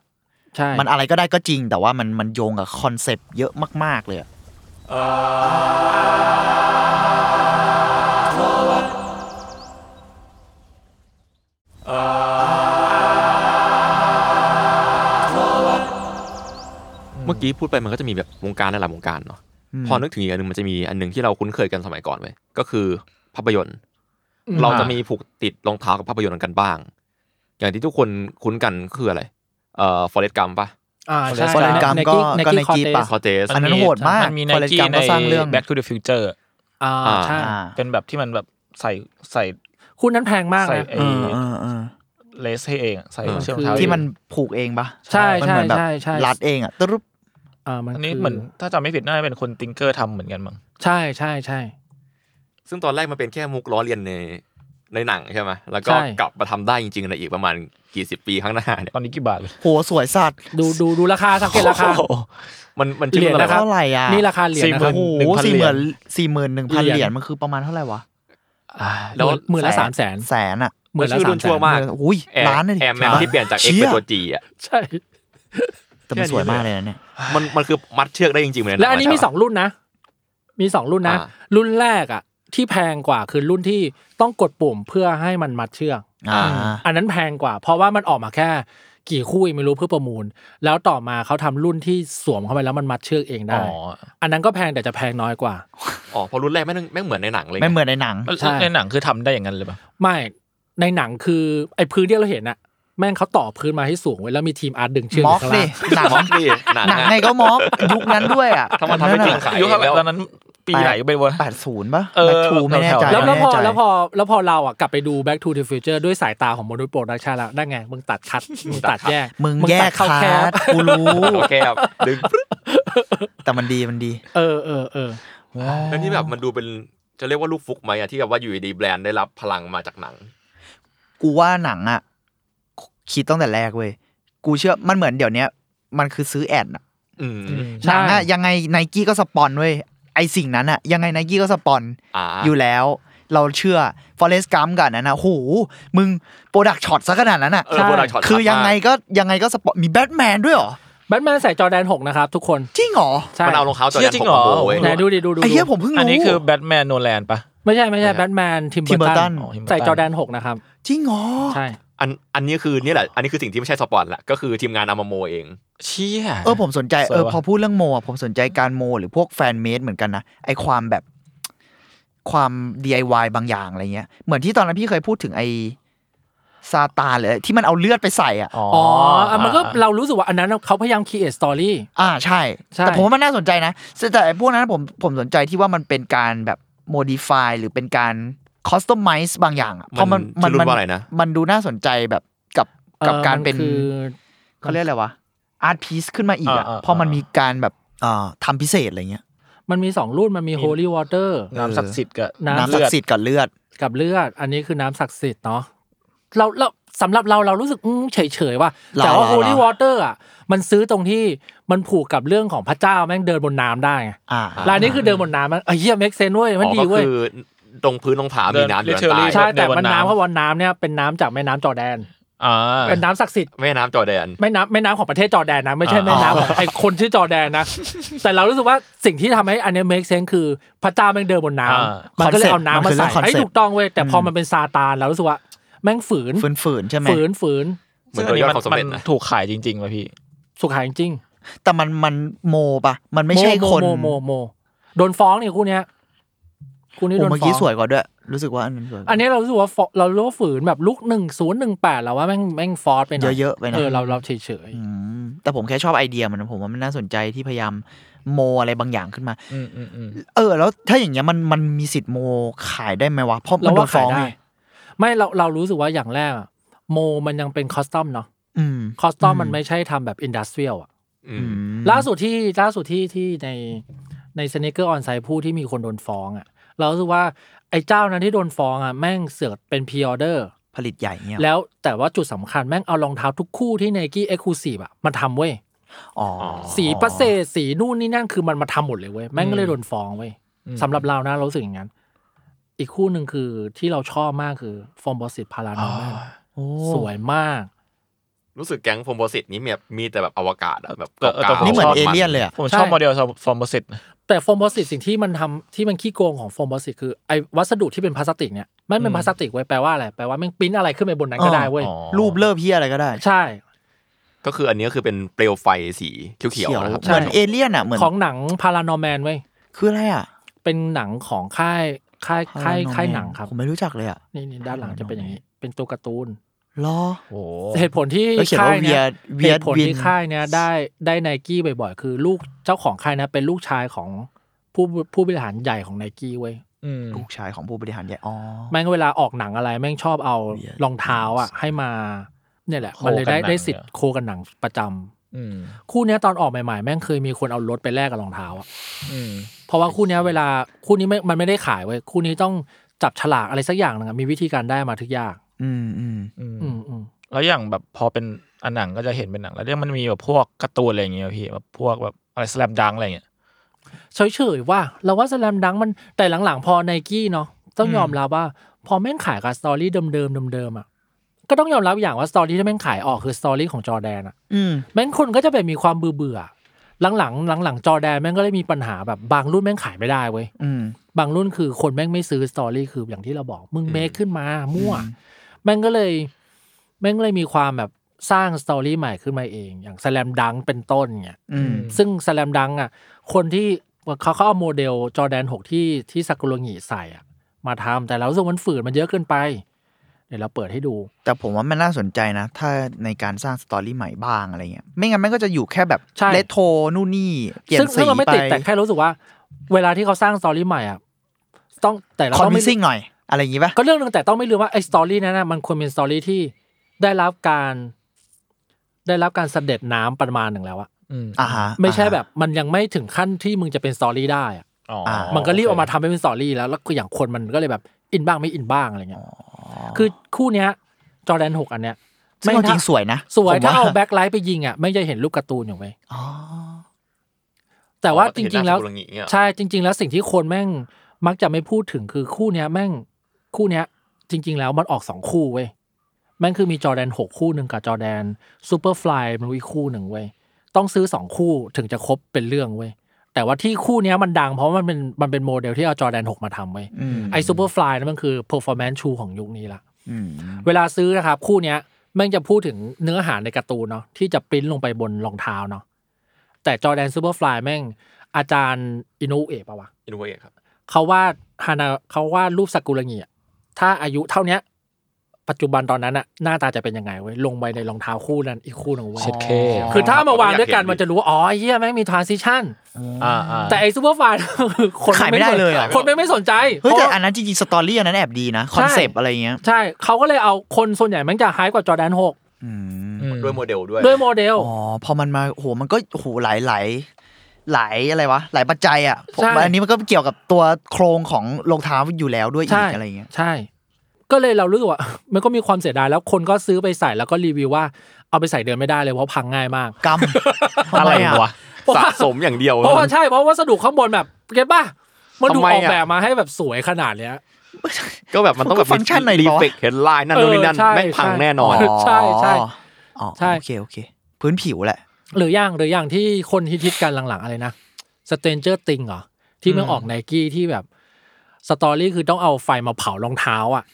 Speaker 4: ใช่
Speaker 5: มันอะไรก็ได้ก็จริง แต่ว่ามันมันโยงกับคอนเซปต์เยอะมาก ๆ เลยอะ
Speaker 3: เมื่อกี้พูดไปมันก็จะมีแบบวงการหลายวงการเนาะพอนึกถึงอีกอันหนึ่งมันจะมีอันหนึ่งที่เราคุ้นเคยกันสมัยก่อนเว้ยก็คือภาพยนตร์ เราจะมีผูกติดรองเท้ากับภาพยนตร์กันบ้าง อย่างที่ทุกคนคุ้นกันคืออะไร เอ่อฟอเรสต์กัมปะ
Speaker 4: อ่าใช่
Speaker 5: ฟอร์เรนกัมก็
Speaker 4: Nike-
Speaker 5: ก็ใน
Speaker 4: Nike
Speaker 5: กี
Speaker 4: Cortez
Speaker 5: ปะ
Speaker 3: คอเจส
Speaker 5: อันนั้นโหดมาก
Speaker 2: มันมีไน
Speaker 5: Forrest
Speaker 2: กี้
Speaker 5: Gump
Speaker 2: ใน
Speaker 5: ก็สร้างเรื่อง
Speaker 2: Back to the Future
Speaker 4: อ่า
Speaker 3: อ่า
Speaker 4: ใช่
Speaker 5: อ่า
Speaker 2: เป็นแบบที่มันแบบใส่ใส่
Speaker 4: คุณนั้นแพงมาก
Speaker 2: ใส่
Speaker 4: นะ
Speaker 2: ไอ้
Speaker 5: เออเออเออ
Speaker 2: เลสให้เองอะใส่
Speaker 3: เออ
Speaker 2: เชือกรองเท้า
Speaker 5: ที่มัน
Speaker 2: เอง
Speaker 5: ผูกเองปะ
Speaker 4: ใช่
Speaker 5: มันเหมือนแบบ
Speaker 4: ใช่ใช่ใช่
Speaker 5: รัดเองอะตรุบ
Speaker 4: อ่ามัน
Speaker 2: อันนี้
Speaker 4: คื
Speaker 2: เหมือนถ้าจำไม่ผิดน่าจะเป็นคนติงเกอร์ทำเหมือนกันมั้ง
Speaker 4: ใช่ใช่ใช่
Speaker 3: ซึ่งตอนแรกมันเป็นแค่มุกล้อเลียนในในหนังใช่ไหมแล้วก็
Speaker 4: ใช่
Speaker 3: กลับมาทำได้จริงๆในอีกประมาณกี่สิบปีข้างหน้าเนี่ย
Speaker 2: ตอนนี้กี่บาทเลย
Speaker 5: โหสวยสัตว์
Speaker 4: ดูดูดูราคาสังเกตราคา
Speaker 3: โอ้โหมันมัน
Speaker 4: เหรี
Speaker 3: ชื่
Speaker 4: ย
Speaker 3: อ
Speaker 4: ญ
Speaker 3: อะไร
Speaker 4: นะคบ
Speaker 3: วะ
Speaker 5: เท่าไหร่อ่ะ
Speaker 4: นี่ราคาเหรียญนะค
Speaker 5: โอ้
Speaker 4: รับ
Speaker 5: โห
Speaker 2: 41,000
Speaker 5: สี่หมื่นสี่หมื่นหนึ่งพัน
Speaker 4: เห
Speaker 5: เห
Speaker 4: รียญ
Speaker 5: รียญมันคือประมาณเท่าไหร่วะ
Speaker 4: แล้วหมื่นละสามแสน
Speaker 5: แสนอะ
Speaker 4: หมื่นละ
Speaker 3: ชื่อ
Speaker 4: สา
Speaker 3: รุ่
Speaker 4: ม
Speaker 3: น
Speaker 4: แส
Speaker 3: ชั่วนมาก
Speaker 5: อุ้ย
Speaker 3: แอร์
Speaker 5: ล้านเลย
Speaker 3: แอร์แมนที่เปลี่ยนจาก X เป็นตัว G อ่ะ
Speaker 4: ใช่
Speaker 5: แต่มันสวยมากเลยนะเนี่ย
Speaker 3: มันมันคือมัดเชือกได้จริงๆเหมือนให
Speaker 4: และอันนี้
Speaker 3: งะ
Speaker 4: มีสองรุ่นนะ มีสองรุ่นนะ
Speaker 3: อ่า
Speaker 4: รุ่นแรกอ่ะ ที่แพงกว่าคือรุ่นที่ต้องกดปุ่มเพื่อให้มันมัดเชือก
Speaker 5: อ่า
Speaker 4: อันนั้นแพงกว่า เพราะว่ามันออกมาแค่กี่คู่เองไม่รู้เพื่อประมูล แล้วต่อมาเขาทำรุ่นที่สวมเข้าไปแล้วมันมัดเชือกเอง
Speaker 2: อ๋
Speaker 4: ได้
Speaker 2: อ
Speaker 4: อันนั้นก็แพงแต่จะแพงน้อยกว่า
Speaker 3: อ๋อเพอรุ่นแรกแม่งแม่งเหมือนในหนังเลย
Speaker 5: ไม่เหมือนในหนัง
Speaker 2: แล้ว
Speaker 4: ใช่
Speaker 2: ในหนังคือทำได้อย่างนั้นเลยป่ะ
Speaker 4: ไม่ในหนังคือไอ้พื้นที่เราเห็นอะแม่งเขาต่อพื้นมาให้สูงไว้แล้วมีทีมอาร์ตดึงเชือก
Speaker 5: ม็อก
Speaker 4: ข้าง
Speaker 5: ดิ
Speaker 4: ล่าง
Speaker 5: หนัง
Speaker 3: ม็อบดิหนัง
Speaker 5: หนัง
Speaker 3: อะ
Speaker 5: ไงก็ม็อบยุคนั้นด้วยอ่ะ
Speaker 3: ถ้ามันทำให้จริง ขาย
Speaker 2: ยุค
Speaker 3: แล้ว
Speaker 2: ตอนนั้นปีไหนก็เป็นวะ
Speaker 5: แปดศูนย์ป่ะ
Speaker 2: เออ
Speaker 5: แบ็คทูไม่แน่ใจ
Speaker 4: แล้วแล้วพ
Speaker 5: ไม่
Speaker 4: อ
Speaker 5: น่ใจ
Speaker 4: แล้วพอแล้วพอเราอะกลับไปดู Back to the Future ด้วยสายตาของมนุษย์โปรดักชันแล้วนั่นไง มึงตัด
Speaker 5: [laughs]
Speaker 4: คัด มึงตัดแยก
Speaker 5: มึงแย
Speaker 4: ตั
Speaker 5: ก
Speaker 4: ดเข้า
Speaker 5: คา
Speaker 4: แค
Speaker 5: ร์
Speaker 4: บ
Speaker 5: ดกูรู้
Speaker 3: [laughs] โอเคครับดึง
Speaker 5: แต่มันดีมันดี
Speaker 4: เออเออเออ
Speaker 3: แล้วนี่แบบมันดูเป็นจะเรียกว่าลูกฟุกไหมอะที่แบบว่าอยู่ดีๆแบรนด์ได้รับพลังมาจากหนัง
Speaker 5: กูว่าหนังอ่ะ คิดตั้งแต่แรกเว้ย กูเชื่อมันเหมือนเดี๋ยวเนี้ย มันคือซื้อแอดน่ะ
Speaker 3: อืม
Speaker 5: หนังอ่ะยังไงไนกี้ก็สปอนเว้ย ไอสิ่งนั้นอ่ะ ยังไงไนกี้ก็สปอน
Speaker 3: อ่า
Speaker 5: อยู่แล้ว เราเชื่อฟอเรสต์กัมกันนะนะโหมึงโปรดักช็อตซะขนาดนั้นอ่ะ
Speaker 3: เออ product shot
Speaker 5: คือยังไงก็ยังไงก็สปอนมีแบทแมนด้วยเหรอ
Speaker 4: แบทแมนใส่จอแดน6นะครับทุกคน
Speaker 5: จริงเหรอ
Speaker 4: ใช่
Speaker 3: มันเอารองเท้าจอ
Speaker 2: เชี่
Speaker 3: แด
Speaker 2: ย
Speaker 3: น
Speaker 2: จริ
Speaker 3: หก
Speaker 2: งเหร
Speaker 3: มา
Speaker 2: อ
Speaker 3: โบว์ไว้
Speaker 4: ไหนดูดิดูดู
Speaker 5: ไอ้เหี้ยผมเพิ่งรู้
Speaker 2: อันนี้คือแบทแมนโนแลนป่ะ
Speaker 4: ไม่ใช่ ไม่ใช่แบทแมนทิมเบอร์ตั
Speaker 5: Burton
Speaker 4: น
Speaker 2: อ๋อ Tim Burton
Speaker 4: ใส่จอแดน6นะครับ
Speaker 5: [gasps] จริงเหรอ
Speaker 4: ใช่
Speaker 3: อันอันนี้คือเนี่ยแหละอันนี้คือสิ่งที่ไม่ใช่สปอนละก็คือทีมงานเอามาโมเอง
Speaker 2: เชี่ย
Speaker 5: เออผมสนใจ
Speaker 2: สวย
Speaker 5: เออ
Speaker 2: ว่ะ
Speaker 5: พอพูดเรื่องโมอ่ะผมสนใจการโม หรือพวกแฟนเมดเหมือนกันนะไอความแบบความ DIY บางอย่างอะไรเงี้ย เหมือนที่ตอนนั้นพี่เคยพูดถึงไอซาตานเลยที่มันเอาเลือดไปใส่อ่ะ
Speaker 2: อ๋อ
Speaker 4: อ๋ออ่ะมันก็เรารู้สึกว่าอันนั้นเขาพยายาม create story
Speaker 5: อ่าใช่
Speaker 4: ใช่
Speaker 5: แต่ผมว่ามันน่าสนใจนะแต่แต่ไอ้พวกนั้นผมผมสนใจที่ว่ามันเป็นการแบบโมดิฟายหรือเป็นการคอสตอมไมซ์บางอย่างอะเพราะมัน
Speaker 3: มันชื่อรุ่นว่าอะไรนะ
Speaker 5: มันดูน่าสนใจแบบกับ
Speaker 4: อ่อ
Speaker 5: กับการ
Speaker 4: มั
Speaker 5: เป็น
Speaker 4: คือ
Speaker 5: เขาเรียกอะไรวะอาร์ตพีซขึ้นมาอีกอ่ะ
Speaker 2: อ่าๆๆ
Speaker 5: พอมันมีการแบบอ่าทำพิเศษอะไรเงี้ย
Speaker 4: มันมีสองรุ่นมันมี holy water
Speaker 2: น้ำศักดิ์สิทธิ์กับ
Speaker 4: น้ำ
Speaker 5: น้ำศักดิ์สิทธิ์กับเลือด
Speaker 4: กับเลือด อันนี้คือน้ำศักดิ์สิทธิ์เนาะเราเราสำหรับเราเรารู้สึกอืมเฉยๆว่า
Speaker 5: หรอ
Speaker 4: แต่ว่า
Speaker 5: หรอ
Speaker 4: holy
Speaker 5: หรอ
Speaker 4: water อ่ะมันซื้อตรงที่มันผูกกับเรื่องของพระเจ้าแม่งเดินบนน้ำได้ไง
Speaker 5: อ่า
Speaker 4: ร้านนี้คือเดินบนน้ำมันเอ้ยเฮียเม็กเซนเว้ย
Speaker 3: อ๋
Speaker 4: มัน
Speaker 3: อ
Speaker 4: ดี
Speaker 3: ก็
Speaker 4: เว้ย
Speaker 3: คือตรงพื้นรองเท้ามีน้ำอยู่ด้านใต้
Speaker 4: ใช่แต่
Speaker 2: เดิบ
Speaker 4: มันน้ำเขาบอกน้ำเนี่ยเป็นน้ำจากแม่น้ำจอร์แดน
Speaker 2: อ่า
Speaker 4: เป็นน้ำศักดิ์สิทธิ์
Speaker 3: แม่น้ำจอร์แดน
Speaker 4: แม่น้ำแม่น้ำของประเทศจอร์แดนนะไม่ใช่
Speaker 2: อ่า
Speaker 4: แม่น้ำของไอ้คนชื่อจอร์แดนนะ แต่เรารู้สึกว่าสิ่งที่ทำให้อันเนี้เม็กเซนคือพระเจ้าแม่งเดินบนน้ำมันก็เลยเอาน้ำมาใส่
Speaker 5: คอนเซ็ปต์มันคือเรื่องคอน
Speaker 4: ไอ้ย
Speaker 5: เซ็ปต์
Speaker 4: ถูกต้องเว้ยแต่พอมันเป็นซาตานเรารู้สึกว่าแม่งฝืน
Speaker 5: ฝืนฝืนๆใช่ไหม
Speaker 4: ฝืนฝืน
Speaker 3: เหมือนตัวยอดความสำเร็จ
Speaker 2: มั
Speaker 3: นะ
Speaker 2: ถูกขายจริงๆป่ะพี่
Speaker 4: สุขายจริง
Speaker 5: แต่มันมันโมปะมัน
Speaker 4: ๆ
Speaker 5: ไม่ใช่คน
Speaker 4: โโโมโมโมโมโดนฟ้องเนี่ยคู่เนี้ย คู่นี้
Speaker 5: โอ้
Speaker 4: โดน
Speaker 5: เมื่อ
Speaker 4: ฟ้อ
Speaker 5: กี้
Speaker 4: ง
Speaker 5: สวยกว่าด้วย รู้สึกว่าอันนั้นสวยกว่า
Speaker 4: อันนี้เรารู้สึกว่าฟอเรารู้ว่าฝืนแบบลุกหนึ่งศูนย์หนึ่งแปดเราว่าแม่งแม่งฟอสไปหน่อย
Speaker 5: เยอะๆไปหน่อย
Speaker 4: เออเราเราเฉยเฉย
Speaker 5: อืมแต่ผมแค่ชอบไอเดียมันผมว่ามันน่าสนใจที่พยายามโมอะไรบางอย่างขึ้นมา
Speaker 2: อืมอืมอืม
Speaker 5: เออ แล้วถ้าอย่างเงี้ยมันมันมีสิทธิ์โมขายได้ไหมวะเพราะ
Speaker 4: ๆ
Speaker 5: มันโด
Speaker 4: เราว่าน ขา
Speaker 5: ฟ้อย ง
Speaker 4: ได้
Speaker 5: ไง
Speaker 4: ไม่เราเรารู้สึกว่าอย่างแรกอะโมมันยังเป็นคอสตอมเนาะ
Speaker 5: อืม
Speaker 4: คอสตอมมันไม่ใช่ทำแบบอินดัสเทรียลอะ
Speaker 3: อื
Speaker 5: อื
Speaker 3: ม
Speaker 5: ม
Speaker 4: ล่าสุดที่ล่าสุดที่ที่ในในสเนคเกอร์ออนไซผู้ที่มีคนโดนฟ้องอะ่ะ เรารู้สึกว่าไอ้เจ้านั้นที่โดนฟ้องอะ่ะแม่งเสือกเป็นพิออเดอร์
Speaker 5: ผลิตใหญ่เนี่ย
Speaker 4: แล้วแต่ว่าจุดสำคัญแม่งเอารองเท้าทุกคู่ที่ไนกี้เอ็กซ์คลูซีฟอ่ะมาทำเว้ย
Speaker 5: อ๋อ
Speaker 4: สีประเสริฐสีนู่นนี่นั่นคือมันมาทำหมดเลยเว้ย แม่งก็เลยโดนฟ้องเว้ยสำหรับเรานะเรารู้สึกอย่างนั้น อีกคู่หนึ่งคือที่เราชอบมากคือฟอร์มบอสิตพารานอม
Speaker 5: โอ้
Speaker 4: สวยมาก
Speaker 3: รู้สึกแก๊งโฟมโบสิตนี้แบบมีแต่แบบอวกาศอะแบบเกาะกาว
Speaker 5: นี่เหมือนเอเลี่ยนเลยอะ
Speaker 2: ผม
Speaker 4: ใช่
Speaker 2: ชอบโมเดลฟอร์มโมสิต
Speaker 4: แต่โฟมบอสิตสิ่งที่มันทำที่มันขี้โกงของโฟมบอสิตคือไอ้วัสดุที่เป็นพลาสติกเนี่ยมันเป็นพลาสติกไว้ยแปลว่าอะไรแปลว่าแม่งปริ้นอะไรขึ้นไปบนนั้นก็ได้เว้ย
Speaker 5: อ๋อรูปเลิฟเฮียอะไรก็ได้
Speaker 4: ใช่
Speaker 3: ก็คืออันนี้ก็คือเป็นเปลวไฟสีเขียวๆนะครับ
Speaker 5: เหมือนเอเลี่ยนอ่ะเหมือน
Speaker 4: ของหนังพารานอแมนเว้ย
Speaker 5: คืออะไรอ่ะ
Speaker 4: เป็นหนังของค่ายค่ายค่ายค่ายหนังครับ
Speaker 5: ผมไม่รู้จักเลยอ่ะ
Speaker 4: นี่นี่ด้านหลังจะเป็นอย่างนี้ เป็นตัวการ์ตูน
Speaker 5: เหรอ
Speaker 2: โอ้
Speaker 4: เหตุผลที่
Speaker 5: แล้วเขียนว่า
Speaker 4: ค่ายเนี้ย
Speaker 5: Weird-
Speaker 4: เห
Speaker 5: Weird
Speaker 4: ตุผลที่
Speaker 5: Win
Speaker 4: ค่ายเนี้ยได้ได้ไนกี้บ่อยๆ คือลูกเจ้าของค่ายนะเป็นลูกชายของผู้ผู้บริหารใหญ่ของไนกี้เว้ย
Speaker 2: อืม
Speaker 5: ลูกชายของผู้บริหารใหญ่อ๋อ
Speaker 4: แม่งเวลาออกหนังอะไร แม่งชอบเอารองเท้าอ่ะ ให้มาเนี่ยแหละ มันเลยได้ได้สิทธิ์โคกันหนังประจำ
Speaker 2: อืม
Speaker 4: คู่เนี้ยตอนออกใหม่ๆ แม่งเคยมีคนเอารถไปแลกกับรองเท้าอะ
Speaker 2: อืม
Speaker 4: เพราะว่าคู่เนี้ยเวลาคู่นี้ไม่มันไม่ได้ขายเว้ยคู่นี้ต้องจับฉลากอะไรสักอย่างหนึงอะมีวิธีการได้มาทุกอย่าง
Speaker 5: อืมอืม
Speaker 2: อืม
Speaker 4: อืมอืม
Speaker 2: แล้วอย่างแบบพอเป็นอันหนังก็จะเห็นเป็นหนัง แล้วเนี่ยมันมีแบบพวกการ์ตูนอะไรอย่างเงี้ยพี่แบบพวกแบบอะไรสแลมดังอะไรอย่างเงี้ย
Speaker 4: เฉยๆว่า เราว่าสแลมดังก์มันแต่หลังๆ พอไนกี้เนาะต้องยอมรับว่า พอแม่งขายกับสตอรี่เดิมๆเดิมๆอ่ะก็ต้องยอมรับอย่างว่าสตอรี่ที่แม่งขายออกคือสตอรี่ของจอร์แดนอ่ะ
Speaker 5: อืม
Speaker 4: แม่งคนก็จะแบบมีความเบื่อเบื่อหลังๆหลังๆจอแดนแม่งก็เลยมีปัญหาแบบบางรุ่นแม่งขายไม่ได้เว้ย
Speaker 5: อืม
Speaker 4: บางรุ่นคือคนแม่งไม่ซื้อสตอรี่คืออย่างที่เราบอกมึงเมคขึ้นมามั่วแม่งก็เลย แม่งก็เลยมีความแบบสร้างสตอรี่ใหม่ขึ้นมาเอง อย่างแลมดังเป็นต้นเนี่ย
Speaker 5: อืม
Speaker 4: ซึ่งแลมดังอ่ะ คนที่เขาเขาเอาโมเดลจอแดน 6 ที่ที่ซากุโรงิใส่อ่ะ มาทำแต่เรารู้สึกมันฝืนมันเยอะเกินไปเดี๋ยวเราเปิดให้ดู
Speaker 5: แต่ผมว่ามันน่าสนใจนะ ถ้าในการสร้างสตอรี่ใหม่บ้างอะไรเงี้ยไม่งั้นมันก็จะอยู่แค่แบบ
Speaker 4: ใช่
Speaker 5: เลโทรนู่นนี่เปลี่ยน
Speaker 4: ซึ่ง
Speaker 5: สี
Speaker 4: ซึ่งเราไม่
Speaker 5: ไป
Speaker 4: ติดแต่แค่รู้สึกว่า เวลาที่เขาสร้างสตอรี่ใหม่อ่ะต้องแต่เรา
Speaker 5: คอน
Speaker 4: ต้อง
Speaker 5: วิ
Speaker 4: ไม่
Speaker 5: นซิ่งหน่อย อะไรอย่างงี้ป่ะ
Speaker 4: ก็เรื่องหนึงแต่ต้องไม่ลืมว่าไอ้สตอรี่นั้นนะมันควรเป็นสตอรี่ที่ได้รับการ ได้รับการเสด็จน้ำประมาณหนึ่งแล้วอะ
Speaker 2: อืม
Speaker 5: อ่าฮะ
Speaker 4: ไม่ใช่
Speaker 5: อ่าฮะ
Speaker 4: แบบมันยังไม่ถึงขั้นที่มึงจะเป็นสตอรี่ได้อะ
Speaker 2: อ๋อ
Speaker 5: อ่า
Speaker 2: มั
Speaker 4: มันก็รีบเออกมาทำให้เป็นสตอรี่แล้วแล้วก็อย่างคนมันก็เลยแบบอินบ้างไม่อินบ้างอะไรเงี้ยคือคู่เนี้ย จอแดนหกอันเนี้ย
Speaker 5: ซึ่งเอาจริงสวยนะ
Speaker 4: สวย
Speaker 5: ผม
Speaker 4: ถ้าเอาแบ็คไลท์ไปยิงอ่ะไม่จะเห็นรูปการ์ตูนอยู่ไหม
Speaker 5: อ๋อ
Speaker 4: แต่ว่าจริง ๆ แล้ว
Speaker 3: เห็นหน้าซากุระงิเงี้ย
Speaker 4: ใช่จริง ๆ แล้วสิ่งที่คนแม่งมักจะไม่พูดถึงคือคู่เนี้ยแม่งคู่เนี้ย จริง ๆ แล้วมันออกสองคู่เว้ยแม่งคือมีจอร์แดนหกคู่หนึ่งกับจอร์แดนซูเปอร์ฟลายมันรู้อีกคู่หนึ่งเว้ยต้องซื้อสองคู่ถึงจะครบเป็นเรื่องเว้ยแต่ว่าที่คู่เนี้ยมันดังเพราะมันเป็นมันเป็นโมเดลที่เอาจอร์แดนหกมาทำเว้ย
Speaker 5: อืม
Speaker 4: ไอซูเปอร์ฟลายนั่นมันคือเพอร์ฟอร์แมนซ์ชูของยุคนี้ละ
Speaker 5: อืม
Speaker 4: เวลาซื้อนะครับ คู่เนี้ยแม่งจะพูดถึงเนื้อหาในการ์ตูนเนาะที่จะปริ้นลงไปบนรองเท้าเนาะแต่จอแดนซูเปอร์ฟลายแม่งอาจารย์อินุเอะปะวะ
Speaker 3: อินเวกครับ
Speaker 4: เขาวาดฮานาเขาวาดรูปซากุระเงียถ้าอายุเท่าเนี้ย ปัจจุบันตอนนั้นอะหน้าตาจะเป็นยังไงเว้ยลงไปในรองเท้าคู่นั้นอีกคู่หนึงเว้ย
Speaker 2: เช็ดเค
Speaker 4: คือถ้าเอามาวางด้วยกันมันจะรู้ว่าอ๋อไอ้เฮียแม่งมีทรานซิชัน
Speaker 2: อ่าอ่า
Speaker 4: แต่ไอซูเปอร์ฟลายคน
Speaker 5: ขายไม่ได้เลยอ่ะ
Speaker 4: คนไม่ไม่สนใจ
Speaker 5: เฮ้ยแต่อันนั้นจริงๆสตอรี่อันนั้นแอบดีนะคอนเซปต์อะไรเงี้ย
Speaker 4: ใช่เขาก็เลยเอาคนส่วนใหญ่แม่งจะไฮกว่าจอแดนหก
Speaker 5: อืม
Speaker 2: อืม
Speaker 3: ด้วยโมเดลด้วย
Speaker 4: ด้วยโมเดล
Speaker 5: อ๋อพอมันมาโหมันก็โหหลายหลายหลายอะไรวะ หลายปัจจัยอ่ะผม
Speaker 4: ใช่
Speaker 5: อันนี้มันก็เกี่ยวกับตัวโครงของรองเท้าอยู่แล้วด้วยอี
Speaker 4: ใช่
Speaker 5: กอะไรเงี้ย
Speaker 4: ใช่ ก็เลยเรารู้สึกว่า [laughs] มันก็มีความเสียดายแล้วคนก็ซื้อไปใส่แล้วก็รีวิวว่าเอาไปใส่เดินไม่ได้เลยเพราะพังง่ายมาก
Speaker 5: กรรมทำ
Speaker 3: อะไร
Speaker 5: ไมอ่ะ
Speaker 3: วะสะสมอย่างเดียว
Speaker 4: เพราะว่าใช่เพราะวัสดุข้างบนแบบเก็ตป่ะมันถูก
Speaker 3: ทำไ
Speaker 4: ออกแบบมาให้แบบสวยขนาดเนี้ย
Speaker 3: ก็แบบมันต้องแบบ
Speaker 5: ฟังก์ชันหน่อย
Speaker 3: รี
Speaker 5: ดิวะ
Speaker 3: เฟกเห็นลายนั่นนู่นนี่นั่น
Speaker 4: เออใช่
Speaker 3: แม่งพัง
Speaker 4: ใช่
Speaker 3: แน่นอน
Speaker 4: ใช่ใช่
Speaker 5: อ๋อ
Speaker 4: ใช่
Speaker 5: โอเคโอเค พื้นผิวแหละ
Speaker 4: หรืออย่างหรืออย่างที่คนฮิตๆกันหลังๆอะไรนะสเตนเจอร์ติงเหรอ ที่มันออกไนกี้ที่แบบสตอรี่คือต้องเอาไฟมาเผารองเท้าอ่ะ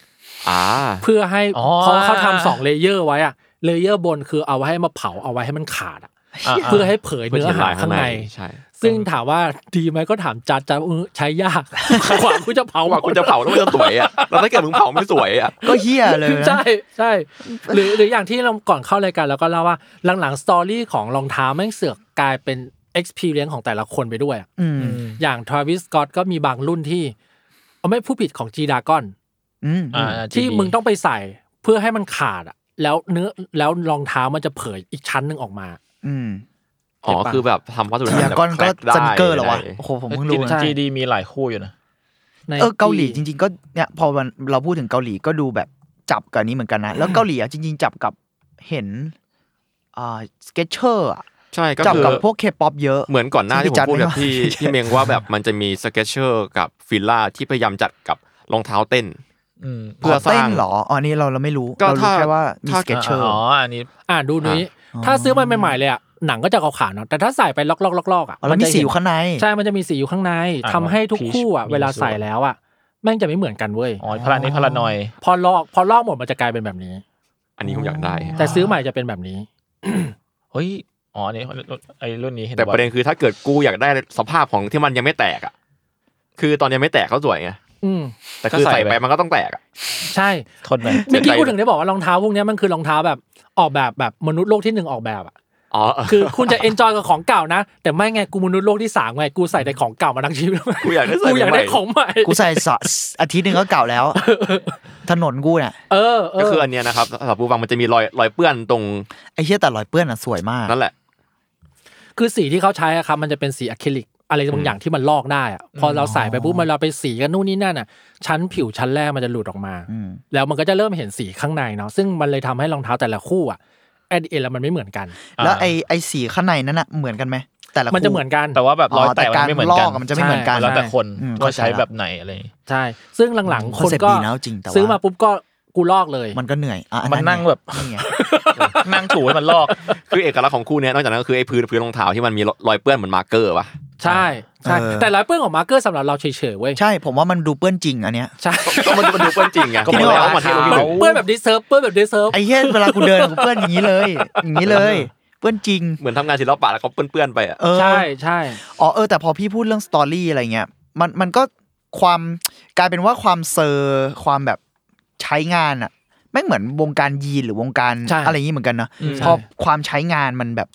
Speaker 3: อ่า
Speaker 4: เพื่อให้
Speaker 2: อ๋อ
Speaker 4: เพราะเขาทำสองเลเยอร์ไว้อะเลเยอร์บนคือเอาไว้ให้มาเผาเอาไว้ให้มันขาดอะ
Speaker 2: อ่ะ
Speaker 4: เพื่อให้เผย
Speaker 3: เพื่อ
Speaker 4: เนื้อ
Speaker 3: เขียน
Speaker 4: หา
Speaker 3: ลายข้า
Speaker 4: ข้างง
Speaker 3: ใน
Speaker 4: ใน
Speaker 3: ใช่
Speaker 4: ซึ่งถามว่าดีไหมก็ถามจัดจัดเออใช้ยาก กว่ากูจะเผา
Speaker 3: เพราะว่าคุณจะเผาแล้วมันจะสวยอ่ะแล้วถ้าเกิดมึงเผาไม่สวยอ่ะ
Speaker 5: ก็เฮียเลยนะ
Speaker 4: ใช่ใช่หรือหรืออย่างที่เราก่อนเข้ารายการเราก็เล่าว่าหลังๆสตอรี่ของรองเท้าแม่งเสือกกลายเป็น experience ของแต่ละคนไปด้วยอะ
Speaker 5: อืม
Speaker 4: อย่างทราวิสก o อตก็มีบางรุ่นที่เอาไม่ผู้ผิดของจีดากอน
Speaker 5: อืม
Speaker 2: อ่า
Speaker 4: ที่มึงต้องไปใส่เพื่อให้มันขาดอะแล้วเนื้อแล้วรองเท้ามันจะเผยอีกชั้นหนึ่งออกมา
Speaker 5: อืม
Speaker 3: อ๋อ คือแบบทำวัตถุดิบ
Speaker 5: เฮียก้อน
Speaker 3: แบบ
Speaker 5: ก็
Speaker 3: crack ได้
Speaker 5: สนิเกอร์เหรอวะ
Speaker 3: ได้
Speaker 5: โอ้โหผมเพิ่งรู้นะ
Speaker 2: จีดีมีหลายคู่อยู่นะ
Speaker 4: ใน
Speaker 5: เออเกาหลีจริง ๆ ก็เนี่ยพอวันเราพูดถึงเกาหลีก็ดูแบบจับกับอันนี้เหมือนกันนะ แล้วเกาหลีอ่ะจริง ๆ จับกับเห็นอ่าสเก็ตเชอร์อ่ะ
Speaker 3: ใช่ก็
Speaker 5: จับ
Speaker 3: คือ
Speaker 5: กับพวกเคป๊อปเยอะ
Speaker 3: เหมือนก่อนหน้าที่ผ
Speaker 5: ที่จั
Speaker 3: ม
Speaker 5: ด
Speaker 3: พูดแบบ
Speaker 5: ไม่
Speaker 3: ที่
Speaker 5: ว่า
Speaker 3: ที่เมงว่าแบบมันจะมีสเก็ตเชอร์กับฟิลล่าที่พยายามจัดกับรองเท้าเต้น
Speaker 2: อืม
Speaker 3: เพื่อส
Speaker 5: เต้
Speaker 3: ร้าง
Speaker 5: นเหรออ๋ออันนี้เราเราไม่รู้
Speaker 3: ก็
Speaker 5: เรารู้
Speaker 3: ถ้า
Speaker 5: แค่ว่ามี
Speaker 3: ถ้า
Speaker 5: สเก็ตเชอร์
Speaker 2: อ๋ออันนี้
Speaker 4: อ่าดูนุ้ยถ้าซื้อมาใหม่ๆเลยอะหนังก็จะขาวๆเนาะแต่ถ้าใส่ไปลอกๆลอกๆอะ
Speaker 5: อ๋อแล้วมี
Speaker 4: จะ
Speaker 5: สี
Speaker 4: เห็น
Speaker 5: อยู่ข้างใน
Speaker 4: ใช่ มันจะมีสีอยู่ข้างใน
Speaker 2: อ่า
Speaker 4: ทำให้ทุกคู่อ่ะ
Speaker 2: peach
Speaker 4: เวลา
Speaker 2: มีสี
Speaker 4: ใส่แล้วอ่ะ แม่งจะไม่เหมือนกันเว้ย
Speaker 2: อ๋อพลานี้พลานอย
Speaker 4: พอลอก พอลอกหมดมันจะกลายเป็นแบบนี้
Speaker 3: อันนี้ผมอยากได้
Speaker 4: แต่ซื้อใหม่จะเป็นแบบนี้
Speaker 2: เฮ้ย อ๋ออันนี้ไอ้รุ่นนี้เห็น
Speaker 3: แต่
Speaker 2: บ่
Speaker 3: ป
Speaker 2: อย
Speaker 3: ระเด็นคือถ้าเกิดกูอยากได้สภาพของที่มันยังไม่แตกอ่ะ คือตอนยังไม่แตกเขาสวยไง
Speaker 4: อืม
Speaker 3: แต่คือ
Speaker 2: ก็ใส่
Speaker 3: ใส่
Speaker 2: ไป
Speaker 3: ไปมันก็ต้องแตกอ่ะ
Speaker 4: ใช่
Speaker 2: ทนไป
Speaker 4: เมื่อกี้
Speaker 3: ใจ
Speaker 4: กูถึงได้บอกว่ารองเท้าพวกเนี้ยมันคือรองเท้าแบบออกแบบแบบมนุษย์โลกที่หนึ่งออกแบบอ่ะ
Speaker 3: อ๋อ
Speaker 4: คือคุณจะเอนจอยกับของเก่านะ แต่ไม่ไงกูมนุษย์โลกที่สามไง กูใส่แต่ของเก่ามาทั้งชีวิต
Speaker 3: กูอยากได้ใส่
Speaker 4: กูอยาก
Speaker 3: ใหม่
Speaker 4: ได้ของใหม่
Speaker 5: กูใส่สะอาทิตย์หนึ่งก็เก่าแล้ว ถนนกูเนี่ย
Speaker 4: เออเอ
Speaker 3: ก็
Speaker 4: อ
Speaker 3: คืออันเนี้ยนะครับสำหรับผู้ฟังมันจะมีรอยรอยเปื้อนตรง
Speaker 5: ไอ้เชี่ยแต่รอยเปื้อนอ่ะสวยมาก
Speaker 3: นั่นแหละ
Speaker 4: คือสีที่เขาใช้อะครับมันจะเป็นสีอะคริลิกอะไรบางอย่างที่มันลอกได้อะพอเราใส่ไปปุ๊บมันเราไปสีกันนู่นนี่นั่นอ่ะ ชั้นผิวชั้นแรกมันจะหลุดออกมา
Speaker 5: อืม
Speaker 4: แล้วมันก็จะเริ่มเห็นสีข้างในเนาะซึ่งมันเลยทำให้รองเท้าแต่ละคู่อ่ะแอดเอแล้วมันไม่เหมือนกัน
Speaker 2: อ่า
Speaker 5: แล้วไอ้ไอ้สีข้างในนั้นอ่ะเหมือนกันไหมแต่ละคู่
Speaker 4: มันจะเหมือนกัน
Speaker 2: แต่ว่าแบบรอยแตก
Speaker 5: อ๋อ
Speaker 2: มั
Speaker 5: แต่การ
Speaker 2: นไม่เหมือนกัน
Speaker 5: ลอกอะมันจะไม่เหมือนกัน
Speaker 2: ใช่แล้วแต่คน
Speaker 5: อืม
Speaker 2: ว่าใช้
Speaker 5: เข้าใจละ
Speaker 2: แบบไหนอะไร
Speaker 4: ใช่ ซึ่งหลังๆคน
Speaker 5: concept
Speaker 4: ก็
Speaker 5: ดีนะจริงแต่ว่า
Speaker 4: ซื้อมาปุ๊บก็กูลอกเลย
Speaker 5: มันก็เหนื่อยอ่ะอั
Speaker 2: มันนั่งแบบ
Speaker 5: ไง
Speaker 2: นั่งถูให้มันลอก
Speaker 3: คือเอกลักษณ์ของคู่เนี้ยนอกจากนั้นก็คือไอ้พื้นพื้นรองเท้าที่มันมีรอยเปื้อนเหมือนมาร์กเกอร์ป่ะ
Speaker 4: ใช่ใช่แต่ลายเปื้อนของมาร์เกอร์สำหรับเราเฉยๆเว้ย
Speaker 5: ใช่ผมว่ามันดูเปื้อนจริงอันเนี้ย
Speaker 4: ใช่
Speaker 3: ก็มันมันดูเปื้อนจริงไง
Speaker 2: ก็มัน
Speaker 3: ที่
Speaker 2: แล้ว
Speaker 3: เรามัน
Speaker 2: ขา
Speaker 3: ที่
Speaker 2: ว
Speaker 3: เรา
Speaker 4: มัน
Speaker 3: ดู
Speaker 4: เปื้อนแบบดิเซิร์ฟเปื้อนแบบดิเซิร์ฟ
Speaker 5: ไอ้เหี้ยเวลากูเดินกูเปื้อนอย่างนี้เลยอย่างนี้เลย เปื้อนจริง
Speaker 3: เหมือนทำงานศิลปะแล้วเขาเปื้อนๆไปอ่ะ
Speaker 5: เออ
Speaker 4: ใช่ใช่
Speaker 5: อ๋อเออแต่พอพี่พูดเรื่องสตอรี่อะไรเงี้ยมันมันก็ความกลายเป็นว่าความเซอร์ความแบบใช้งานอ่ะไม่งเหมือนวงการยีนหรือวงการ
Speaker 4: ใช่
Speaker 5: อะไรอย่างนี้เหมือนกันเนอะ พอ
Speaker 4: ใช่
Speaker 5: ความใช้งานมันแบบ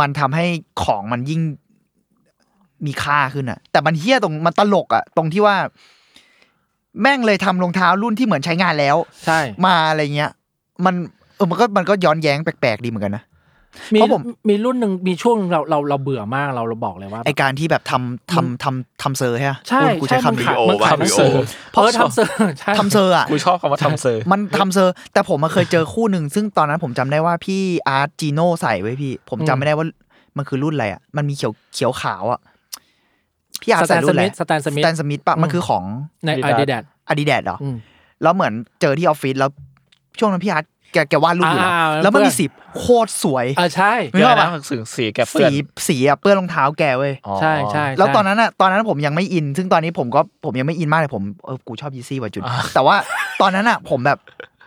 Speaker 5: มันทำให้ของมันยิ่งมีค่าขึ้นอะแต่มันเฮี้ยตรงมันตลกอะตรงที่ว่า แม่งเลยทำรองเท้ารุ่นที่เหมือนใช้งานแล้ว
Speaker 4: ใช่
Speaker 5: มาอะไรเงี้ย มันเออมันก็มันก็ย้อนแย้งแปลกๆดีเหมือนกันนะ
Speaker 4: มี
Speaker 5: เพราะผม
Speaker 4: มีรุ่นหนึ่งมีช่วงหนึ่งเราเราเราเบื่อมากเราเราบอกเลยว่า
Speaker 5: ไอการที่แบบทำทำทำทำเซอร์ใช่ปะ
Speaker 4: ใช่
Speaker 5: กูกูใช้
Speaker 4: ใช่
Speaker 5: คำนี้
Speaker 3: วิดีโอ
Speaker 4: มันขาย
Speaker 3: วิ
Speaker 4: มัน
Speaker 3: ดีโอ
Speaker 4: ขายหนังสือเพราะทำเซอร์ใช่
Speaker 5: ทำเซอร์อะ
Speaker 2: กูชอบคำว่าทำเซอร์
Speaker 5: มันทำเซอร์ แต่ผมมาเคยเจอคู่หนึ่งซึ่งตอนนั้นผมจำได้ว่าพี่อาร์ตจีโน่ใส่ไว้พี่ ผมจำไม่ได้ว่ามันคือรุ่นอะไรอะมันมีเขียวเขียวขาวอะพี่อาร์ต
Speaker 4: สแต
Speaker 5: ใส่
Speaker 4: นส
Speaker 5: รุ่นอะไร
Speaker 4: มิธสแตนสมิธ
Speaker 5: สแตนสมิธปะ
Speaker 4: อืม
Speaker 5: มันคือของ
Speaker 4: ใน
Speaker 2: Adidas
Speaker 4: อาดิดาส
Speaker 5: อาดิดาสเหรอ แล้วเหมือนเจอที่ออฟฟิศแล้ว ช่วงนั้นพี่อาร์ตแกแกวาดรูปอยู่แล้ว
Speaker 4: อ่า
Speaker 5: แล้วมันมี
Speaker 4: เพื่อน
Speaker 5: สีโคตรสวย
Speaker 4: อ่าใช่
Speaker 5: ไม่ชอบอะ
Speaker 2: หนังสือสีแกเปื้
Speaker 5: สี
Speaker 2: อน
Speaker 5: สีอะเปื้อนรองเท้าแกเว้ย
Speaker 2: อ๋อ
Speaker 4: ใช่ใช่
Speaker 5: แล้วตอนนั้นอะตอนนั้นผมยังไม่อิน ซึ่งตอนนี้ผมก็ผมยังไม่อินมากเลยผมเออกูชอบยีซี่ว่ะจุด
Speaker 2: อ่า
Speaker 5: แต่ว่าตอนนั้นอะผมแบบ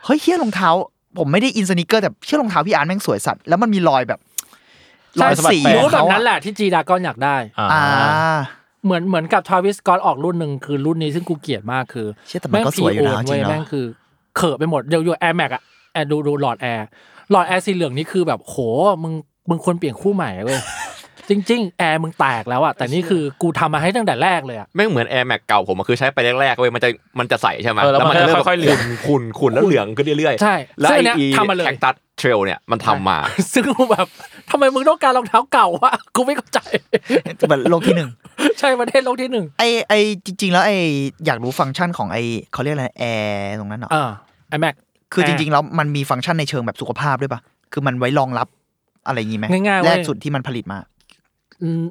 Speaker 5: เฮ้ยเชี่ยรองเท้า ผมไม่ได้อินสนิเกอร์แต่เชี่ยรองเท้าพี่อาร์ตแม่งสวยสัตว์แล้วมันมีรอยแบบร
Speaker 4: ใช่
Speaker 5: อยสี
Speaker 4: รู้
Speaker 5: ของ
Speaker 4: แบบ
Speaker 5: เขา
Speaker 4: นั้นแห
Speaker 5: อะ
Speaker 4: ละที่จีดากอนอยากได้
Speaker 2: อ่า
Speaker 5: อ่า
Speaker 4: เหมือนเหมือนกับทาวิสกอตออกรุ่นหนึ่งคือรุ่นนี้ซึ่งกูเกลียดมากคือ
Speaker 5: เชี่ยแต่มันก็สวยอยู่นะ
Speaker 4: แม่ง PO เว้
Speaker 5: จริงๆเนอะ
Speaker 4: แม่งคือเขอะไปหมดเดี๋ยวอยู่แอร์แม็กอะแอร์ดูดูหลอดแอร์หลอดแอร์สีเหลืองนี่คือแบบโหมึงมึงควรเปลี่ยนคู่ใหม่เว้
Speaker 5: [laughs]
Speaker 4: ยจริง ๆ แอร์มึงแตกแล้วอะแต่นี่คือกูทำมาให้ตั้งแต่แรกเลยอะ [laughs]
Speaker 3: แม่งเหมือน Air Max เก่าผมมันคือใช้ไปแรกๆเว้ยมันจะมันจะใสใช่ไหม
Speaker 2: เออแล้วมัน
Speaker 3: จะ
Speaker 2: ค่อยๆเหลือง
Speaker 3: ขุ่นๆขุ่นแล้วเหลืองขึ้นเรื่อยๆ
Speaker 4: ใช่
Speaker 3: แล้ว
Speaker 4: ซึ่งอั
Speaker 3: ไอ้
Speaker 4: นเนี้ย
Speaker 3: อี
Speaker 4: ทำมาเลย
Speaker 3: แคคตัสเทรลเนี่ยมันทำมา
Speaker 4: ซึ่งกูแบบทำไมมึงต้องการรองเท้าเก่าวะกูไม่เข้าใจ
Speaker 5: เหมือนโลกที่หนึ่ง
Speaker 4: ใช่ประเทศโลกที่หนึ่ง
Speaker 5: ไอไอจริง ๆ แล้วไออยากรู้ฟังก์ชันของไอเขาเรียกอะไรแอร์ตรงนั้นเหรอ
Speaker 4: อ่าไอแม็ก
Speaker 5: คือจริง ๆ แล้วมันมีฟังก์ชันในเชิงแบบสุขภาพด้วยปะคือมันไว้รองรับอะไรอย่างงี้ไหม
Speaker 4: ง่ายๆ
Speaker 5: แร
Speaker 4: เว้
Speaker 5: ก
Speaker 4: ย
Speaker 5: สุดที่มันผลิตมา
Speaker 4: อืม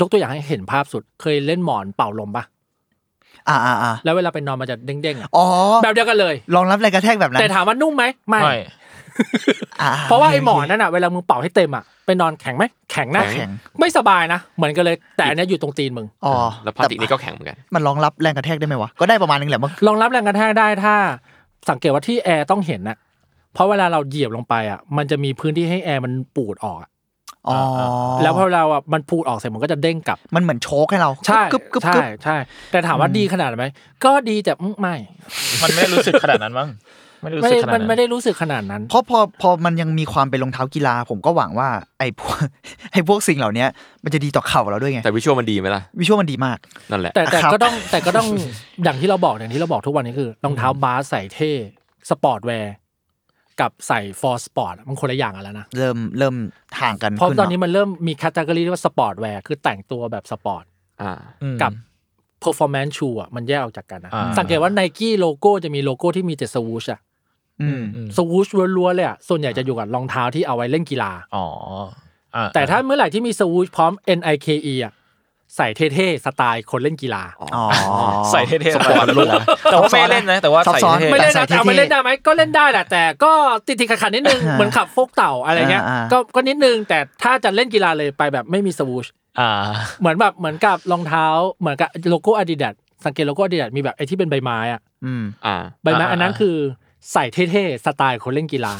Speaker 4: ยกตัวอย่างให้เห็นภาพสุดเคยเล่นหมอนเป่าลมปะ
Speaker 5: อ่าอ่าอ่า
Speaker 4: แล้วเวลาไปนอนมันจะเด้งๆอะ
Speaker 5: อ๋อ
Speaker 4: แบบเดียวกันเลย
Speaker 5: รองรับแรงกระแทกแบบนั้
Speaker 4: แต่
Speaker 5: น
Speaker 4: ถามว่านุ่มไหมไม่
Speaker 2: ไม่
Speaker 5: อ่
Speaker 4: เพราะว่าไอ้หมอนนั่นอ่ะเวลามึงเป่าให้เต็มอ่ะไปนอนแข็งไหมแข็งนะ
Speaker 3: แข็ง
Speaker 4: ไม่สบายนะเหมือนกันเลยแต่อันเนี้ยอยู่ตรงตีนมึง
Speaker 5: อ๋อ
Speaker 3: แล้วพลาสติกนี่ก็แข็งเหมือนกัน
Speaker 5: มันรองรับแรงกระแทกได้ไหมวะ ก็ได้ประมาณนึงแหละมั้ง
Speaker 4: รองรับแรงกระแทกได้ถ้า สังเกตว่าที่แอร์ต้องเห็นน่ะเพราะเวลาเราเหยียบลงไปอ่ะมันจะมีพื้นที่ให้แอร์มันปูดออกอะ
Speaker 5: อ๋อ
Speaker 4: แล้วพอเราอ่ะมันพูดออกเสร็จมันก็จะเด้งกลับ
Speaker 5: มันเหมือนโชกให้เรา
Speaker 4: ใช่
Speaker 5: กึบกึบ
Speaker 4: ใช่
Speaker 5: กึบ
Speaker 4: ใช่ แต่ถามว่าดีขนาดไหมก็ดีแต่อืมไม่
Speaker 2: มันไม่ได้รู้สึกขนาดนั้นมั้งไม่ได้รู้
Speaker 4: ไม่
Speaker 2: สึกขนาด
Speaker 4: มันไม่
Speaker 2: นั้น
Speaker 4: ได้รู้สึกขนาดนั้น
Speaker 5: เพราะพอพอมันยังมีความเป็นรองเท้ากีฬา ผมก็หวังว่า [laughs] ไอ้พวก ไอ้พวกสิ่งเหล่าเนี้ยมันจะดีต่อเข่าเราด้วยไง
Speaker 3: แต่วิชวลมันดีไหมล่ะ
Speaker 5: วิชวลมันดีมาก
Speaker 3: นั่นแหละ
Speaker 4: แต่แต่
Speaker 5: ครับ
Speaker 4: ก็ต้องแต่ก็ต้องอย่างที่เราบอกอย่างที่เราบอกทุกวันนี้คือรองเท้าบาสใส่เท่สปอร์ตแวร์กับใส่ฟอร์สปอร์ตมันคนละอย่างกันแล้วนะ
Speaker 5: เริ่มเริ่มห่างกัน
Speaker 4: เพราะ
Speaker 5: ขึ้
Speaker 4: ตอนนี้
Speaker 5: เะ
Speaker 4: มันเริ่มมีแคตตากรีที่ว่าสปอร์ตแวร์คือแต่งตัวแบบสปอร์ต
Speaker 3: อ่า
Speaker 2: อืม
Speaker 4: กับเพอร์ฟอร์แมนซ์ชูอ่ะมันแยกออกจากกันนะ
Speaker 2: อ่า
Speaker 4: สังเกตว่าไนกี้โลโก้จะมีโลโก้ที่มีแต่สวูชอะ
Speaker 5: อืม
Speaker 2: อืม
Speaker 4: สวูชล้วนๆเลยอะส่วนใหญ่จะอยู่กับรองเท้าที่เอาไว้เล่นกีฬา
Speaker 2: อ๋ออ่ะ
Speaker 4: แต่ถ้าเมื่อไหร่ที่มีสวูชพร้อม Nike อ่ะใส่เท่ๆสไตล์คนเล่นกีฬา
Speaker 5: อ๋อ
Speaker 2: ใส่เท่ๆ
Speaker 3: สปอร์ต
Speaker 2: ไปลูกอะแต่ว่าไม่เล่นนะ แต่ว่า
Speaker 5: ซับ
Speaker 2: ใส่
Speaker 5: ซ้อน
Speaker 2: เท่ๆ
Speaker 4: ไม่เล่นนะ
Speaker 5: แต่ใส่
Speaker 4: แต่เอา
Speaker 5: เท่ๆ
Speaker 4: ไม่เล่นได้ไหมก็เล่นได้แหละแต่ก็ติดติดขัดขัดๆนิดนึง
Speaker 5: อ่า
Speaker 4: เหมือนขับโฟกเต่าอะไรเงี้ย
Speaker 5: อ่าอ่า
Speaker 4: ก็ก็นิดนึงแต่ถ้าจะเล่นกีฬาเลยไปแบบไม่มีสวูช
Speaker 2: อ่า
Speaker 4: เหมือนแบบเหมือนกับรองเท้าเหมือนกับโลโก้อาดิดาสสังเกตโลโก้อาดิดาสมีแบบไอ้ที่เป็นใบไม้อะ
Speaker 5: อืม
Speaker 3: อ่า
Speaker 4: ใบไม้
Speaker 2: อ่าอ่า
Speaker 4: อันนั้นคือใส่เท่ๆสไตล์คนเล่นกีฬา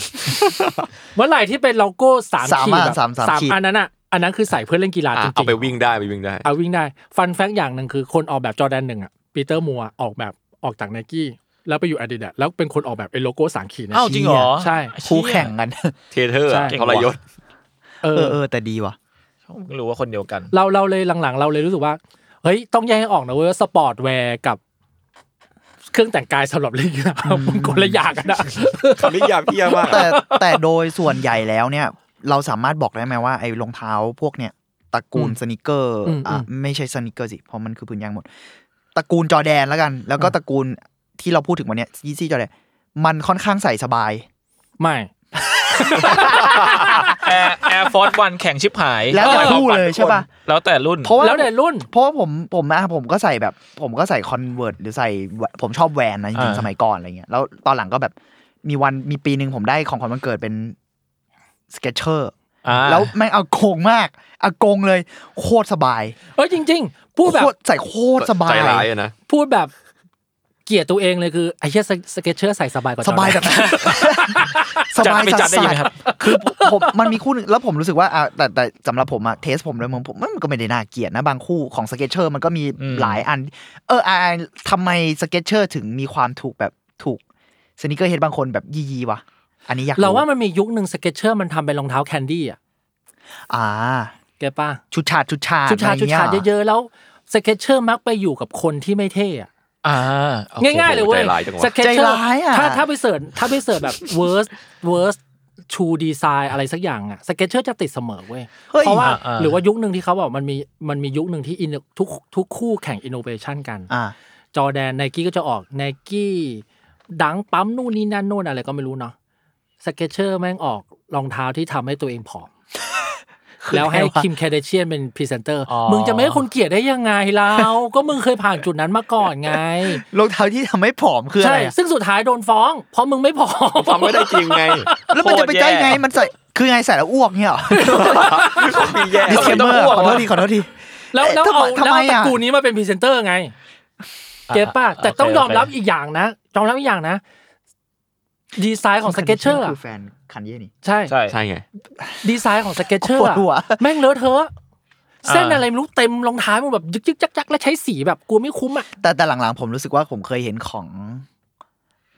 Speaker 4: เมื่อไหร่ที่เป็นโลโก้สาม
Speaker 5: สาม
Speaker 4: ขีด
Speaker 5: อัน
Speaker 4: แบบ
Speaker 5: สามสามขีด
Speaker 4: อันนั้นอ่ะอันนั้นคือใส่เพื่อเล่นกีฬา
Speaker 3: อ่า
Speaker 4: จริงๆ
Speaker 3: เอาไปวิ่งได้ไปวิ่งได้
Speaker 4: เอาวิ่งได้ฟันแฟกอย่างหนึ่งคือคนออกแบบจอแดนหนึ่งอ่ะปีเตอร์มัวออกแบบออกจากไนกี้แล้วไปอยู่อาดิดาแล้วเป็นคนออกแบบไอ้โลโก้สามขีดเนี่ย
Speaker 2: อ้าวจริงเหรอ
Speaker 4: ใช่
Speaker 5: คู่แข่งกัน
Speaker 3: เทเทอร์
Speaker 4: ใช่
Speaker 3: อะทรยศ
Speaker 4: เอ
Speaker 5: เอ
Speaker 4: อ
Speaker 5: อเออแต่ดีว่ะ
Speaker 2: ไม่รู้ว่าคนเดียวกัน
Speaker 4: เราเราเลยหลังๆ เราเลยรู้สึกว่า เฮ้ย ต้องแยกให้ออกนะเว้ยว่าสปอร์ตแวร์กับ เครื่องแต่งกายสำหรับเล่นกีฬามันคนละอย่างกันนะ
Speaker 3: คำนี้ยากพี่ยากมาก
Speaker 5: [laughs] แต่แต่โดยส่วนใหญ่แล้วเนี่ย เราสามารถบอกได้ไหมว่าไอ้รองเท้าพวกเนี่ยตระกูลสนิเกอร์
Speaker 4: อืม
Speaker 5: อ่ะ
Speaker 4: อืม
Speaker 5: ไม่ใช่สนิเกอร์สิเพราะมันคือพื้นยางหมดตระกูลจอร์แดนแล้วกัน แล้วก็ตระกูลที่เราพูดถึงวันเนี้ยยีซี่จอร์แดนมันค่อนข้างใส่สบาย
Speaker 4: ไม่
Speaker 2: แอร์แอร์ฟอร์สวันแข่งชิบหาย
Speaker 5: แล้วแต่
Speaker 2: ออ
Speaker 5: คู่เลยใช่ปะ
Speaker 2: แล้วแต่รุ่น
Speaker 5: เพราะว่า
Speaker 4: แล้วในรุ่น
Speaker 5: เพราะว่าผมผมอะผมก็ใส่แบบ ผมก็ใส่คอนเวิร์หรือใส่แวผมชอบแวนนะจริง
Speaker 2: อ่า
Speaker 5: ๆสมัยก่อนอะไรเงี้ยแล้วตอนหลังก็แบบมีวันมีปีหนึ่งผมได้ของขวัญวันเกิดเป็นสเก็ตเชอร์
Speaker 2: อ่า
Speaker 5: แล้วแม่งเอาโกงมากเอาโกงเลยโคตรสบาย
Speaker 4: เอ้ยจริง ๆ พูดแบ
Speaker 5: โค
Speaker 4: บ
Speaker 5: ตรใส่โคตรสบาย
Speaker 3: ใจร้ายอะนะ
Speaker 4: พูดแบบเกลียดตัวเองเลยคือไอ้เหี้ยสเก็ตเชอร์ใส่สบายกว่าจ
Speaker 5: ส
Speaker 4: อแดน
Speaker 5: บายแบบ ส
Speaker 2: จัด
Speaker 5: บาย
Speaker 2: ไปจัดได้ยังไงครับ
Speaker 5: คือผมมันมีคู่หนึงแล้วผมรู้สึกว่าอ่ะแต่แต่สำหรับผมอะเทสผมเลยมึงผมมันก็ไม่ได้น่าเกลียดนะบางคู่ของสเก็ตเชอร์มันก็มี
Speaker 2: อืม
Speaker 5: หลายอัน เอออ่ะอ่ะทำไมสเก็ตเชอร์ถึงมีความถูกแบบถูกสนิเกอร์เฮดบางคนแบบยียีวะอันนี้อยาก
Speaker 4: เราว่ามันมียุคหนึ่งสเก็ตเชอร์มันทำเป็นรองเท้าแคนดี้อ่ะ
Speaker 5: อ่า
Speaker 4: แกป้า
Speaker 5: ชุดชาดชุดชาด
Speaker 4: ชุดชา
Speaker 5: อะไร
Speaker 4: ชุด
Speaker 5: งี้
Speaker 4: ชาเยอะๆ แล้วสเก็ตเชอร์มักไปอยู่กับคนที่ไม่เท่อะ
Speaker 2: อ่าโอค
Speaker 4: ง่ายๆเลยเว้ย
Speaker 3: ใจร้ายจังวะ
Speaker 4: สเก็ต
Speaker 5: ใจ
Speaker 4: เชอร์
Speaker 5: ร้ายอ่ะ
Speaker 4: ถ้าถ้าไปเสิร์ชถ้าไปเสิร์ชแบบ worst worst shoe design อะไรสักอย่างอ่ะสเก็ตเชอร์จะติดเสมอเว้ย
Speaker 5: เฮ้ย
Speaker 4: เพราะว่า
Speaker 2: อ่าๆ
Speaker 4: หรือว่ายุคหนึ่งที่เขาบอกมันมีมันมียุคหนึ่งที่ inno- ทุกทุกคู่แข่งอินโนเวชันกัน
Speaker 5: อ่า
Speaker 4: จอร์แดนไนกี้ก็จะออกไนกี้ดังปั๊มนู่นนี่นั่นนู่นอะไรก็ไม่รู้เนาะสเก็ตเชอร์แม่งออกรองเท้าที่ทำให้ตัวเองผ
Speaker 5: [laughs]
Speaker 4: อม
Speaker 5: คือ
Speaker 4: แล้วให้
Speaker 5: ไงวะ
Speaker 4: คิมแคเดเชียนเป็นพรีเซนเตอร์
Speaker 2: อ๋อ
Speaker 4: มึงจะไม่ให้คนเกลียดได้ยังไงเรา ก็มึงเคยผ่านจุดนั้นมาก่อนไง
Speaker 5: รองเท้าที่ทำให้ผอมคืออะ
Speaker 4: ใช่
Speaker 5: ไรอะ
Speaker 4: ซึ่งสุดท้ายโดนฟ้อง เพราะมึงไม่ผอม
Speaker 5: [laughs]
Speaker 3: ฟังไม่ได้จริงไง
Speaker 5: แล้วมันจะไปได้ไง
Speaker 2: โคตรแย่
Speaker 5: มันใส่คือไงใส่แล้วอ้วกเนี่ยเหรอ
Speaker 3: ของพี่แย่
Speaker 5: ดิสเคมเมอร์ขอโทษทีขอโทษที
Speaker 4: แล้วแล้ว
Speaker 5: เอ๊ะ
Speaker 4: เอา
Speaker 5: ทำไมทำไม
Speaker 4: แล้วเอาต
Speaker 5: อะ
Speaker 4: ระกูลนี้มาเป็นพรีเซนเตอร์ไง เก็ตป่ะ
Speaker 2: โเค
Speaker 4: แต่ต้องยอมรับ
Speaker 2: โเค
Speaker 4: อีกอย่างนะยอมรับอีกอย่างนะ ดีไซน์ของสเก็ตเชอร์
Speaker 5: คือแฟนคันเย่นี่
Speaker 4: ใช่
Speaker 2: ใช่
Speaker 3: ใช่ไง
Speaker 4: ดีไซน์ของสเก็ตเชอร์
Speaker 5: ปวดหัว
Speaker 4: แม่งเลอะเทอะ
Speaker 2: อ่า
Speaker 4: เส้นอะไรไม่รู้เต็มรองเท้ามันแบบยึกยึกยักยักแล้วใช้สีแบบกลัวไม่คุ้มอ่ะ
Speaker 5: แต่แต่หลังๆ ผมรู้สึกว่าผมเคยเห็นของ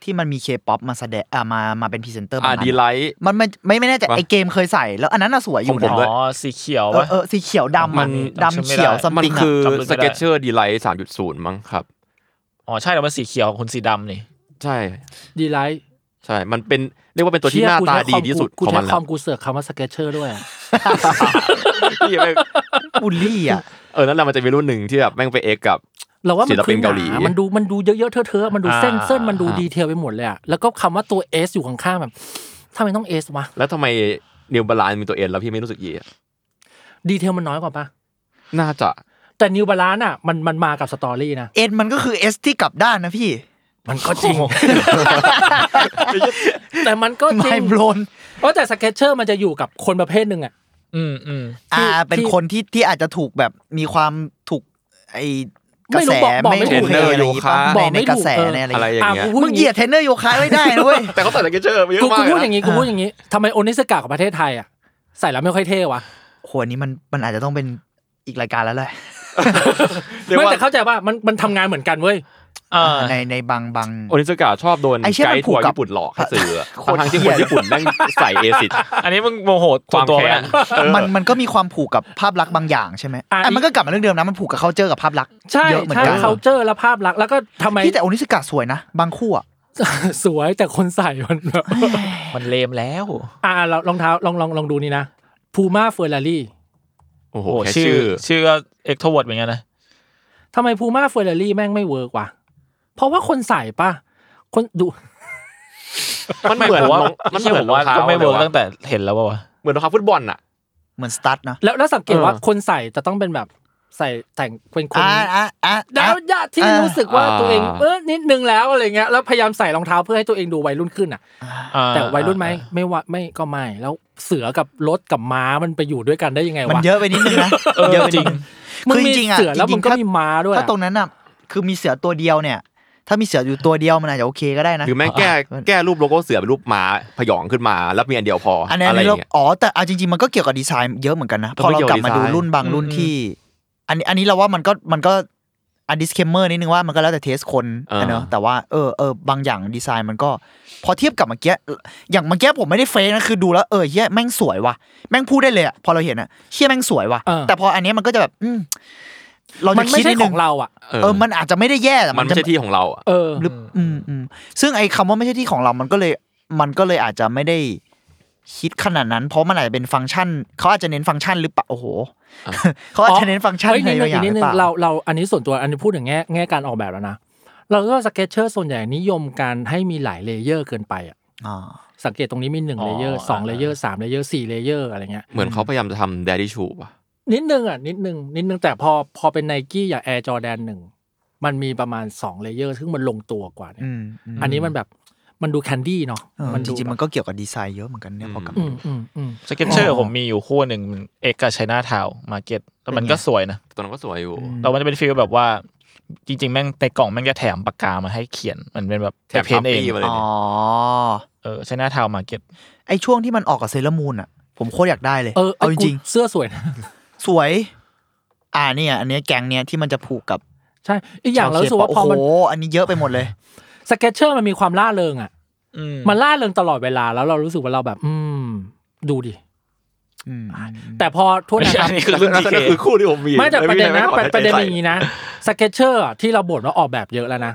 Speaker 5: ที่มันมีเคป๊อปมาแสดงอ่ามามาเป็นพรีเซนเตอร์
Speaker 3: อ่า
Speaker 5: ประมาณ
Speaker 3: ดีไลท์
Speaker 5: มันไม่ไม่ไม่แน่ใจ
Speaker 3: วะ
Speaker 5: ไอเกมเคยใส่แล้วอันนั้นน่ะสวยอ
Speaker 3: ข
Speaker 5: ยู่
Speaker 3: องผม
Speaker 5: นะ
Speaker 3: ด้วย
Speaker 2: อ๋อสีเขียว
Speaker 5: เออ
Speaker 2: วะ
Speaker 5: เออสีเขียวดำ
Speaker 3: มั
Speaker 5: มัน
Speaker 3: น
Speaker 5: ดำเขียว
Speaker 2: จำไม่ได้
Speaker 3: มั
Speaker 5: ซัม
Speaker 3: น
Speaker 5: ติงอะ
Speaker 3: คือ
Speaker 2: จำไม่ได้
Speaker 3: สเก็ตเชอร์ดีไลท์สามจุดศูนย์มั้งครับ
Speaker 2: อ๋อใช่แต่มันสีเขียวของคุณสีดำนี่
Speaker 3: ใช่
Speaker 4: ดีไลท์
Speaker 3: ใช่ มันเป็นเรียกว่าเป็นตัวที่หน้าตาดีที่สุด
Speaker 4: กู
Speaker 3: ของ
Speaker 4: ใช้
Speaker 3: มัน
Speaker 4: ค
Speaker 3: แล้ว
Speaker 4: วามกูเสือกคำว่าสเก็ตเชอร์ด้วยอะ
Speaker 3: พี่แม่ง
Speaker 5: บูลลี่อ่ะ
Speaker 3: [laughs] เออนั่นแหละมันจะมีรุ่นหนึ่งที่แบบแม่งไปเอ็กกับ
Speaker 4: เราว่ามัน
Speaker 3: ศิลปิ
Speaker 4: คือน ห
Speaker 3: เกาหลี
Speaker 4: นามันดูมันดูเยอะๆเทอะๆมันดู
Speaker 2: อ่า
Speaker 4: เส้นเส้นมันดูดีเทลไปหมดเลยอ่ะแล้วก็คำว่าตัวเอสอยู่ข้างๆแบบทำไมต้องเอสวะ
Speaker 3: แล้วทำไมนิวบาลานมีตัวเอ็นแล้วพี่ไม่รู้สึกเย่อะ
Speaker 4: ดีเทลมันน้อยกว่าปะ
Speaker 3: น่าจะ
Speaker 4: แต่นิวบาลานอ่ะมันมันมากับสตอรี่นะ
Speaker 5: เอ็นมันก็คือเอสที่กลับด้านนะพี่
Speaker 4: มันก็จริง แต่มันก็จริ
Speaker 5: ไม่
Speaker 4: ง
Speaker 5: โบลน
Speaker 4: เพราะแต่สเก็ตเชอร์มันจะอยู่กับคนประเภทหนึ่งอ่ะ
Speaker 2: อืมอืม
Speaker 5: อ่า
Speaker 4: ที่
Speaker 5: เป็น
Speaker 4: ที่
Speaker 5: คนที่ที่อาจจะถูกแบบมีความถูกไอกระแส
Speaker 4: ไม่รู้บอกบอกไม่ถูก
Speaker 5: โอเคอะไรอย่าง
Speaker 3: เทรนเนอร์โย
Speaker 5: งี้ปะ
Speaker 3: คะ
Speaker 5: ใน
Speaker 4: บอก
Speaker 5: ใน
Speaker 4: ไม่
Speaker 5: กระ
Speaker 4: ถูก
Speaker 5: แส
Speaker 4: เออ
Speaker 5: ในอะไร
Speaker 3: อะไร
Speaker 5: อย่าง
Speaker 3: อ
Speaker 5: งี้
Speaker 3: ย่างเงี้ย
Speaker 4: อ่ะ
Speaker 5: มึงเหยียดเทรนเนอร์โยคะไม่ได้นะเว้ย
Speaker 3: แต่เขาใส่สเก็ตเชอร์ไปเยอะ
Speaker 4: กู
Speaker 3: มา
Speaker 4: กู
Speaker 3: ก
Speaker 4: พูด
Speaker 3: นะ
Speaker 4: อย่างนี้กูพูดอย่างนี้ทำไมโอนิสกะของประเทศไทยอ่ะใส่แล้วไม่ค่อยเท่วะ
Speaker 5: โหอันนี้มันมันอาจจะต้องเป็นอีกรายการแล้วแหละ
Speaker 3: เรียก
Speaker 4: ไม่
Speaker 3: ว่า
Speaker 4: แต่เข้าใจว่ามันมันทำงานเหมือนกันเว้ย
Speaker 2: เออ
Speaker 5: [laughs] ในในบางบาง
Speaker 3: โอนิสกาชอบโดน
Speaker 5: ไอ้เชี่ย
Speaker 3: ไก
Speaker 5: มัน
Speaker 3: ด์
Speaker 5: ผู
Speaker 3: ทัว
Speaker 5: ก
Speaker 3: ร์
Speaker 5: กับ
Speaker 3: ญี่ปุ่นหลอกให้ซื้ออะ
Speaker 5: โคตร
Speaker 3: ทั้งๆที่ค
Speaker 5: เหี้
Speaker 3: น
Speaker 5: ย
Speaker 3: ญี่ปุ่นแม่งใส่เอซิด
Speaker 2: อันนี้มึงโมโห
Speaker 3: ความ
Speaker 2: ส่นตัวไห
Speaker 3: แค้น
Speaker 2: อะ
Speaker 5: มันมันก็มีความผูกกับภาพลักษณ์บางอย่างใช่ไหม
Speaker 4: อ่ะ
Speaker 5: อ่ะมันก็กลับมาเรื่องเดิมนะมันผูกกับ culture กับภาพลักษณ์
Speaker 4: ใช่
Speaker 5: เยอะเหมือ
Speaker 4: ทั้
Speaker 5: น
Speaker 4: ง
Speaker 5: กัน
Speaker 4: เคาเจอร์และภาพลักษณ์แล้วก็ทำไม
Speaker 5: พี่แต่โอนิสกะสวยนะ บางคู่อ่ะ
Speaker 4: [laughs] สวยแต่คนใส่มัน [laughs] แบบ
Speaker 2: มันเลมแล้ว
Speaker 4: อ่าเรารองเท้าลองลองลองดูนี่นะพูม่าเฟอร์รารี่
Speaker 3: โอ้โห
Speaker 2: โอ้โห
Speaker 3: แค่
Speaker 2: ชื่อ
Speaker 3: ชื่อ
Speaker 2: ชื่อก็เอ็กโทวดเหมือนกันนะ
Speaker 4: ทำไมพูม่าเฟอร์รารี่แม่งไม่เวิร์กวะเพราะว่าคนใส่ปะคนดู
Speaker 3: มันเหมือน
Speaker 2: ไผว่า
Speaker 3: มัน
Speaker 2: ไใช่
Speaker 3: เหมือน
Speaker 2: ผว่าร
Speaker 3: องเท้า
Speaker 2: ก็ไม่เวิร์ก
Speaker 3: แต่ว่า
Speaker 2: ตั้งแต่เห็นแล้วป่าวะ
Speaker 3: เหมือนรองเท้าฟุตบอลน่ะ
Speaker 5: เหมือนสตั๊ดนะ
Speaker 4: แล้วแล้วสังเกต
Speaker 3: เออ
Speaker 4: ว่าคนใส่จะต้องเป็นแบบใส่แต่งเป็นคน
Speaker 5: อ่ะอ่ะอ่ะ
Speaker 4: ดา
Speaker 5: อ่ะ
Speaker 4: วญาติที่
Speaker 5: อ่า
Speaker 4: รู้สึกว่า
Speaker 3: อ่า
Speaker 4: ตัวเองเออนิดนึงแล้วอะไรเงี้ยแล้วพยายามใส่รองเท้าเพื่อให้ตัวเองดูวัยรุ่นขึ้นอ่ะ แต่วัยรุ่นไหมไม่ว่าไม่ก็ไม่แล้วเสือกับรถกับม้ามันไปอยู่ด้วยกันได้ยังไง
Speaker 5: มัน
Speaker 4: วะ
Speaker 5: เยอะไปนิดนึงนะ
Speaker 2: เออ
Speaker 5: เยอะไปนิดนึง
Speaker 4: มึง
Speaker 5: คือจ
Speaker 4: มี
Speaker 5: ริงๆอ่ะ
Speaker 4: เสือแล้วมึงก็
Speaker 5: จริๆ
Speaker 4: มีม้าด้วย
Speaker 5: ถ้า
Speaker 4: อะ
Speaker 5: ตรงนั้นอ่ะคือมีเสือตัวเดียวเนี่ย ถ้ามีเสืออยู่ตัวเดียวมันอาจจะโอเคก็ได้นะ
Speaker 3: หรือแม่งแก้แก้รูปโลโก้เสือเป็นรูปหมาพยองขึ้นมาแล้วมีอันเดียวพอ
Speaker 5: อั
Speaker 3: อะ
Speaker 5: น
Speaker 3: ไรอ
Speaker 5: นี้อันนี้
Speaker 3: ย่า
Speaker 5: เรา
Speaker 3: งเงี้ย
Speaker 5: อ๋อแต่เอาจริงๆมันก็เกี่ยวกับดีไซน์เยอะเหมือนกันนะ
Speaker 3: มัน
Speaker 5: พอ
Speaker 3: ก็
Speaker 5: เรา
Speaker 3: เกี่ยว
Speaker 5: ก
Speaker 3: กั
Speaker 5: ลับบ มาดู
Speaker 3: ดีไซน์
Speaker 5: รุ่นบางรุ่นที่ อันนี้อันนี้เราว่ามันก็มันก็อันดิสเคมเมอร์นิดนึงว่ามันก็แล้วแต่เทสคนนะเนอะแต่ว่าเออเออบางอย่างดีไซน์มันก็ พอเทียบกับเมื่อกี้อย่างเมื่อกี้ผมไม่ได้เฟกนะคือดูแล้วเออเฮียแม่งสวยว่ะแม่งพูดได้เลยอะพอเราเห็นอะเฮียแม่งสวยว่ะ
Speaker 4: เออ
Speaker 5: แต่พออันเนี้ยมันก็จะแบบอืมเรา
Speaker 4: มั
Speaker 5: จะ
Speaker 4: น
Speaker 5: คิ
Speaker 4: ไม่
Speaker 5: ดนิ
Speaker 4: ใช่
Speaker 5: ด
Speaker 4: ข
Speaker 5: นึ
Speaker 4: อง งเราอ่ะ
Speaker 5: เออมันอาจจะไม่ได้แย่แต่
Speaker 3: มั
Speaker 5: มัน น
Speaker 3: ไม่
Speaker 5: จะ
Speaker 3: ใช่ที่ของเราอะ
Speaker 4: เออ
Speaker 5: หรืออืมอืมซึ่งไอ้คำว่าไม่ใช่ที่ของเรา มันก็เลย มันก็เลยอาจจะไม่ได้คิดขนาดนั้น เพราะมันอาจจะเป็นฟังก์ชัน เขาอาจจะเน้นฟังก์ชันหรือเปล่า โอ้โห [laughs] เขาอาจจะเน้นฟังก์ชัน
Speaker 4: เฮ้ย
Speaker 5: ใน
Speaker 4: นิดนึ
Speaker 5: บาง งอย่า
Speaker 4: อี
Speaker 5: ง
Speaker 4: ก
Speaker 5: ห
Speaker 4: นิด
Speaker 5: รือง
Speaker 4: นึ
Speaker 5: เปล่า
Speaker 4: เราเราอันนี้ส่วนตัวอันนี้พูดอย่างแง่แง่การออกแบบแล้วนะ เราก็สเก็ตเชอร์ส่วนใหญ่นิยมการให้มีหลายเลเยอร์เกินไปอ่ะ
Speaker 5: อ่า
Speaker 4: สังเกตตรงนี้มีหนึ่ง
Speaker 2: อ๋อ
Speaker 4: เลเยอร์สอง
Speaker 2: อ่า
Speaker 4: เลเยอร์สามเลเยอร์สี่เลเยอร์อะไรเงี้ย
Speaker 3: เหมือนเขาพยายามจะทำแดดี้ชูป่ะ
Speaker 4: นิดนึงอ่ะนิดนึงนิดนึงแต่พอพอเป็นไนกี้อย่างแอร์จอแดนหนึ่งมันมีประมาณ2เลเยอร์ซึ่งมันลงตัวกว่าเนี่ย
Speaker 5: อืมอืม
Speaker 4: อันนี้มันแบบมันดูแคนดี้เนาะ
Speaker 5: เออจ
Speaker 4: ดู
Speaker 5: ริงๆ มัน
Speaker 4: แบบ
Speaker 5: ก็เกี่ยวกับดีไซน์เยอะเหมือนกันเนี่ยพอกลับ
Speaker 4: อื
Speaker 5: มาม ดู
Speaker 4: อืมอืม
Speaker 2: สเก็ตเชอร์ผมมีอยู่คู่หนึ่งเอ็กกับไชน่าทาวมาเก็ตแล้วมันก็สวยนะ
Speaker 3: ตอนนั้นก็สวยอยู่
Speaker 2: แต่มันจะเป็นฟีลแบบว่า จริง ๆ แม่งในกล่องแม่งจะแถมปากกามาให้เขียนมันเป็นแบบ
Speaker 3: แถ
Speaker 2: ไป
Speaker 3: ม
Speaker 2: เพ้นเอง
Speaker 3: คัมปี้มาเลย
Speaker 5: อ๋อ
Speaker 2: เออไชน่าทาวมาเก็ต
Speaker 5: ไอช่วงที่มันออกกับเซเลอร์มูนอ่ะ ผมโคตรอยากได้เลย
Speaker 4: เออ
Speaker 5: เอา
Speaker 4: ไอ้
Speaker 5: จ
Speaker 4: กู
Speaker 5: ริง
Speaker 4: เสื้อสวยนะ [laughs]
Speaker 5: ๆ สวย อ่าเนี่ย อันเนี้ยแกงเนี้ยที่มันจะผูกกับ
Speaker 4: ใช่อีกอย่างเรารู้สึกว่าพ
Speaker 5: ช
Speaker 4: อ
Speaker 5: เคป
Speaker 4: มัน
Speaker 5: โอ้โห อันนี้เยอะไปหมดเลย
Speaker 4: สเก็ตเชอร์มันมีความล่าเริงอ่ะ
Speaker 2: อืม
Speaker 4: มันล่าเริงตลอดเวลาแล้วเรารู้สึกว่าเราแบบ อืม ดูดิ
Speaker 5: อืม
Speaker 4: แต่พอโทั่ว
Speaker 2: ไม่
Speaker 4: นะ
Speaker 2: ใช่
Speaker 4: ค
Speaker 2: อัน
Speaker 4: รับ
Speaker 2: นี้คือเรื่อง
Speaker 3: นั่น
Speaker 2: ดีเค
Speaker 3: นั่นคือคู่ที่ผมมี
Speaker 4: ไม่แต่ประเด็นนะ
Speaker 3: ไมีใค
Speaker 4: ประเด็น
Speaker 3: ไม่ขอให้ใจ
Speaker 4: เป็นอย่างนี้นะสเก็ตเชอร์ที่เราบ่นว่าออกแบบเยอะแล้วนะ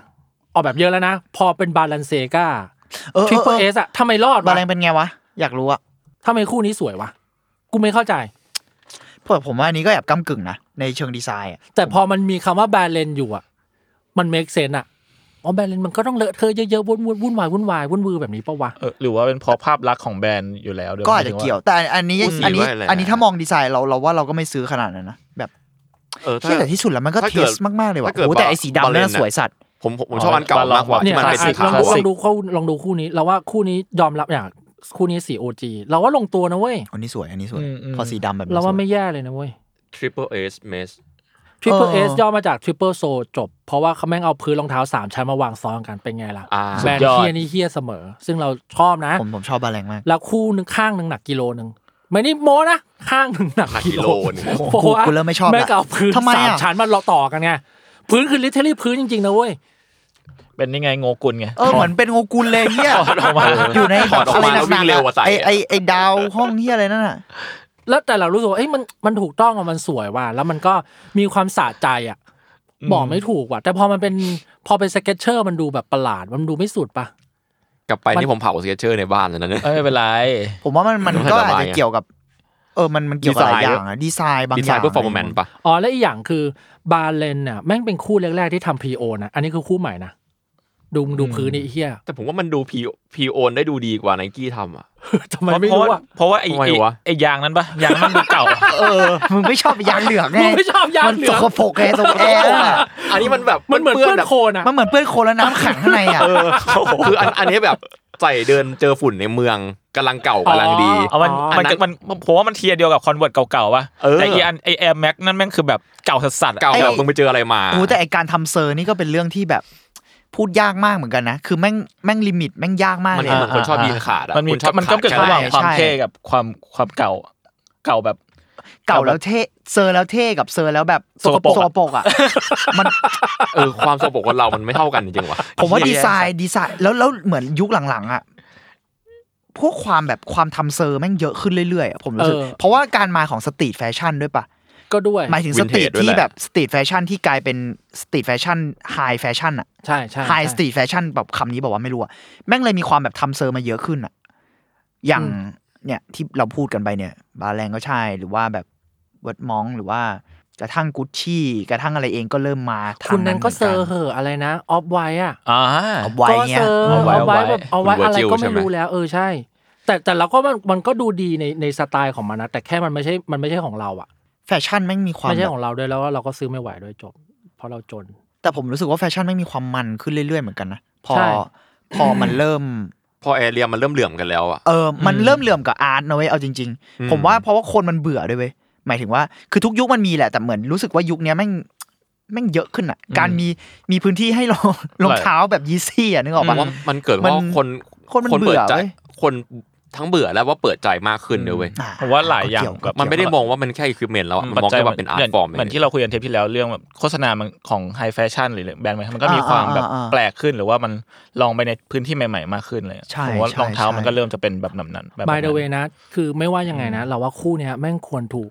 Speaker 4: ออกแบบเยอะแล้วนะ พอเป็นบาลานเซกา
Speaker 5: เออ
Speaker 4: ทริปเปิล
Speaker 5: เอ
Speaker 4: เอ
Speaker 5: อ
Speaker 4: สอะทำไมรอ
Speaker 5: บาว
Speaker 4: ดะ
Speaker 5: แรงเป็นไงวะ อยากรู้อะ
Speaker 4: ทำไมคู่นี้สวยวะ กูไม่เข้าใจ
Speaker 5: ผมผมว่าอันนี้ก็แอบก้ากึ่งนะ ในเชิงดีไซน์อะ
Speaker 4: แต่พอมันมีคำว่าบาลานอยู่อะมันเมคเซนอะอ๋อบาลานมันก็ต้องเลอะเทอะเยอะๆวุ่นวุ่นวุ่นวายวุ่นวายวุ่นวือแบบนี้ปะวะ
Speaker 2: เออหรือว่าเป็นเพราะภาพลักษณ์ของแบรนด์อยู่แล้วด้วย
Speaker 5: ก็อาจจะเกี่ยว แต่อันนี้
Speaker 3: พูดสิ
Speaker 5: อันนี้
Speaker 3: ว่าะไร
Speaker 5: อันนี้ถ้ามองดีไซน์เราเราว่าเราก็ไม่ซื้อขนาดนั้นนะ แบบ
Speaker 3: เออถ้า
Speaker 5: เที่ยแต่ที่สุดแล้วมันก็
Speaker 3: ถ้า
Speaker 5: เท
Speaker 3: เกิด
Speaker 5: สมากๆเลยว่ะ
Speaker 3: ถ้าเกิด
Speaker 5: โอ้แต่ไอ้
Speaker 3: บา
Speaker 5: สีดำนั่
Speaker 3: บา
Speaker 5: นนะ
Speaker 3: เลนน่ะ
Speaker 5: สวยสัตว์
Speaker 3: ผมผมผมชอบอันเก่ามากกว่าที่มัน
Speaker 4: อ่ะ
Speaker 3: เป็นสี
Speaker 4: ล
Speaker 3: ขา
Speaker 4: อง
Speaker 3: ว
Speaker 4: ดูลอ
Speaker 3: สิ
Speaker 4: งดูคู่ลองดูคู่นี้ เราว่าคู่นี้ยอมรับอย่างคู่นี้สีโอจีเราว่าลงตัวนะเว้ย
Speaker 5: อันนี้สวย อันนี้สวย
Speaker 2: อืมอืม
Speaker 5: พอสีดำแบบนี้
Speaker 4: เราว่า
Speaker 5: สย
Speaker 4: ไม่แย่เลยนะเว้ย
Speaker 3: ทริปเปิลเอสเมส
Speaker 4: Triple
Speaker 5: เออ
Speaker 4: S ย่อมาจาก Triple s o จบ เพราะว่าเขาแม่งเอาพื้นรองเท้า 3 ชั้นมาวางซ้อนกันเป็นไงล่ะ
Speaker 3: อ่า
Speaker 4: แบรนด์เฮียนี่เฮียเสมอ ซึ่งเราชอบนะ
Speaker 5: ผมผมชอบบาแรงมาก
Speaker 4: แล้วคู่หนึ่งข้างหนึ่งหนักกิโลหนึ่งไม่นี่โมนะ ข้างหนึ่งหนัก
Speaker 3: หนัก
Speaker 4: กิ
Speaker 3: กิ
Speaker 4: โล
Speaker 3: โลหนึง
Speaker 4: เพราะ
Speaker 5: กู
Speaker 4: ว่า
Speaker 5: กูเริ่มไม่ชอบ
Speaker 4: แม่ง
Speaker 5: ละ
Speaker 4: ก็เอาพื้น
Speaker 5: ทำไม
Speaker 4: สาม
Speaker 5: อะ
Speaker 4: ชั้นมาต่อกันไงพื้นคือ literally พื้นจริงๆนะเว้ย
Speaker 2: เป็นนี่ไงโงกุลไง
Speaker 5: เออเหมือนเป็นโงกุลเลยเฮียอยู่ใน
Speaker 3: ถ
Speaker 5: แบ
Speaker 3: อด
Speaker 5: บ
Speaker 3: ออก
Speaker 5: อะไร
Speaker 3: มาแล้ว
Speaker 5: ห
Speaker 3: วิ่
Speaker 5: นั
Speaker 3: ง
Speaker 5: กๆ
Speaker 3: เร็ว
Speaker 5: อะ
Speaker 3: กว่าใส่
Speaker 5: ไอไอไอดาวห้องเฮียอะไรนั่นอะ
Speaker 4: แล้วแต่เรารู้สึกว่าเอ้ยมันมันถูกต้องอะมันสวยว่ะแล้วมันก็มีความสะใจอ่ะบอกไม่ถูกว่ะ แต่พอมันเป็นพอเป็นสเก็ตเชอร์มันดูแบบประหลาดมันดูไม่สุดปะ
Speaker 3: กลับไป
Speaker 4: มัน
Speaker 3: ที่ผมเผาสเก็ตเชอร์ในบ้านเลยนะเนี่ย
Speaker 2: เอ้ยไม่เป็นไร
Speaker 5: ผมว่ามันมัน
Speaker 3: มัน
Speaker 5: ก็
Speaker 3: ระบาย
Speaker 5: อาจจะเกี่ยวกับ เออมันมันเกี่ยวกับหลาย
Speaker 3: ดีไซน์
Speaker 5: อย่างอะดีไซน์บาง
Speaker 3: ดี
Speaker 5: อ
Speaker 3: ไซ
Speaker 5: ย่าง
Speaker 3: น์เพื่อฟอร์มแมนปะ
Speaker 4: อ๋อและอีกอย่างคือบาเลนน่ะแม่งเป็นคู่แรกๆที่ทำพีโอนะอันนี้คือคู่ใหม่นะดูมึงดูพื้นนี่ไอ้เฮีย
Speaker 3: แต่ผมว่ามันดูพีพีโอนได้ดูดีกว่าไนกี้ทำอ่ะ
Speaker 4: ทำไมไม่รู้อ่ะ
Speaker 2: เพราะว่าไอ้
Speaker 3: ทำไม
Speaker 2: ไอ้
Speaker 3: วะ
Speaker 2: ไอ้ยางนั้นปะยางนั้นมันดูเก่า
Speaker 5: เออ มึงไม่ชอบยางเหลืองไง
Speaker 4: มึงไม่ชอบยาง
Speaker 5: มัน
Speaker 4: เหลื
Speaker 5: ส
Speaker 4: อง
Speaker 5: กปรกไงตรงแอร์อะ
Speaker 3: อันนี้มันแบบ
Speaker 4: มันเหมือนเพื่อน
Speaker 3: แบบ
Speaker 4: โคนอ่ะ
Speaker 5: มันเหมือนเปื้อนโคลนแล้วน้ำขังข้างในอ่ะ
Speaker 3: [laughs] คืออันอันนี้แบบใส่เดินเจอฝุ่นในเมืองกำลังเก่ากำลังดี
Speaker 2: เอามัน
Speaker 4: อ๋อ
Speaker 2: มัน
Speaker 3: อันนั้น
Speaker 2: มันมันผมว่ามันเทียร์เดียวกับคอนเวิร์ตเก่าๆป่ะ
Speaker 3: เออ
Speaker 2: แต่อีอันไอแอร์แม็กนั่นแม่งคือแบบเก่าสัสๆอะ
Speaker 3: เก่า
Speaker 5: ไอ้
Speaker 3: แบบมึงไปเจออะไรมา
Speaker 5: โอ้แต่ไอการทำเซอร์นี่ก็เป็นเรื่องที่แบบพูดยากมากเหมือนกันนะ คือแม่งแม่งลิมิตแม่งยากมาก
Speaker 3: มัน
Speaker 5: เลย
Speaker 3: เหมือน
Speaker 5: อะ
Speaker 3: คนชอบยีนขาดอ่ะ
Speaker 2: มันมี
Speaker 3: คชอบ
Speaker 2: [laughs] มันก็
Speaker 3: ขาด
Speaker 2: เกิด
Speaker 3: แค่
Speaker 2: ระหว่าง
Speaker 3: ไหน
Speaker 2: ความ
Speaker 5: ใช่
Speaker 2: เท่กับความความเก่า เก่าแบบ
Speaker 5: เก่าแล้วเท่เซอร์แล้วเท่กับเซอร์แล้วแบบ
Speaker 2: สกปรกอะ
Speaker 5: สกปรกอ่ะ มัน
Speaker 3: เออความสกปรกของเรามันไม่เท่ากันจริงๆว่ะ
Speaker 5: ผมว่าดีไซน์ดีไซน์แล้วแล้วเหมือนยุคหลังๆอ่ะพวกความแบบความทำเซอร์แม่งเยอะขึ้นเรื่อยๆอะผมรู้สึก
Speaker 4: เออ
Speaker 5: เพราะว่าการมาของสตรีทแฟชั่นด้วยปะ
Speaker 4: ก็ด้วย
Speaker 5: หมายถึงสตรีทที่แบบสตรีทแฟชั่นที่กลายเป็นสตรีทแฟชั่นไฮแฟชั่นอ่ะ
Speaker 4: ใช่ใช่
Speaker 5: ไฮ
Speaker 4: ใช่
Speaker 5: สตรีทแฟชั่นแบบคำนี้บอกว่าไม่รู้อ่ะแม่งเลยมีความแบบทำเซอร์มาเยอะขึ้นอ่ะ อย่าง
Speaker 4: อืม
Speaker 5: เนี่ยที่เราพูดกันไปเนี่ย บาแรงก็ใช่หรือว่าแบบเวิร์ดมองหรือว่ากระทั่งกุชชี่กระทั่งอะไรเองก็เริ่มมาทาง
Speaker 4: คุณนั้นก็
Speaker 5: หมื
Speaker 4: เซอร์เหอะอะไรนะออฟไว้อะ
Speaker 2: อ่า
Speaker 5: เอาไว้
Speaker 4: ก็
Speaker 5: เนี่ย
Speaker 4: เซอร์
Speaker 2: เอาไว้
Speaker 4: เอาไว้
Speaker 2: เอาไว้
Speaker 4: แบบเอาไว้อะไรก็ไม่รู้แล้ว เออใช่ แต่แต่เราก็มันมันก็ดูดีในในสไตล์ของมันนะแต่แค่มันไม่ใช่มันไม่ใช่ของเราอะ
Speaker 5: แฟชั่นแม่งมีความ
Speaker 4: ไม่ใช่
Speaker 5: แบบ
Speaker 4: ของเราด้วยแล้วเราก็ซื้อไม่ไหวด้วยจบ เพราะเราจน
Speaker 5: แต่ผมรู้สึกว่าแฟชั่นแม่งมีความมันขึ้นเรื่อยๆเหมือนกันนะพอ
Speaker 4: ใช่
Speaker 5: พอมันเริ่ม
Speaker 3: พอแอร์เรียมันเริ่มเหลื่อมกันแล้วอ่ะ
Speaker 5: เออมัน
Speaker 4: อืม
Speaker 5: เริ่มเหลื่อมกับอาร์ตนะเว้ยเอาจริง
Speaker 3: อืม
Speaker 5: ๆ ผมว่าเพราะว่าคนมันเบื่อด้วยเว้ยหมายถึงว่าคือทุกยุคมันมีแหละแต่เหมือนรู้สึกว่ายุคเนี้ยแม่งแม่งเยอะขึ้นอ่ะ การมีมีพื้นที่ให้รองรองเท้า [laughs] แบบยีซี่อ่ะนึกออก
Speaker 3: ผม
Speaker 5: ปะ
Speaker 3: ว่ามันเกิดเพ
Speaker 5: มัน
Speaker 3: ราะคน
Speaker 5: คนมัน
Speaker 3: เปิดใจ
Speaker 5: เบื่อเว้ย
Speaker 3: คนทั้งเบื่อแล้วว่าเปิดใจมากขึ้นเลยเว้ย
Speaker 5: อ่
Speaker 2: ผมว่าหลายอย่าง
Speaker 5: ก็เกี่ว
Speaker 3: มันไม่ได้มองว่ามันแค่อุปกรณ์แล้วอะมันมองแค่ว่าเป็นอาร์ตฟอร์ม
Speaker 2: เหมือนที่เราคุยกันเทปที่แล้วเรื่องแบบโฆษณามันของไฮแฟชั่นหรือแบรนด์มันมันก็มี
Speaker 5: อ่า
Speaker 2: ความแบบ
Speaker 5: อ่าอ่า
Speaker 2: แปลกขึ้นหรือว่ามันลองไปในพื้นที่ใหม่ๆมากขึ้นเลย
Speaker 5: ใช่
Speaker 2: ผมว่า
Speaker 5: ใช่
Speaker 2: รองเท้า
Speaker 5: ใช่
Speaker 2: มันก็เริ่มจะเป็นแบบนั้นๆแบบ
Speaker 4: by the way นะ คือไม่ว่ายังไงนะ เราว่าคู่เนี้ยแม่งควรถูก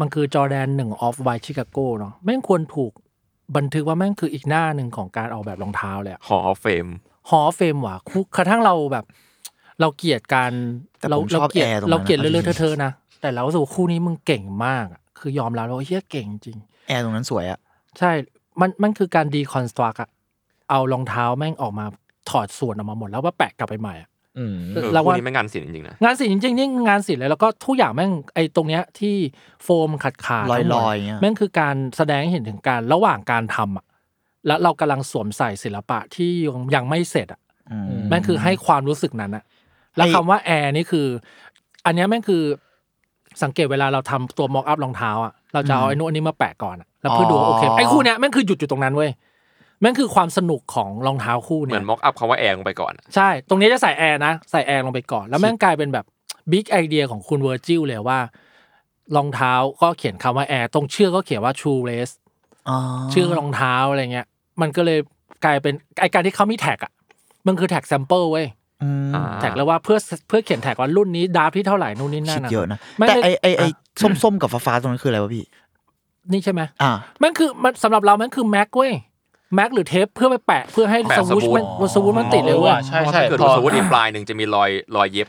Speaker 4: มันคือจอแดนหนึ่งออฟไวชิคาโกเนาะแม่งควรถูกบันทึกว่าแม่งคืออีกหน้าหนึ่งของการออกแบบรองเท้าเลย
Speaker 3: หอเฟม
Speaker 4: ฮอเฟมว่ะคู่กระทั่งเราแบบ เราเกลียดการ
Speaker 5: แต่
Speaker 4: เรา
Speaker 5: ผมช
Speaker 4: เรา
Speaker 5: อบ
Speaker 4: เกลียด
Speaker 5: แอร์ตรงนั้น
Speaker 4: เราเกลียด
Speaker 5: นะ
Speaker 4: เลื่อย
Speaker 5: จริง
Speaker 4: ๆ
Speaker 5: ๆ
Speaker 4: เธอะๆนะ แต่เรารู้สูคู่นี้มึงเก่งมากอะคือยอมรับแล้วว่าเฮียเก่งจริง
Speaker 5: แอร์ตรงนั้นสวยอ่ะ
Speaker 4: ใช่ มันมันคือการดีคอนสตรักอะเอารองเท้าแม่งออกมาถอดส่วนออกมาหมดแล้วว่าแปะกลับไปใหม่อะ
Speaker 2: อืม
Speaker 3: เออ
Speaker 4: เรา
Speaker 3: พว
Speaker 4: ว่า
Speaker 3: กนี้ไม่งานศิลป์จริงๆนะ
Speaker 4: งานศิลป์จริงๆนี่งานศิลป์เลยแล้วก็ทุกอย่างแม่งไอ้ตรงเนี้ยที่โฟมขัดขาด
Speaker 5: ลอย
Speaker 4: ทั้งหม
Speaker 5: ล
Speaker 4: ด
Speaker 5: อยางเงี้ย
Speaker 4: แม่งคือการแสดงให้เห็นถึงการระหว่างการทำอ่ะแล้วเรากำลังสวมใส่ศิลปะที่ยังยังไม่เสร็จอ่ะ
Speaker 5: อืม
Speaker 4: แม่งคือให้ความรู้สึกนั้นอ่ะแล้ว
Speaker 5: ไอ้
Speaker 4: คำว่าแอร์นี่คือ อันเนี้ยแม่งคือสังเกตเวลาเราทำตัวมอกอัพรองเท้าอ่ะเราจะเอาไอ้นู่นอันนี้มาแปะก่อนอะแล้วเพื่อดูว่าโอเคไหมไอ้คู่เนี้ยแม่งคือหยุดอยู่ตรงนั้นเว้ยแม่งคือความสนุกของรองเท้าคู่
Speaker 3: เห
Speaker 4: เนี่
Speaker 3: มื
Speaker 4: ย
Speaker 3: อนม็อกอัพคำว่าแอร์ลงไปก่อนอะ
Speaker 4: ใช่ ตรงนี้จะใส่แอร์นะ ใส่แอร์ลงไปก่อน แล้วแม่งกลายเป็นแบบบิ๊กไอเดียของคุณเวอร์จิลเลยว่ารองเท้าก็เขียนคำว่าแอร์ ตรงเชือกก็เขียนว่า True Race
Speaker 5: อ๋อ
Speaker 4: ชื่อรองเท้าอะไรเงี้ย มันก็เลยกลายเป็นไอการที่เขามีแท็กอ่ะ มันคือแท็กแซมเปิลเว้ย
Speaker 5: อืม
Speaker 3: อ่า
Speaker 4: แท็กแล้วว่าเพื่อเพื่อเขียนแท็กว่ารุ่นนี้ดราฟที่เท่าไหร่นู่นนี่นั่
Speaker 5: คิด
Speaker 4: นนะ
Speaker 5: เยอะนะ
Speaker 4: ไม่
Speaker 5: แต่
Speaker 4: ได้
Speaker 5: ไอไอไอ
Speaker 4: อ่ะ
Speaker 5: ส้มส้มๆกับฟ้าฟ้าๆตรงนั้นคืออะไรวะพี่
Speaker 4: นี่ใช่ไหม
Speaker 5: อ่า
Speaker 4: มันคือมันสำหรับเรามันคือแม็กเว้ยแม็กหรือเทปเพื่อไปแปะเพื่อให้สวูชมันสวูชมันติดเลยเว้ย
Speaker 2: ใช่ใช่
Speaker 3: ถ้าเกิด
Speaker 2: พ
Speaker 3: ดู
Speaker 2: อ
Speaker 3: สมมติอีกปลายหนึ่งจะมีรอยรอยเย็บ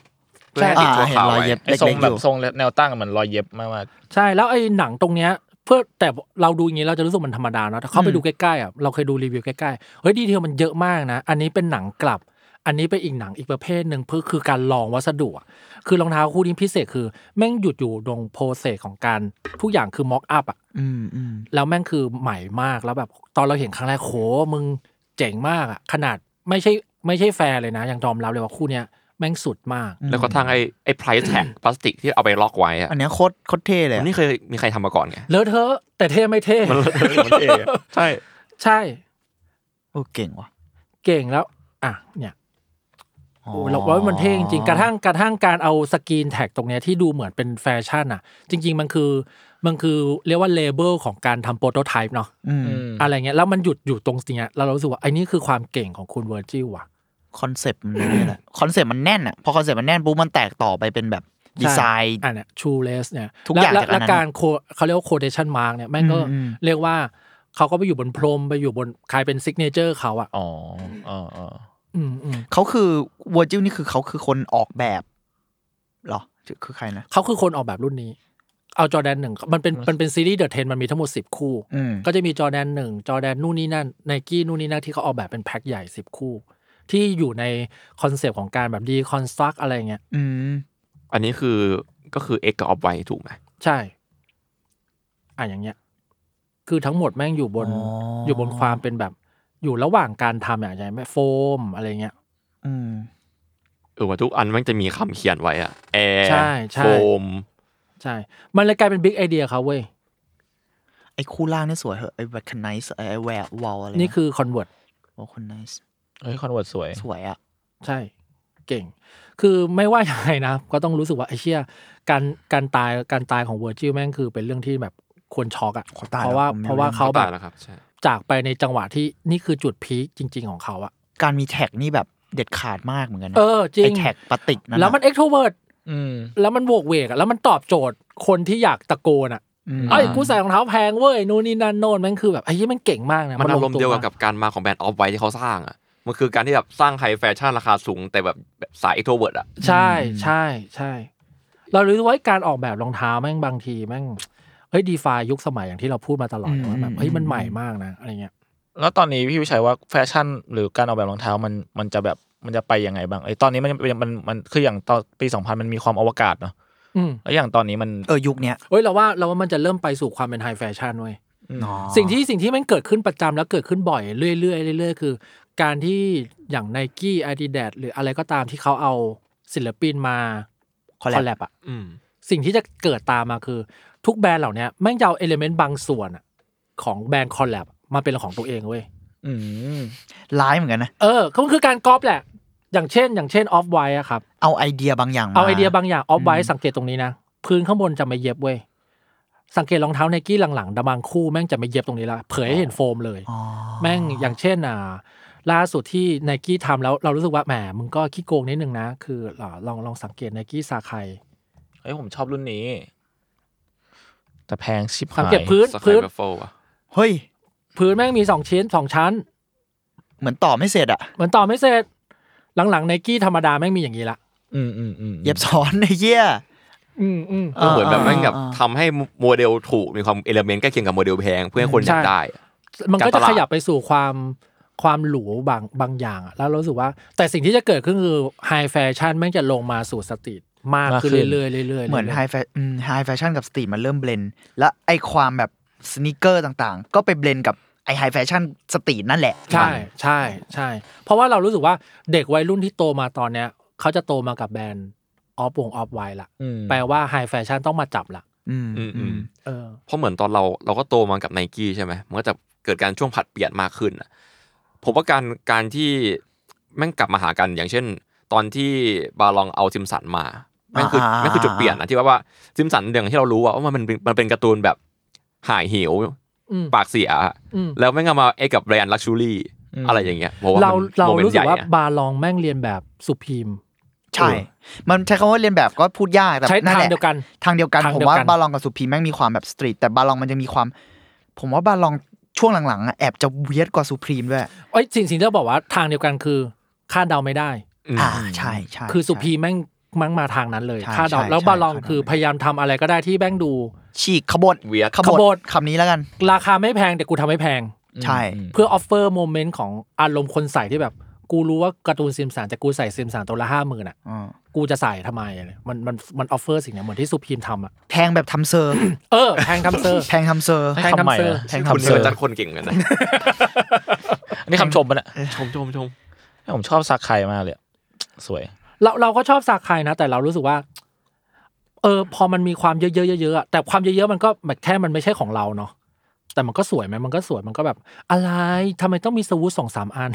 Speaker 3: เพื่อให้
Speaker 5: ใช่
Speaker 3: ติดตัว
Speaker 5: อ่าเห็น
Speaker 3: ขาว
Speaker 5: รอย
Speaker 3: ไว้
Speaker 5: เย็บ
Speaker 2: ไอ้ทรงแบ
Speaker 5: เล็กๆอยู่
Speaker 2: บทรงแนวตั้งอะมันรอยเย็บมาก
Speaker 4: ใช่แล้วไอ้หนังตรงเนี้ยเพื่อแต่เราดูอย่างนี้เราจะรู้สึกมันธรรมดาเนาะแต่เข้าไปดูใกล้ๆอ่ะเราเคยดูรีวิวใกล้ๆเฮ้ยดีเทลมันเยอะมากนะ อันนี้เป็นหนังกลับ อันนี้เป็นอีกหนังอีกประเภทหนึ่งเพื่อคือการลองวัสดุอะคือรองเท้าคู่นี้พิเศษคือแม่งหยุดอยู่ตรงโปรเซสของการทุกอย่างคือม็อกอัพอ่ะ
Speaker 5: อืมอืม
Speaker 4: แล้วแม่งคือใหม่มากแล้วแบบตอนเราเห็นครั้งแรกโหมึงเจ๋งมากอ่ะขนาดไม่ใช่ไม่ใช่แฟร์เลยนะยังยอมรับเลยว่าคู่เนี้ยแม่งสุดมาก
Speaker 3: แล้วก็ทางไอ้ไอ้ price tag พลาสติกที่เอาไปล็อกไว้อะ
Speaker 5: อันเนี้ยโคตรโคตรเท่เลย
Speaker 3: มั
Speaker 5: อะ
Speaker 3: นไม่เคยมีใครทำมาก่อนไง
Speaker 4: เลอะเทอะแต่เท่ไม่เท่
Speaker 3: ใช่
Speaker 4: ใช่
Speaker 5: โอ้เก่งว่ะ
Speaker 4: เก่งแล้วอ่ะเนี่ย
Speaker 5: อ๋อ
Speaker 4: โอ้ยเราว่ามันเท่จริงๆกระทั่งกระทั่งการเอาสกรีนแท็กตรงเนี้ยที่ดูเหมือนเป็นแฟชั่นอ่ะ จริง ๆ มันคือมันคือเรียกว่าเลเบลของการทำโปรโตไทป์เนาะ
Speaker 5: อืม
Speaker 2: ๆ
Speaker 4: อะไรเงี้ยแล้วมันหยุดอยู่ตรงเนี้ยแล้วเรารู้สึกว่าไอ้นี่คือความเก่งของคุณเวอร์จิลว่ะ
Speaker 5: คอนเซปต์มันนี่แหละคอนเซปต์มันแน่นอ่ะพอคอนเซปต์มันแน่นปุ๊บมันแตกต่อไปเป็นแบบดีไซน์
Speaker 4: อันเนี้ยชูเลสเนี่ย
Speaker 5: ทุกอย่าง
Speaker 4: และ
Speaker 5: จากอัน
Speaker 4: และ
Speaker 5: นั้น
Speaker 4: และการโคเขาเรียกว่าโคเดชันมาร์กเนี่ยแม่งก็
Speaker 5: อืมอืม
Speaker 4: เรียกว่าเขาก็ไปอยู่บนพรมไปอยู่บนใครเป็นซิกเนเจอร์เขาอ่ะ
Speaker 2: อ๋ออ๋ออ๋อ
Speaker 4: อืมอืม
Speaker 5: เขาคือวอร์จิลนี่คือเขาคือคนออกแบบเหรอคือคือใครนะ
Speaker 4: เขาคือคนออกแบบรุ่นนี้ เอาจอแดนหนึ่งมันเป็นมันเป็นซีรีส์เดอะเทนมันมีทั้งหมดสิบคู่
Speaker 5: อืม
Speaker 4: ก็จะมีจอแดนหนึ่งจอแดนนู่นนี่นั่นไนกี้นู่นนี่นั่นที่เขาออกแบบเป็นแพ็คใหญ่สิบคู่ ที่อยู่ในคอนเซปต์ของการแบบดีคอนสตรักอะไรเงี้ย
Speaker 5: อืม
Speaker 3: อันนี้คือก็คือ X กับ Off White ถูกไหม
Speaker 4: ใช่ อ่ะอย่างเงี้ย คือทั้งหมดแม่งอยู่บนอยู่บนความเป็นแบบอยู่ระหว่างการทำอย่างไรแม่โฟมอะไรเงี้ย
Speaker 5: อืม
Speaker 3: เออว่าทุกอันมันจะมีคำเขียนไว้อะแอร์
Speaker 4: ใช่ใช่
Speaker 3: โฟม
Speaker 4: ใช่ มันเลยกลายเป็นบิ๊กไอเดียเขาเว้ย
Speaker 5: ไอ้คู่ล่างนี่สวยเหอะไอ้แวคไนส์ไอ้แวร์วอลอะไร
Speaker 4: นี่คือคอนเวิร์ต
Speaker 5: วอลคนไนส์
Speaker 2: เฮ้ยคอนเวิร์ตสวย
Speaker 5: สวยอ่ะ
Speaker 4: ใช่ เก่ง คือไม่ว่ายังไงนะ ก็ต้องรู้สึกว่าไอ้เชี่ยการการตายการตายของเวอร์จิลแม่งคือเป็นเรื่องที่แบบควรช็อกอะ
Speaker 5: เขาตาย
Speaker 4: เพราะว่า
Speaker 5: แล้วผมไม่
Speaker 4: เพราะว่า
Speaker 5: รู้
Speaker 4: เขา
Speaker 3: ต
Speaker 4: แบ
Speaker 3: ย
Speaker 4: บ
Speaker 3: แล้วครับใช่
Speaker 4: จากไปในจังหวะที่นี่คือจุดพีคจริง ๆ ของเขาอะ
Speaker 5: การมีแท็กนี่แบบเด็ดขาดมากเหมือนกันนะ
Speaker 4: เออจริง
Speaker 5: ไอ้แท็กปฏิกนะ
Speaker 4: แล้วมันเอ็กโทเวิร์ด
Speaker 2: อืม
Speaker 4: แล้วมันโวกเวกอะแล้วมันตอบโจทย์คนที่อยากตะโกนอะ
Speaker 5: ม
Speaker 4: ไอ้ยกูใส่รองเท้าแพงเว้ยนู่นนี่นั่นโน่นแม่งคือแบบไอ้เชี่ยแม่งเก่งมากนะ
Speaker 3: มันอารม
Speaker 4: ง
Speaker 3: ณ์
Speaker 4: ตั
Speaker 3: เดียวกับการมาของแบรนด์ออฟไวที่เขาสร้างอ่ะมันคือการที่แบบสร้างไฮแฟชั่นราคาสูงแต่แบบแบบสายเอ็กโทเวิร์ดอ่ะ
Speaker 4: ใช่ใช่ใช่ เรารู้ว่าการออกแบบรองเท้าแม่งบางทีแม่งเฮ้ยดีฟายุคสมัยอย่างที่เราพูดมาตลอดว่าแบบเฮ้ยมันใหม่มากนะอะไรเงี้ย
Speaker 2: แล้วตอนนี้พี่วิชัยว่าแฟชั่นหรือการออกแบบรองเท้ามันมันจะแบบมันจะไปยังไงบ้างไอ้ยตอนนี้มันมันมันมันคืออย่างตอนปีสองพันมันมีความอวกาศเนาะ
Speaker 4: อืม
Speaker 2: แล้วอย่างตอนนี้มัน
Speaker 5: เออยุคเนี้ย
Speaker 4: เฮ้ยเราว่าเราว่ามันจะเริ่มไปสู่ความเป็นไฮแฟชั่นเว้ย
Speaker 5: อ๋อ
Speaker 4: สิ่งที่สิ่งที่มันเกิดขึ้นประจำแล้วเกิดขึ้นบ่อยเรื่อยๆเรื่อยๆคือ การที่อย่างไนกี้อาดิดาหรืออะไรก็ตามที่เขาเอาศิลปินมา
Speaker 5: คอลแลบ
Speaker 4: แบอะ
Speaker 3: อืม
Speaker 4: สิ่งที่จะเกิดตามมาคือ ทุกแบรนด์เหล่าเนี้ยแม่งจะเอาเอลิเมนต์บางส่วนอะของแบรนด์คอลแลบมาเป็นของตัวเองเว้ย
Speaker 2: อืม
Speaker 5: ร้ายเหมือนกันนะ
Speaker 4: เออก็มันคือการก๊อปแหละ อย่างเช่น อย่างเช่นออฟไวอะครับ
Speaker 5: เอาไอเดียบางอย่างมา
Speaker 4: เอาไอเดียบางอย่างออฟไวสังเกตตรงนี้นะ พื้นข้างบนจะไม่เย็บเว้ย สังเกตรองเท้าไนกี้หลังๆดะบางคู่แม่งจะไม่เย็บตรงนี้ละเผยให้เห็นโฟมเลย
Speaker 5: อ๋อ
Speaker 4: แม่งอย่างเช่นอ่าล่าสุดที่ไนกี้ทำแล้วเรารู้สึกว่าแหมมึงก็ขี้โกงนิดนึงนะ คือลองลองลองสังเกตไนกี้ซาไค
Speaker 2: เฮ้ยผมชอบรุ่นนี้ แต่แพงชิบหาย
Speaker 4: สังเกตพื้น
Speaker 3: สกาย
Speaker 4: พื้น
Speaker 3: เบฟโฟอ่ะ
Speaker 5: เฮ้ย
Speaker 4: พื้นแม่งมีสองชิ้นสองชั้น
Speaker 5: เหมือนต่อไม่เสร็จอะ
Speaker 4: เหมือนต่อไม่เสร็จหลังๆไนกี้ธรรมดาแม่งมีอย่างนี้ละ
Speaker 2: อืมอืมอืม
Speaker 5: เย็บซ้อนไอ้เหี้ย [laughs]
Speaker 4: อืมอืม
Speaker 3: ก็เหมือนแบบแม่งแบบ
Speaker 5: อ่า
Speaker 3: ทำให้โมเดลถูกมีความเอลเมนต์ใกล้เคียงกับโมเดลแพงเพื่อให้คนอยาก
Speaker 4: ใช่
Speaker 3: ได้
Speaker 4: มันก็
Speaker 3: การต
Speaker 4: จะ
Speaker 3: ลาด
Speaker 4: ขยับไปสู่ความความหรูบางบางอย่างอะแล้วเรารู้สึกว่า แต่สิ่งที่จะเกิดขึ้นคือไฮแฟชั่นแม่งจะลงมาสู่สตรีทมากขึ้นเรื่อยๆเรื่อยๆ
Speaker 5: เหมือนไฮ
Speaker 4: รื่ย
Speaker 5: แฟไฮแฟชั่นกับสตรีทมันเริ่มเบลนและไอความแบบสนิเกอร์ต่างๆ ก็ไปเบลนกับไอไฮแฟชั่นสตรีทนั่นแหละ
Speaker 4: ๆใช่ใช่ใช่ เพราะว่าเรารู้สึกว่าเด็กวัยรุ่นที่โตมาตอนเนี้ยเขาจะโตมากับแบรนด์ออฟวงออฟไวละ
Speaker 2: อืม
Speaker 4: แปลว่าไฮแฟชั่นต้องมาจับละ
Speaker 5: อืม
Speaker 3: อืมอืม
Speaker 4: เออ
Speaker 3: เพราะเหมือนตอนเราเราก็โตมากับไนกี้ใช่ไหมมันก็จะเกิดการช่วงผลัดเปลี่ยนมากขึ้นน่ะผมว่าการการที่แม่งกลับมาหากันอย่างเช่น ตอนที่บาลองเอาซิมสันมาแม่งคืออา แม่งคือจุดเปลี่ยนนะที่ว่าว่าซิมสันอย่างที่เรารู้ว่าว่ามันเป็นมันเป็นการ์ตูนแบบหายหิว
Speaker 4: อืม
Speaker 3: ปากเสีย
Speaker 4: อืม
Speaker 3: แล้วแม่งเอามาเอกกับแบรนด์ลักชูรี่อะไรอย่างเงี้ยผมว่า
Speaker 4: เรา
Speaker 3: มัน
Speaker 4: เรา
Speaker 3: โมมนต์
Speaker 4: รู้สึกว่า
Speaker 3: ใหญ่นะ
Speaker 4: บาลองแม่งเรียนแบบสุพีม
Speaker 5: ใช่ มันใช้คำว่าเรียนแบบก็พูดยากแต่
Speaker 4: ใช้
Speaker 5: นั่น
Speaker 4: ทาง
Speaker 5: แหละ
Speaker 4: เดียวกัน
Speaker 5: ทางเดียวกัน
Speaker 4: ทาง
Speaker 5: ผม
Speaker 4: เดียว
Speaker 5: ว่า
Speaker 4: กัน
Speaker 5: บาลองกับสุพีแม่งมีความแบบสตรีทแต่บาลองมันจะมีความ ผมว่าบาลองช่วงหลังๆอะแอบจะเวียดกว่าสุพรีมด้วย
Speaker 4: ไอ้ยสิ่งสิ่งที่เราบอกว่าทางเดียวกันคือคาดเดาไม่ได้
Speaker 3: อืม
Speaker 5: อ่าใช่ใช่
Speaker 4: คือสุพีแม่งมังมาทางนั้นเลย
Speaker 5: ใช่
Speaker 4: คาดเดา
Speaker 5: ใช่
Speaker 4: แล้ว
Speaker 5: ใช่
Speaker 4: บาลอง
Speaker 5: คาดเดา
Speaker 4: คือพยายามทำอะไรก็ได้ที่แม่งดู
Speaker 5: ฉีกขบฏ
Speaker 3: เวียด
Speaker 5: ขบ
Speaker 4: ขบ
Speaker 5: ฏ
Speaker 4: ฏ
Speaker 5: คำนี้แล้วกัน
Speaker 4: ราคาไม่แพงแต่กูทำให้แพง
Speaker 5: ใช่
Speaker 2: ม
Speaker 4: เพื่อออฟเฟอร์โมเมนต์ของอารมณ์คนใส่ที่แบบ กูรู้ว่าการ์ตูนซิมสันแต่กูใส่ซิมสันตัวละห้าหมื่นอ่ะ
Speaker 5: อ่า
Speaker 4: กูจะใส่ทำไมอะไรมันมันมันออฟเฟอร์สิ่งเนี้ยเหมือนที่สุพีมทำอ่ะ
Speaker 5: แทงแบบทำเซอร์
Speaker 4: เออแพงทำเซอร์
Speaker 5: แทงทำเซอร์
Speaker 2: ให้คำใหม่นะ
Speaker 4: แทง
Speaker 3: คุณ
Speaker 2: คำ
Speaker 3: นี่
Speaker 2: เสริ
Speaker 3: ก็
Speaker 2: ม
Speaker 3: จัดคนเก่งเหมือนกันนะ
Speaker 2: อันนี้คำชมมันอะ
Speaker 3: ชมชมชม
Speaker 2: ผมชอบซากไคมากเลยอะสวย
Speaker 4: [laughs] เราเราก็ชอบซากไคนะ แต่เรารู้สึกว่า เออ พอมันมีความเยอะๆเยอะๆอะแต่ความเยอะๆมันก็แบบแค่มันไม่ใช่ของเราเนาะแต่มันก็สวยไหมมันก็สวยมันก็แบบ อะไรทำไมต้องมีสวูทสองสามอัน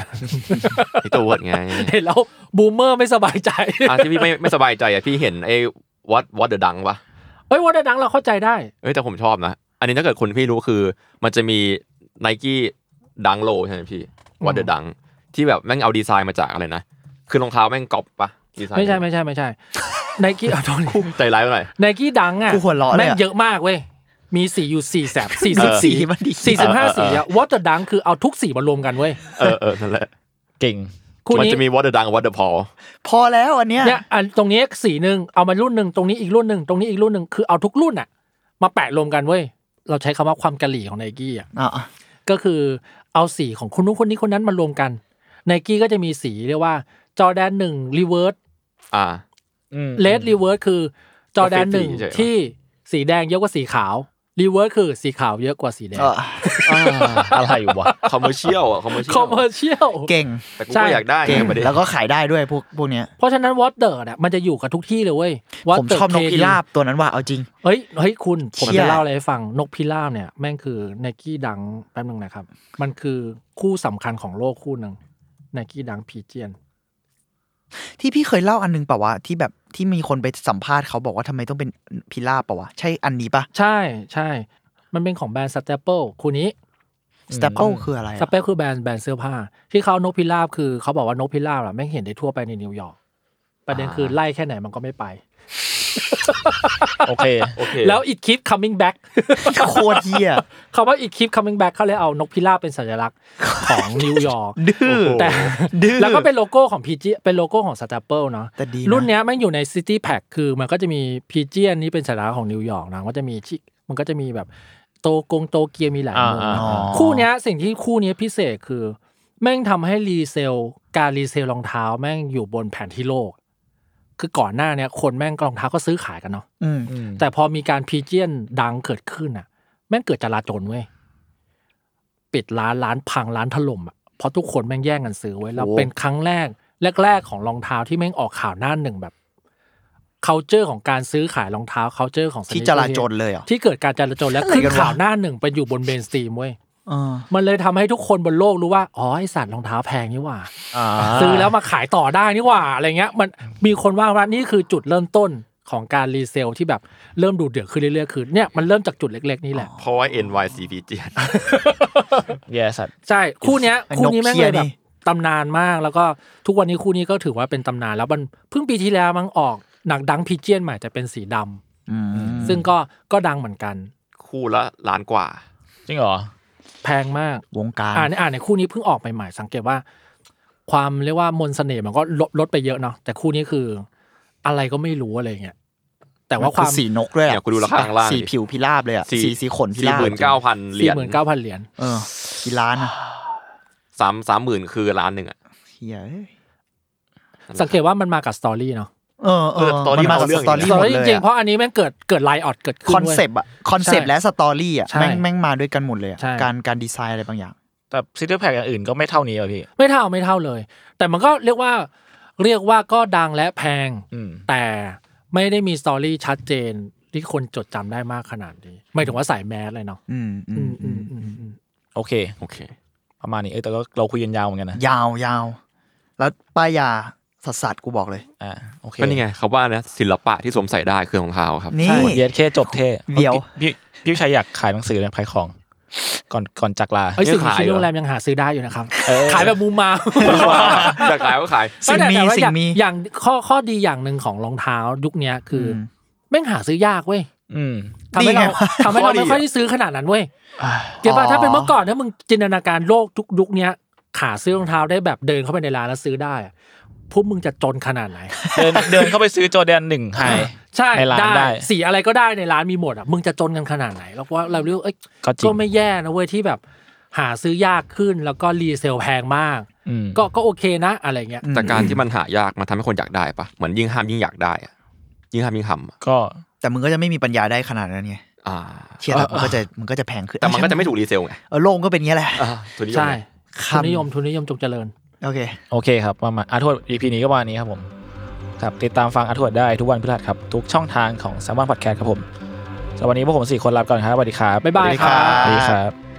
Speaker 3: ไอตัวเวิร์ดไง
Speaker 4: เห็นแล้วบูมเมอร์ไม่สบายใจ
Speaker 3: อ่ะที่พี่ไม่ไม่สบายใจอ่ะพี่เห็นไอ้วัดวัดเดอะดังปะ
Speaker 4: เอ้ยว่าดังเราเข้าใจได้
Speaker 3: เอ้ยแต่ผมชอบนะ อันนี้ถ้าเกิดคนพี่รู้คือ มันจะมีไนกี้ดังโลใช่ไหมพี่วัดเดอะดังที่แบบแม่งเอาดีไซน์มาจากอะไรนะ คือรองเท้าแม่งกรอบปะดีไซน์
Speaker 4: ไม่ใช่ไม่ใช่ไม่ใช่ไนกี้เอาตรงนี้
Speaker 3: ใจร้ายไปหน่อย
Speaker 4: ไนกี้ดังอ่ะ
Speaker 5: กูหัวเราะเลยอะ
Speaker 4: แม่งเยอะมากเว้ย มีสีอยู่สี่แสบสี่สิบ
Speaker 5: สี
Speaker 4: สี่
Speaker 5: มันดี
Speaker 4: สี่สิบห้า
Speaker 3: เออเออ
Speaker 4: สีอะวอเตอร์ดังคือเอาทุกสีมารวมกันเว้ย
Speaker 3: เออเออนั่นแหละ
Speaker 2: เก่ง
Speaker 4: คู่
Speaker 3: มัน
Speaker 4: นี้
Speaker 3: จะมีวัดเดอะดังวัดเดอะพอ
Speaker 5: พอแล้วอันเนี้ย
Speaker 4: เนี่ยอันตรงนี้สีหนึ่งเอามารุ่นหนึ่งตรงนี้อีกรุ่นหนึ่งตรงนี้อีกรุ่นหนึ่งคือเอาทุกรุ่นอ่ะ มาแปะรวมกันเว้ยเราใช้คำว่าความกะหรี่ของไนกี้อ่ะ
Speaker 5: อ่ะ
Speaker 4: ก็คือเอาสีของคนนู้นคนนี้คนนั้นมารวมกันไนกี้ก็จะมีสีเรียกว่าจอแดนหนึ่งรีเวิร์ส
Speaker 3: อ่า
Speaker 4: เลดรีเวิร์สคือจอแดนหนึ่ง
Speaker 3: ก็ 50
Speaker 4: ที่สีแดงเยอะกว่าสีขาวรีเวิร์สคือสีขาวเยอะกว่าสีแดง
Speaker 5: เออ
Speaker 2: อะไรวะ
Speaker 3: คอมเมอร์เชียลอ่ะคอมเมอร์เชียล
Speaker 4: คอมเมอร์เชียล
Speaker 5: เก่ง
Speaker 3: แต่กู
Speaker 4: ใช่
Speaker 3: ก็อยากได้
Speaker 5: เก่ง
Speaker 3: ไงประเด็น
Speaker 5: แล้วก็ขายได้ด้วยพวกพวกเนี้ย
Speaker 4: เพราะฉะนั้นวอตเตอร์เนี่ยมันจะอยู่กับทุกที่เลยเว้ยวอต
Speaker 5: ผม
Speaker 4: เตอร์
Speaker 5: ชอบนกพิราบตัวนั้นว่ะเอาจริง
Speaker 4: เฮ้ยเฮ้ยคุณผม
Speaker 5: เชี่ย
Speaker 4: จะเล่าอะไรให้ฟังนกพิราบเนี่ยแม่งคือไนกี้ดังแป๊บนึงนะครับ มันคือคู่สำคัญของโลกคู่หนึ่งไนกี้ดังพีเจียน
Speaker 5: ที่พี่เคยเล่าอันนึงป่าวะที่แบบที่มีคนไปสัมภาษณ์เขาบอกว่าทำไมต้องเป็นพิล่าป่าวะใช่อันนี้ปะ
Speaker 4: ใช่ใช่ มันเป็นของแบรนด์สเตปเปิลคู่นี้
Speaker 5: สเตปเปิลคืออะไร
Speaker 4: สเปคคือแบรนด์แบรนด์เสื้อผ้า ที่เขาเอานกพิราบคือเขาบอกว่านกพิราบอะไม่งเห็นได้ทั่วไปในนิวยอร์กประเด็นคือไล่แค่ไหนมันก็ไม่ไป
Speaker 2: โอเค
Speaker 3: โอเค
Speaker 4: แล้วอีกคลิป coming back
Speaker 5: โคตรเหี้ย
Speaker 4: [laughs] คำว่าอีกคลิป coming back เขาเลยเอานกพิราบเป็นสัญลักษณ์ของนิวยอร์ก
Speaker 5: ดื้อ
Speaker 4: แต่
Speaker 5: ดื้อ
Speaker 4: แล้วก็เป็นโลโก้ของพีจีเป็นโลโก้ของสแตปเปิลเนาะ
Speaker 5: แต่ดีะ
Speaker 4: รุ่นเนี้ยแมันอยู่ใน City Pack คือมันก็จะมีพีเจียนนี้เป็นสัญลักษณ์ของนิวยอร์กนะก็จะมีชิมันก็จะมีแบบโตกงโตเกียวมีหลายเมือง
Speaker 2: อ่า
Speaker 5: อ๋อ
Speaker 4: คู่เนี้ยสิ่งที่คู่เนี้ยพิเศษคือ แม่งทำให้รีเซล การรีเซลรองเท้าแม่งอยู่บนแผนที่โลก คือก่อนหน้าเนี้ยคนแม่งรองเท้าก็ซื้อขายกันเนาะ
Speaker 5: อืม
Speaker 4: แต่พอมีการพีเจียนดังเกิดขึ้นอ่ะ แม่งเกิดจลาจลเว้ยปิดร้านร้านพังร้านถล่มอ่ะเพราะทุกคนแม่งแย่งกันซื้อไว้ยแล้วเป็นครั้งแรก แรก ๆ ของรองเท้าที่แม่งออกข่าวหน้าหนึ่งแบบเคาเจอร์ของการซื้อขายรองเท้าเคาเจอร์ของ
Speaker 5: ที่
Speaker 4: sneaker
Speaker 5: จราจรเลยเหรอ
Speaker 4: ที่เกิดการจลาจลและ
Speaker 5: อะไร
Speaker 4: ขึ้น
Speaker 5: กันวะ
Speaker 4: ข่าวหน้าหนึ่งไปอยู่บนเบนสตรีมเว้ย
Speaker 5: อ่า
Speaker 4: มันเลยทำให้ทุกคนบนโลกรู้ว่า อ๋อ ไอสัตว์รองเท้าแพงนี่หว่า
Speaker 2: อ่า
Speaker 4: ซื้อแล้วมาขายต่อได้นี่หว่า อะไรเงี้ย มันมีคนว่าว่านี่คือจุดเริ่มต้นของการรีเซลที่แบบเริ่มดูเดือดขึ้นเรื่อยๆ คือเนี่ยมันเริ่มจากจุดเล็กๆ นี่แหละ
Speaker 3: เพราะว่า NYCP เจียน
Speaker 2: แย่สัตว์
Speaker 4: ใช่ คู่เนี้ยคู่นี้แม่งเลย
Speaker 5: ไอ้นก
Speaker 4: แบบ
Speaker 5: เหี้ยนี่
Speaker 4: ตำนานมากแล้วก็ทุกวันนี้คู่นี้ก็ถือว่าเป็นตำนานแล้วมันเพิ่งปีที่แล้วมั้งออกหนังดังพิเจียนใหม่จะเป็นสีดำ
Speaker 5: อืม
Speaker 4: ซึ่งก็ก็ดังเหมือนกัน
Speaker 3: คู่ละล้านกว่า
Speaker 2: จริงเหรอ
Speaker 4: แพงมาก
Speaker 5: วงการ
Speaker 4: อ่านอ่านในคู่นี้เพิ่งออกใหม่ๆ สังเกตว่า ความเรียกว่ามนสเสน่ห์มันก็ลดลดไปเยอะเนาะแต่คู่นี้คืออะไรก็ไม่รู้อะไรเงี้ยแต่ว่าความ
Speaker 5: นอสีนกด้วยอะ
Speaker 3: เนี่ยกูดูราคาข้างล่างดิ
Speaker 5: สีผิวพิราบเลยอะสีสีขนพิ
Speaker 3: สี่
Speaker 5: ราบ
Speaker 3: หมื่นเก้าพันเหรี
Speaker 4: สี่
Speaker 3: ยญ
Speaker 4: หมื่นเก้าพันเหรียญ
Speaker 5: เออกี่ล้านอะ
Speaker 3: สามสามหมื่นคือล้านหนึ่งอ่ะ
Speaker 5: เหี้ยเอ้ย
Speaker 4: สังเกตว่ามันมากับสตอรี่เนาะ
Speaker 5: เออเออมันมากับสตอรี่ห
Speaker 4: สต
Speaker 5: ม
Speaker 4: อ
Speaker 5: ด
Speaker 4: รี่จ
Speaker 5: เลย
Speaker 4: ริงๆ
Speaker 5: อะ
Speaker 4: เพราะอันนี้แม่งเกิดเกิดไลออดเกิดขึ้น
Speaker 5: คอน
Speaker 4: ว้ย
Speaker 5: เซปต์อะคอนเซป
Speaker 4: ใช่
Speaker 5: ต์และสตอรี่อะ
Speaker 4: ใช่
Speaker 5: แม่งแม่งมาด้วยกันหมดเลยอะ
Speaker 4: ใช่
Speaker 5: การการดีไซน์อะไรบางอย่าง
Speaker 2: แต่ซิตี้แพคอย่างอื่นก็ไม่เท่านี้อ่ะพี่
Speaker 4: ไม่เท่าไม่เท่าเลย แต่มันก็เรียกว่าเรียกว่าก็ดังและแพง
Speaker 2: อืม
Speaker 4: แต่ไม่ได้มีสตอรี่ชัดเจนที่คนจดจำได้มากขนาดนี้ไม่ถึงว่าใส่แมสเลยเนาะ
Speaker 5: อืมอื
Speaker 4: อื
Speaker 5: ม
Speaker 4: มอืมอืมอืม
Speaker 2: โอเค
Speaker 3: โอเค
Speaker 2: ประมาณนี้เออแต่ก็เราคุยกันยาวเหมือนกันนะ
Speaker 5: ยาวยาวแล้วป้ายยาสัสสัสๆกูบอกเลย
Speaker 2: อ่าโอเค
Speaker 3: ก็นี่ไงเขาว่านะศิลปะที่สวมใส่ได้คือรองเท้าครับ [laughs]
Speaker 5: นี่
Speaker 2: ใช่เย็ดแค่จบเท่
Speaker 5: เดี๋ยว
Speaker 2: พี่พี่ชัยอยากขายหนังสือไหมขายของ ก่อนก่อนจากลา
Speaker 4: เอ้ย
Speaker 3: นี่
Speaker 4: สิ่ง
Speaker 3: ขายเห
Speaker 4: ที่
Speaker 3: รอ
Speaker 4: โรงแรมยังหาซื้อได้อยู่นะครับ
Speaker 2: เออ
Speaker 4: ขายแบบมูมาม
Speaker 3: จะขายก็ขาย
Speaker 5: สิ่งมี
Speaker 4: แต่ว่า
Speaker 5: สิ่
Speaker 4: อย่าง
Speaker 5: งมี
Speaker 4: อย่างข้อข้อดีอย่างหนึ่งของรองเท้ายุคเนี้ยคืออ
Speaker 5: ม
Speaker 4: แม่งหาซื้อยากเว้ย
Speaker 2: อืม
Speaker 4: ทำให้เรา
Speaker 5: ดีไงวะ
Speaker 4: ทำให้
Speaker 3: ข้
Speaker 4: เรา
Speaker 3: อดี
Speaker 4: ไม่ค่อยได้ซื้อขนาดนั้นเว้ยเก็บ
Speaker 5: อ๋
Speaker 4: ป่ะ
Speaker 5: อ
Speaker 4: ถ้าเป็นเมื่อก่อนถ้ามึงจินตนาการโลกทุกยุคเนี้ยขาซื้อรองเท้าได้แบบเดินเข้าไปในร้านแล้วซื้อได้อะพวกมึงจะจนขนาดไหน
Speaker 2: เดินเดินเข้าไปซื้อจอแดนหนึ่งไฮ
Speaker 4: ใช่
Speaker 2: ในร้านได้
Speaker 4: สีอะไรก็ได้ในร้านมีหมดอ่ะมึงจะจนกันขนาดไหนแล้วว่าเราเรียกว่าเอ้ย
Speaker 2: ก็จริ
Speaker 4: ก็
Speaker 2: ง
Speaker 4: ไม่แย่นะเว้ยที่แบบหาซื้อยากขึ้นแล้วก็รีเซลแพงมาก
Speaker 2: อืม
Speaker 4: ก็ก็โอเคนะอะไรเงี้ย
Speaker 3: จากการที่มันหายากมันทำให้คนอยากได้ปะเหมือนยิ่งห้ามยิ่งอยากได้อะยิ่งห้ามยิ่งทำอะ
Speaker 2: ก็
Speaker 5: แต่มึงก็จะไม่มีปัญญาได้ขนาดนั้นไง
Speaker 3: อ่า
Speaker 5: เชียร์แล้วมันก็จะมันก็จะแพงขึ้น
Speaker 3: แต่มันก็จะไม่ถูกรีเซลไง
Speaker 5: เออโลกก็เป็นอย่างเงี้ยแหละ
Speaker 3: อ่าทุนนิยม
Speaker 4: ใช่
Speaker 3: ไง
Speaker 4: ทุ
Speaker 5: คำ
Speaker 4: นนิยมทุนนิยมจงเจริญ
Speaker 5: โอเค
Speaker 2: โอเคครับประมาณอาทวด EP นี้ก็ประมาณนี้ครับผม ครับติดตามฟังอาทวดได้ทุกวันพฤหัสครับ ทุกช่องทางของ s ซมมอนพอดแคสต์ครับผมสำหรับวันนี้พวกผมสี่คนลาไปก่อนครับสวัสดีครับ
Speaker 4: บ๊ายบาย
Speaker 2: สวัสดีครับ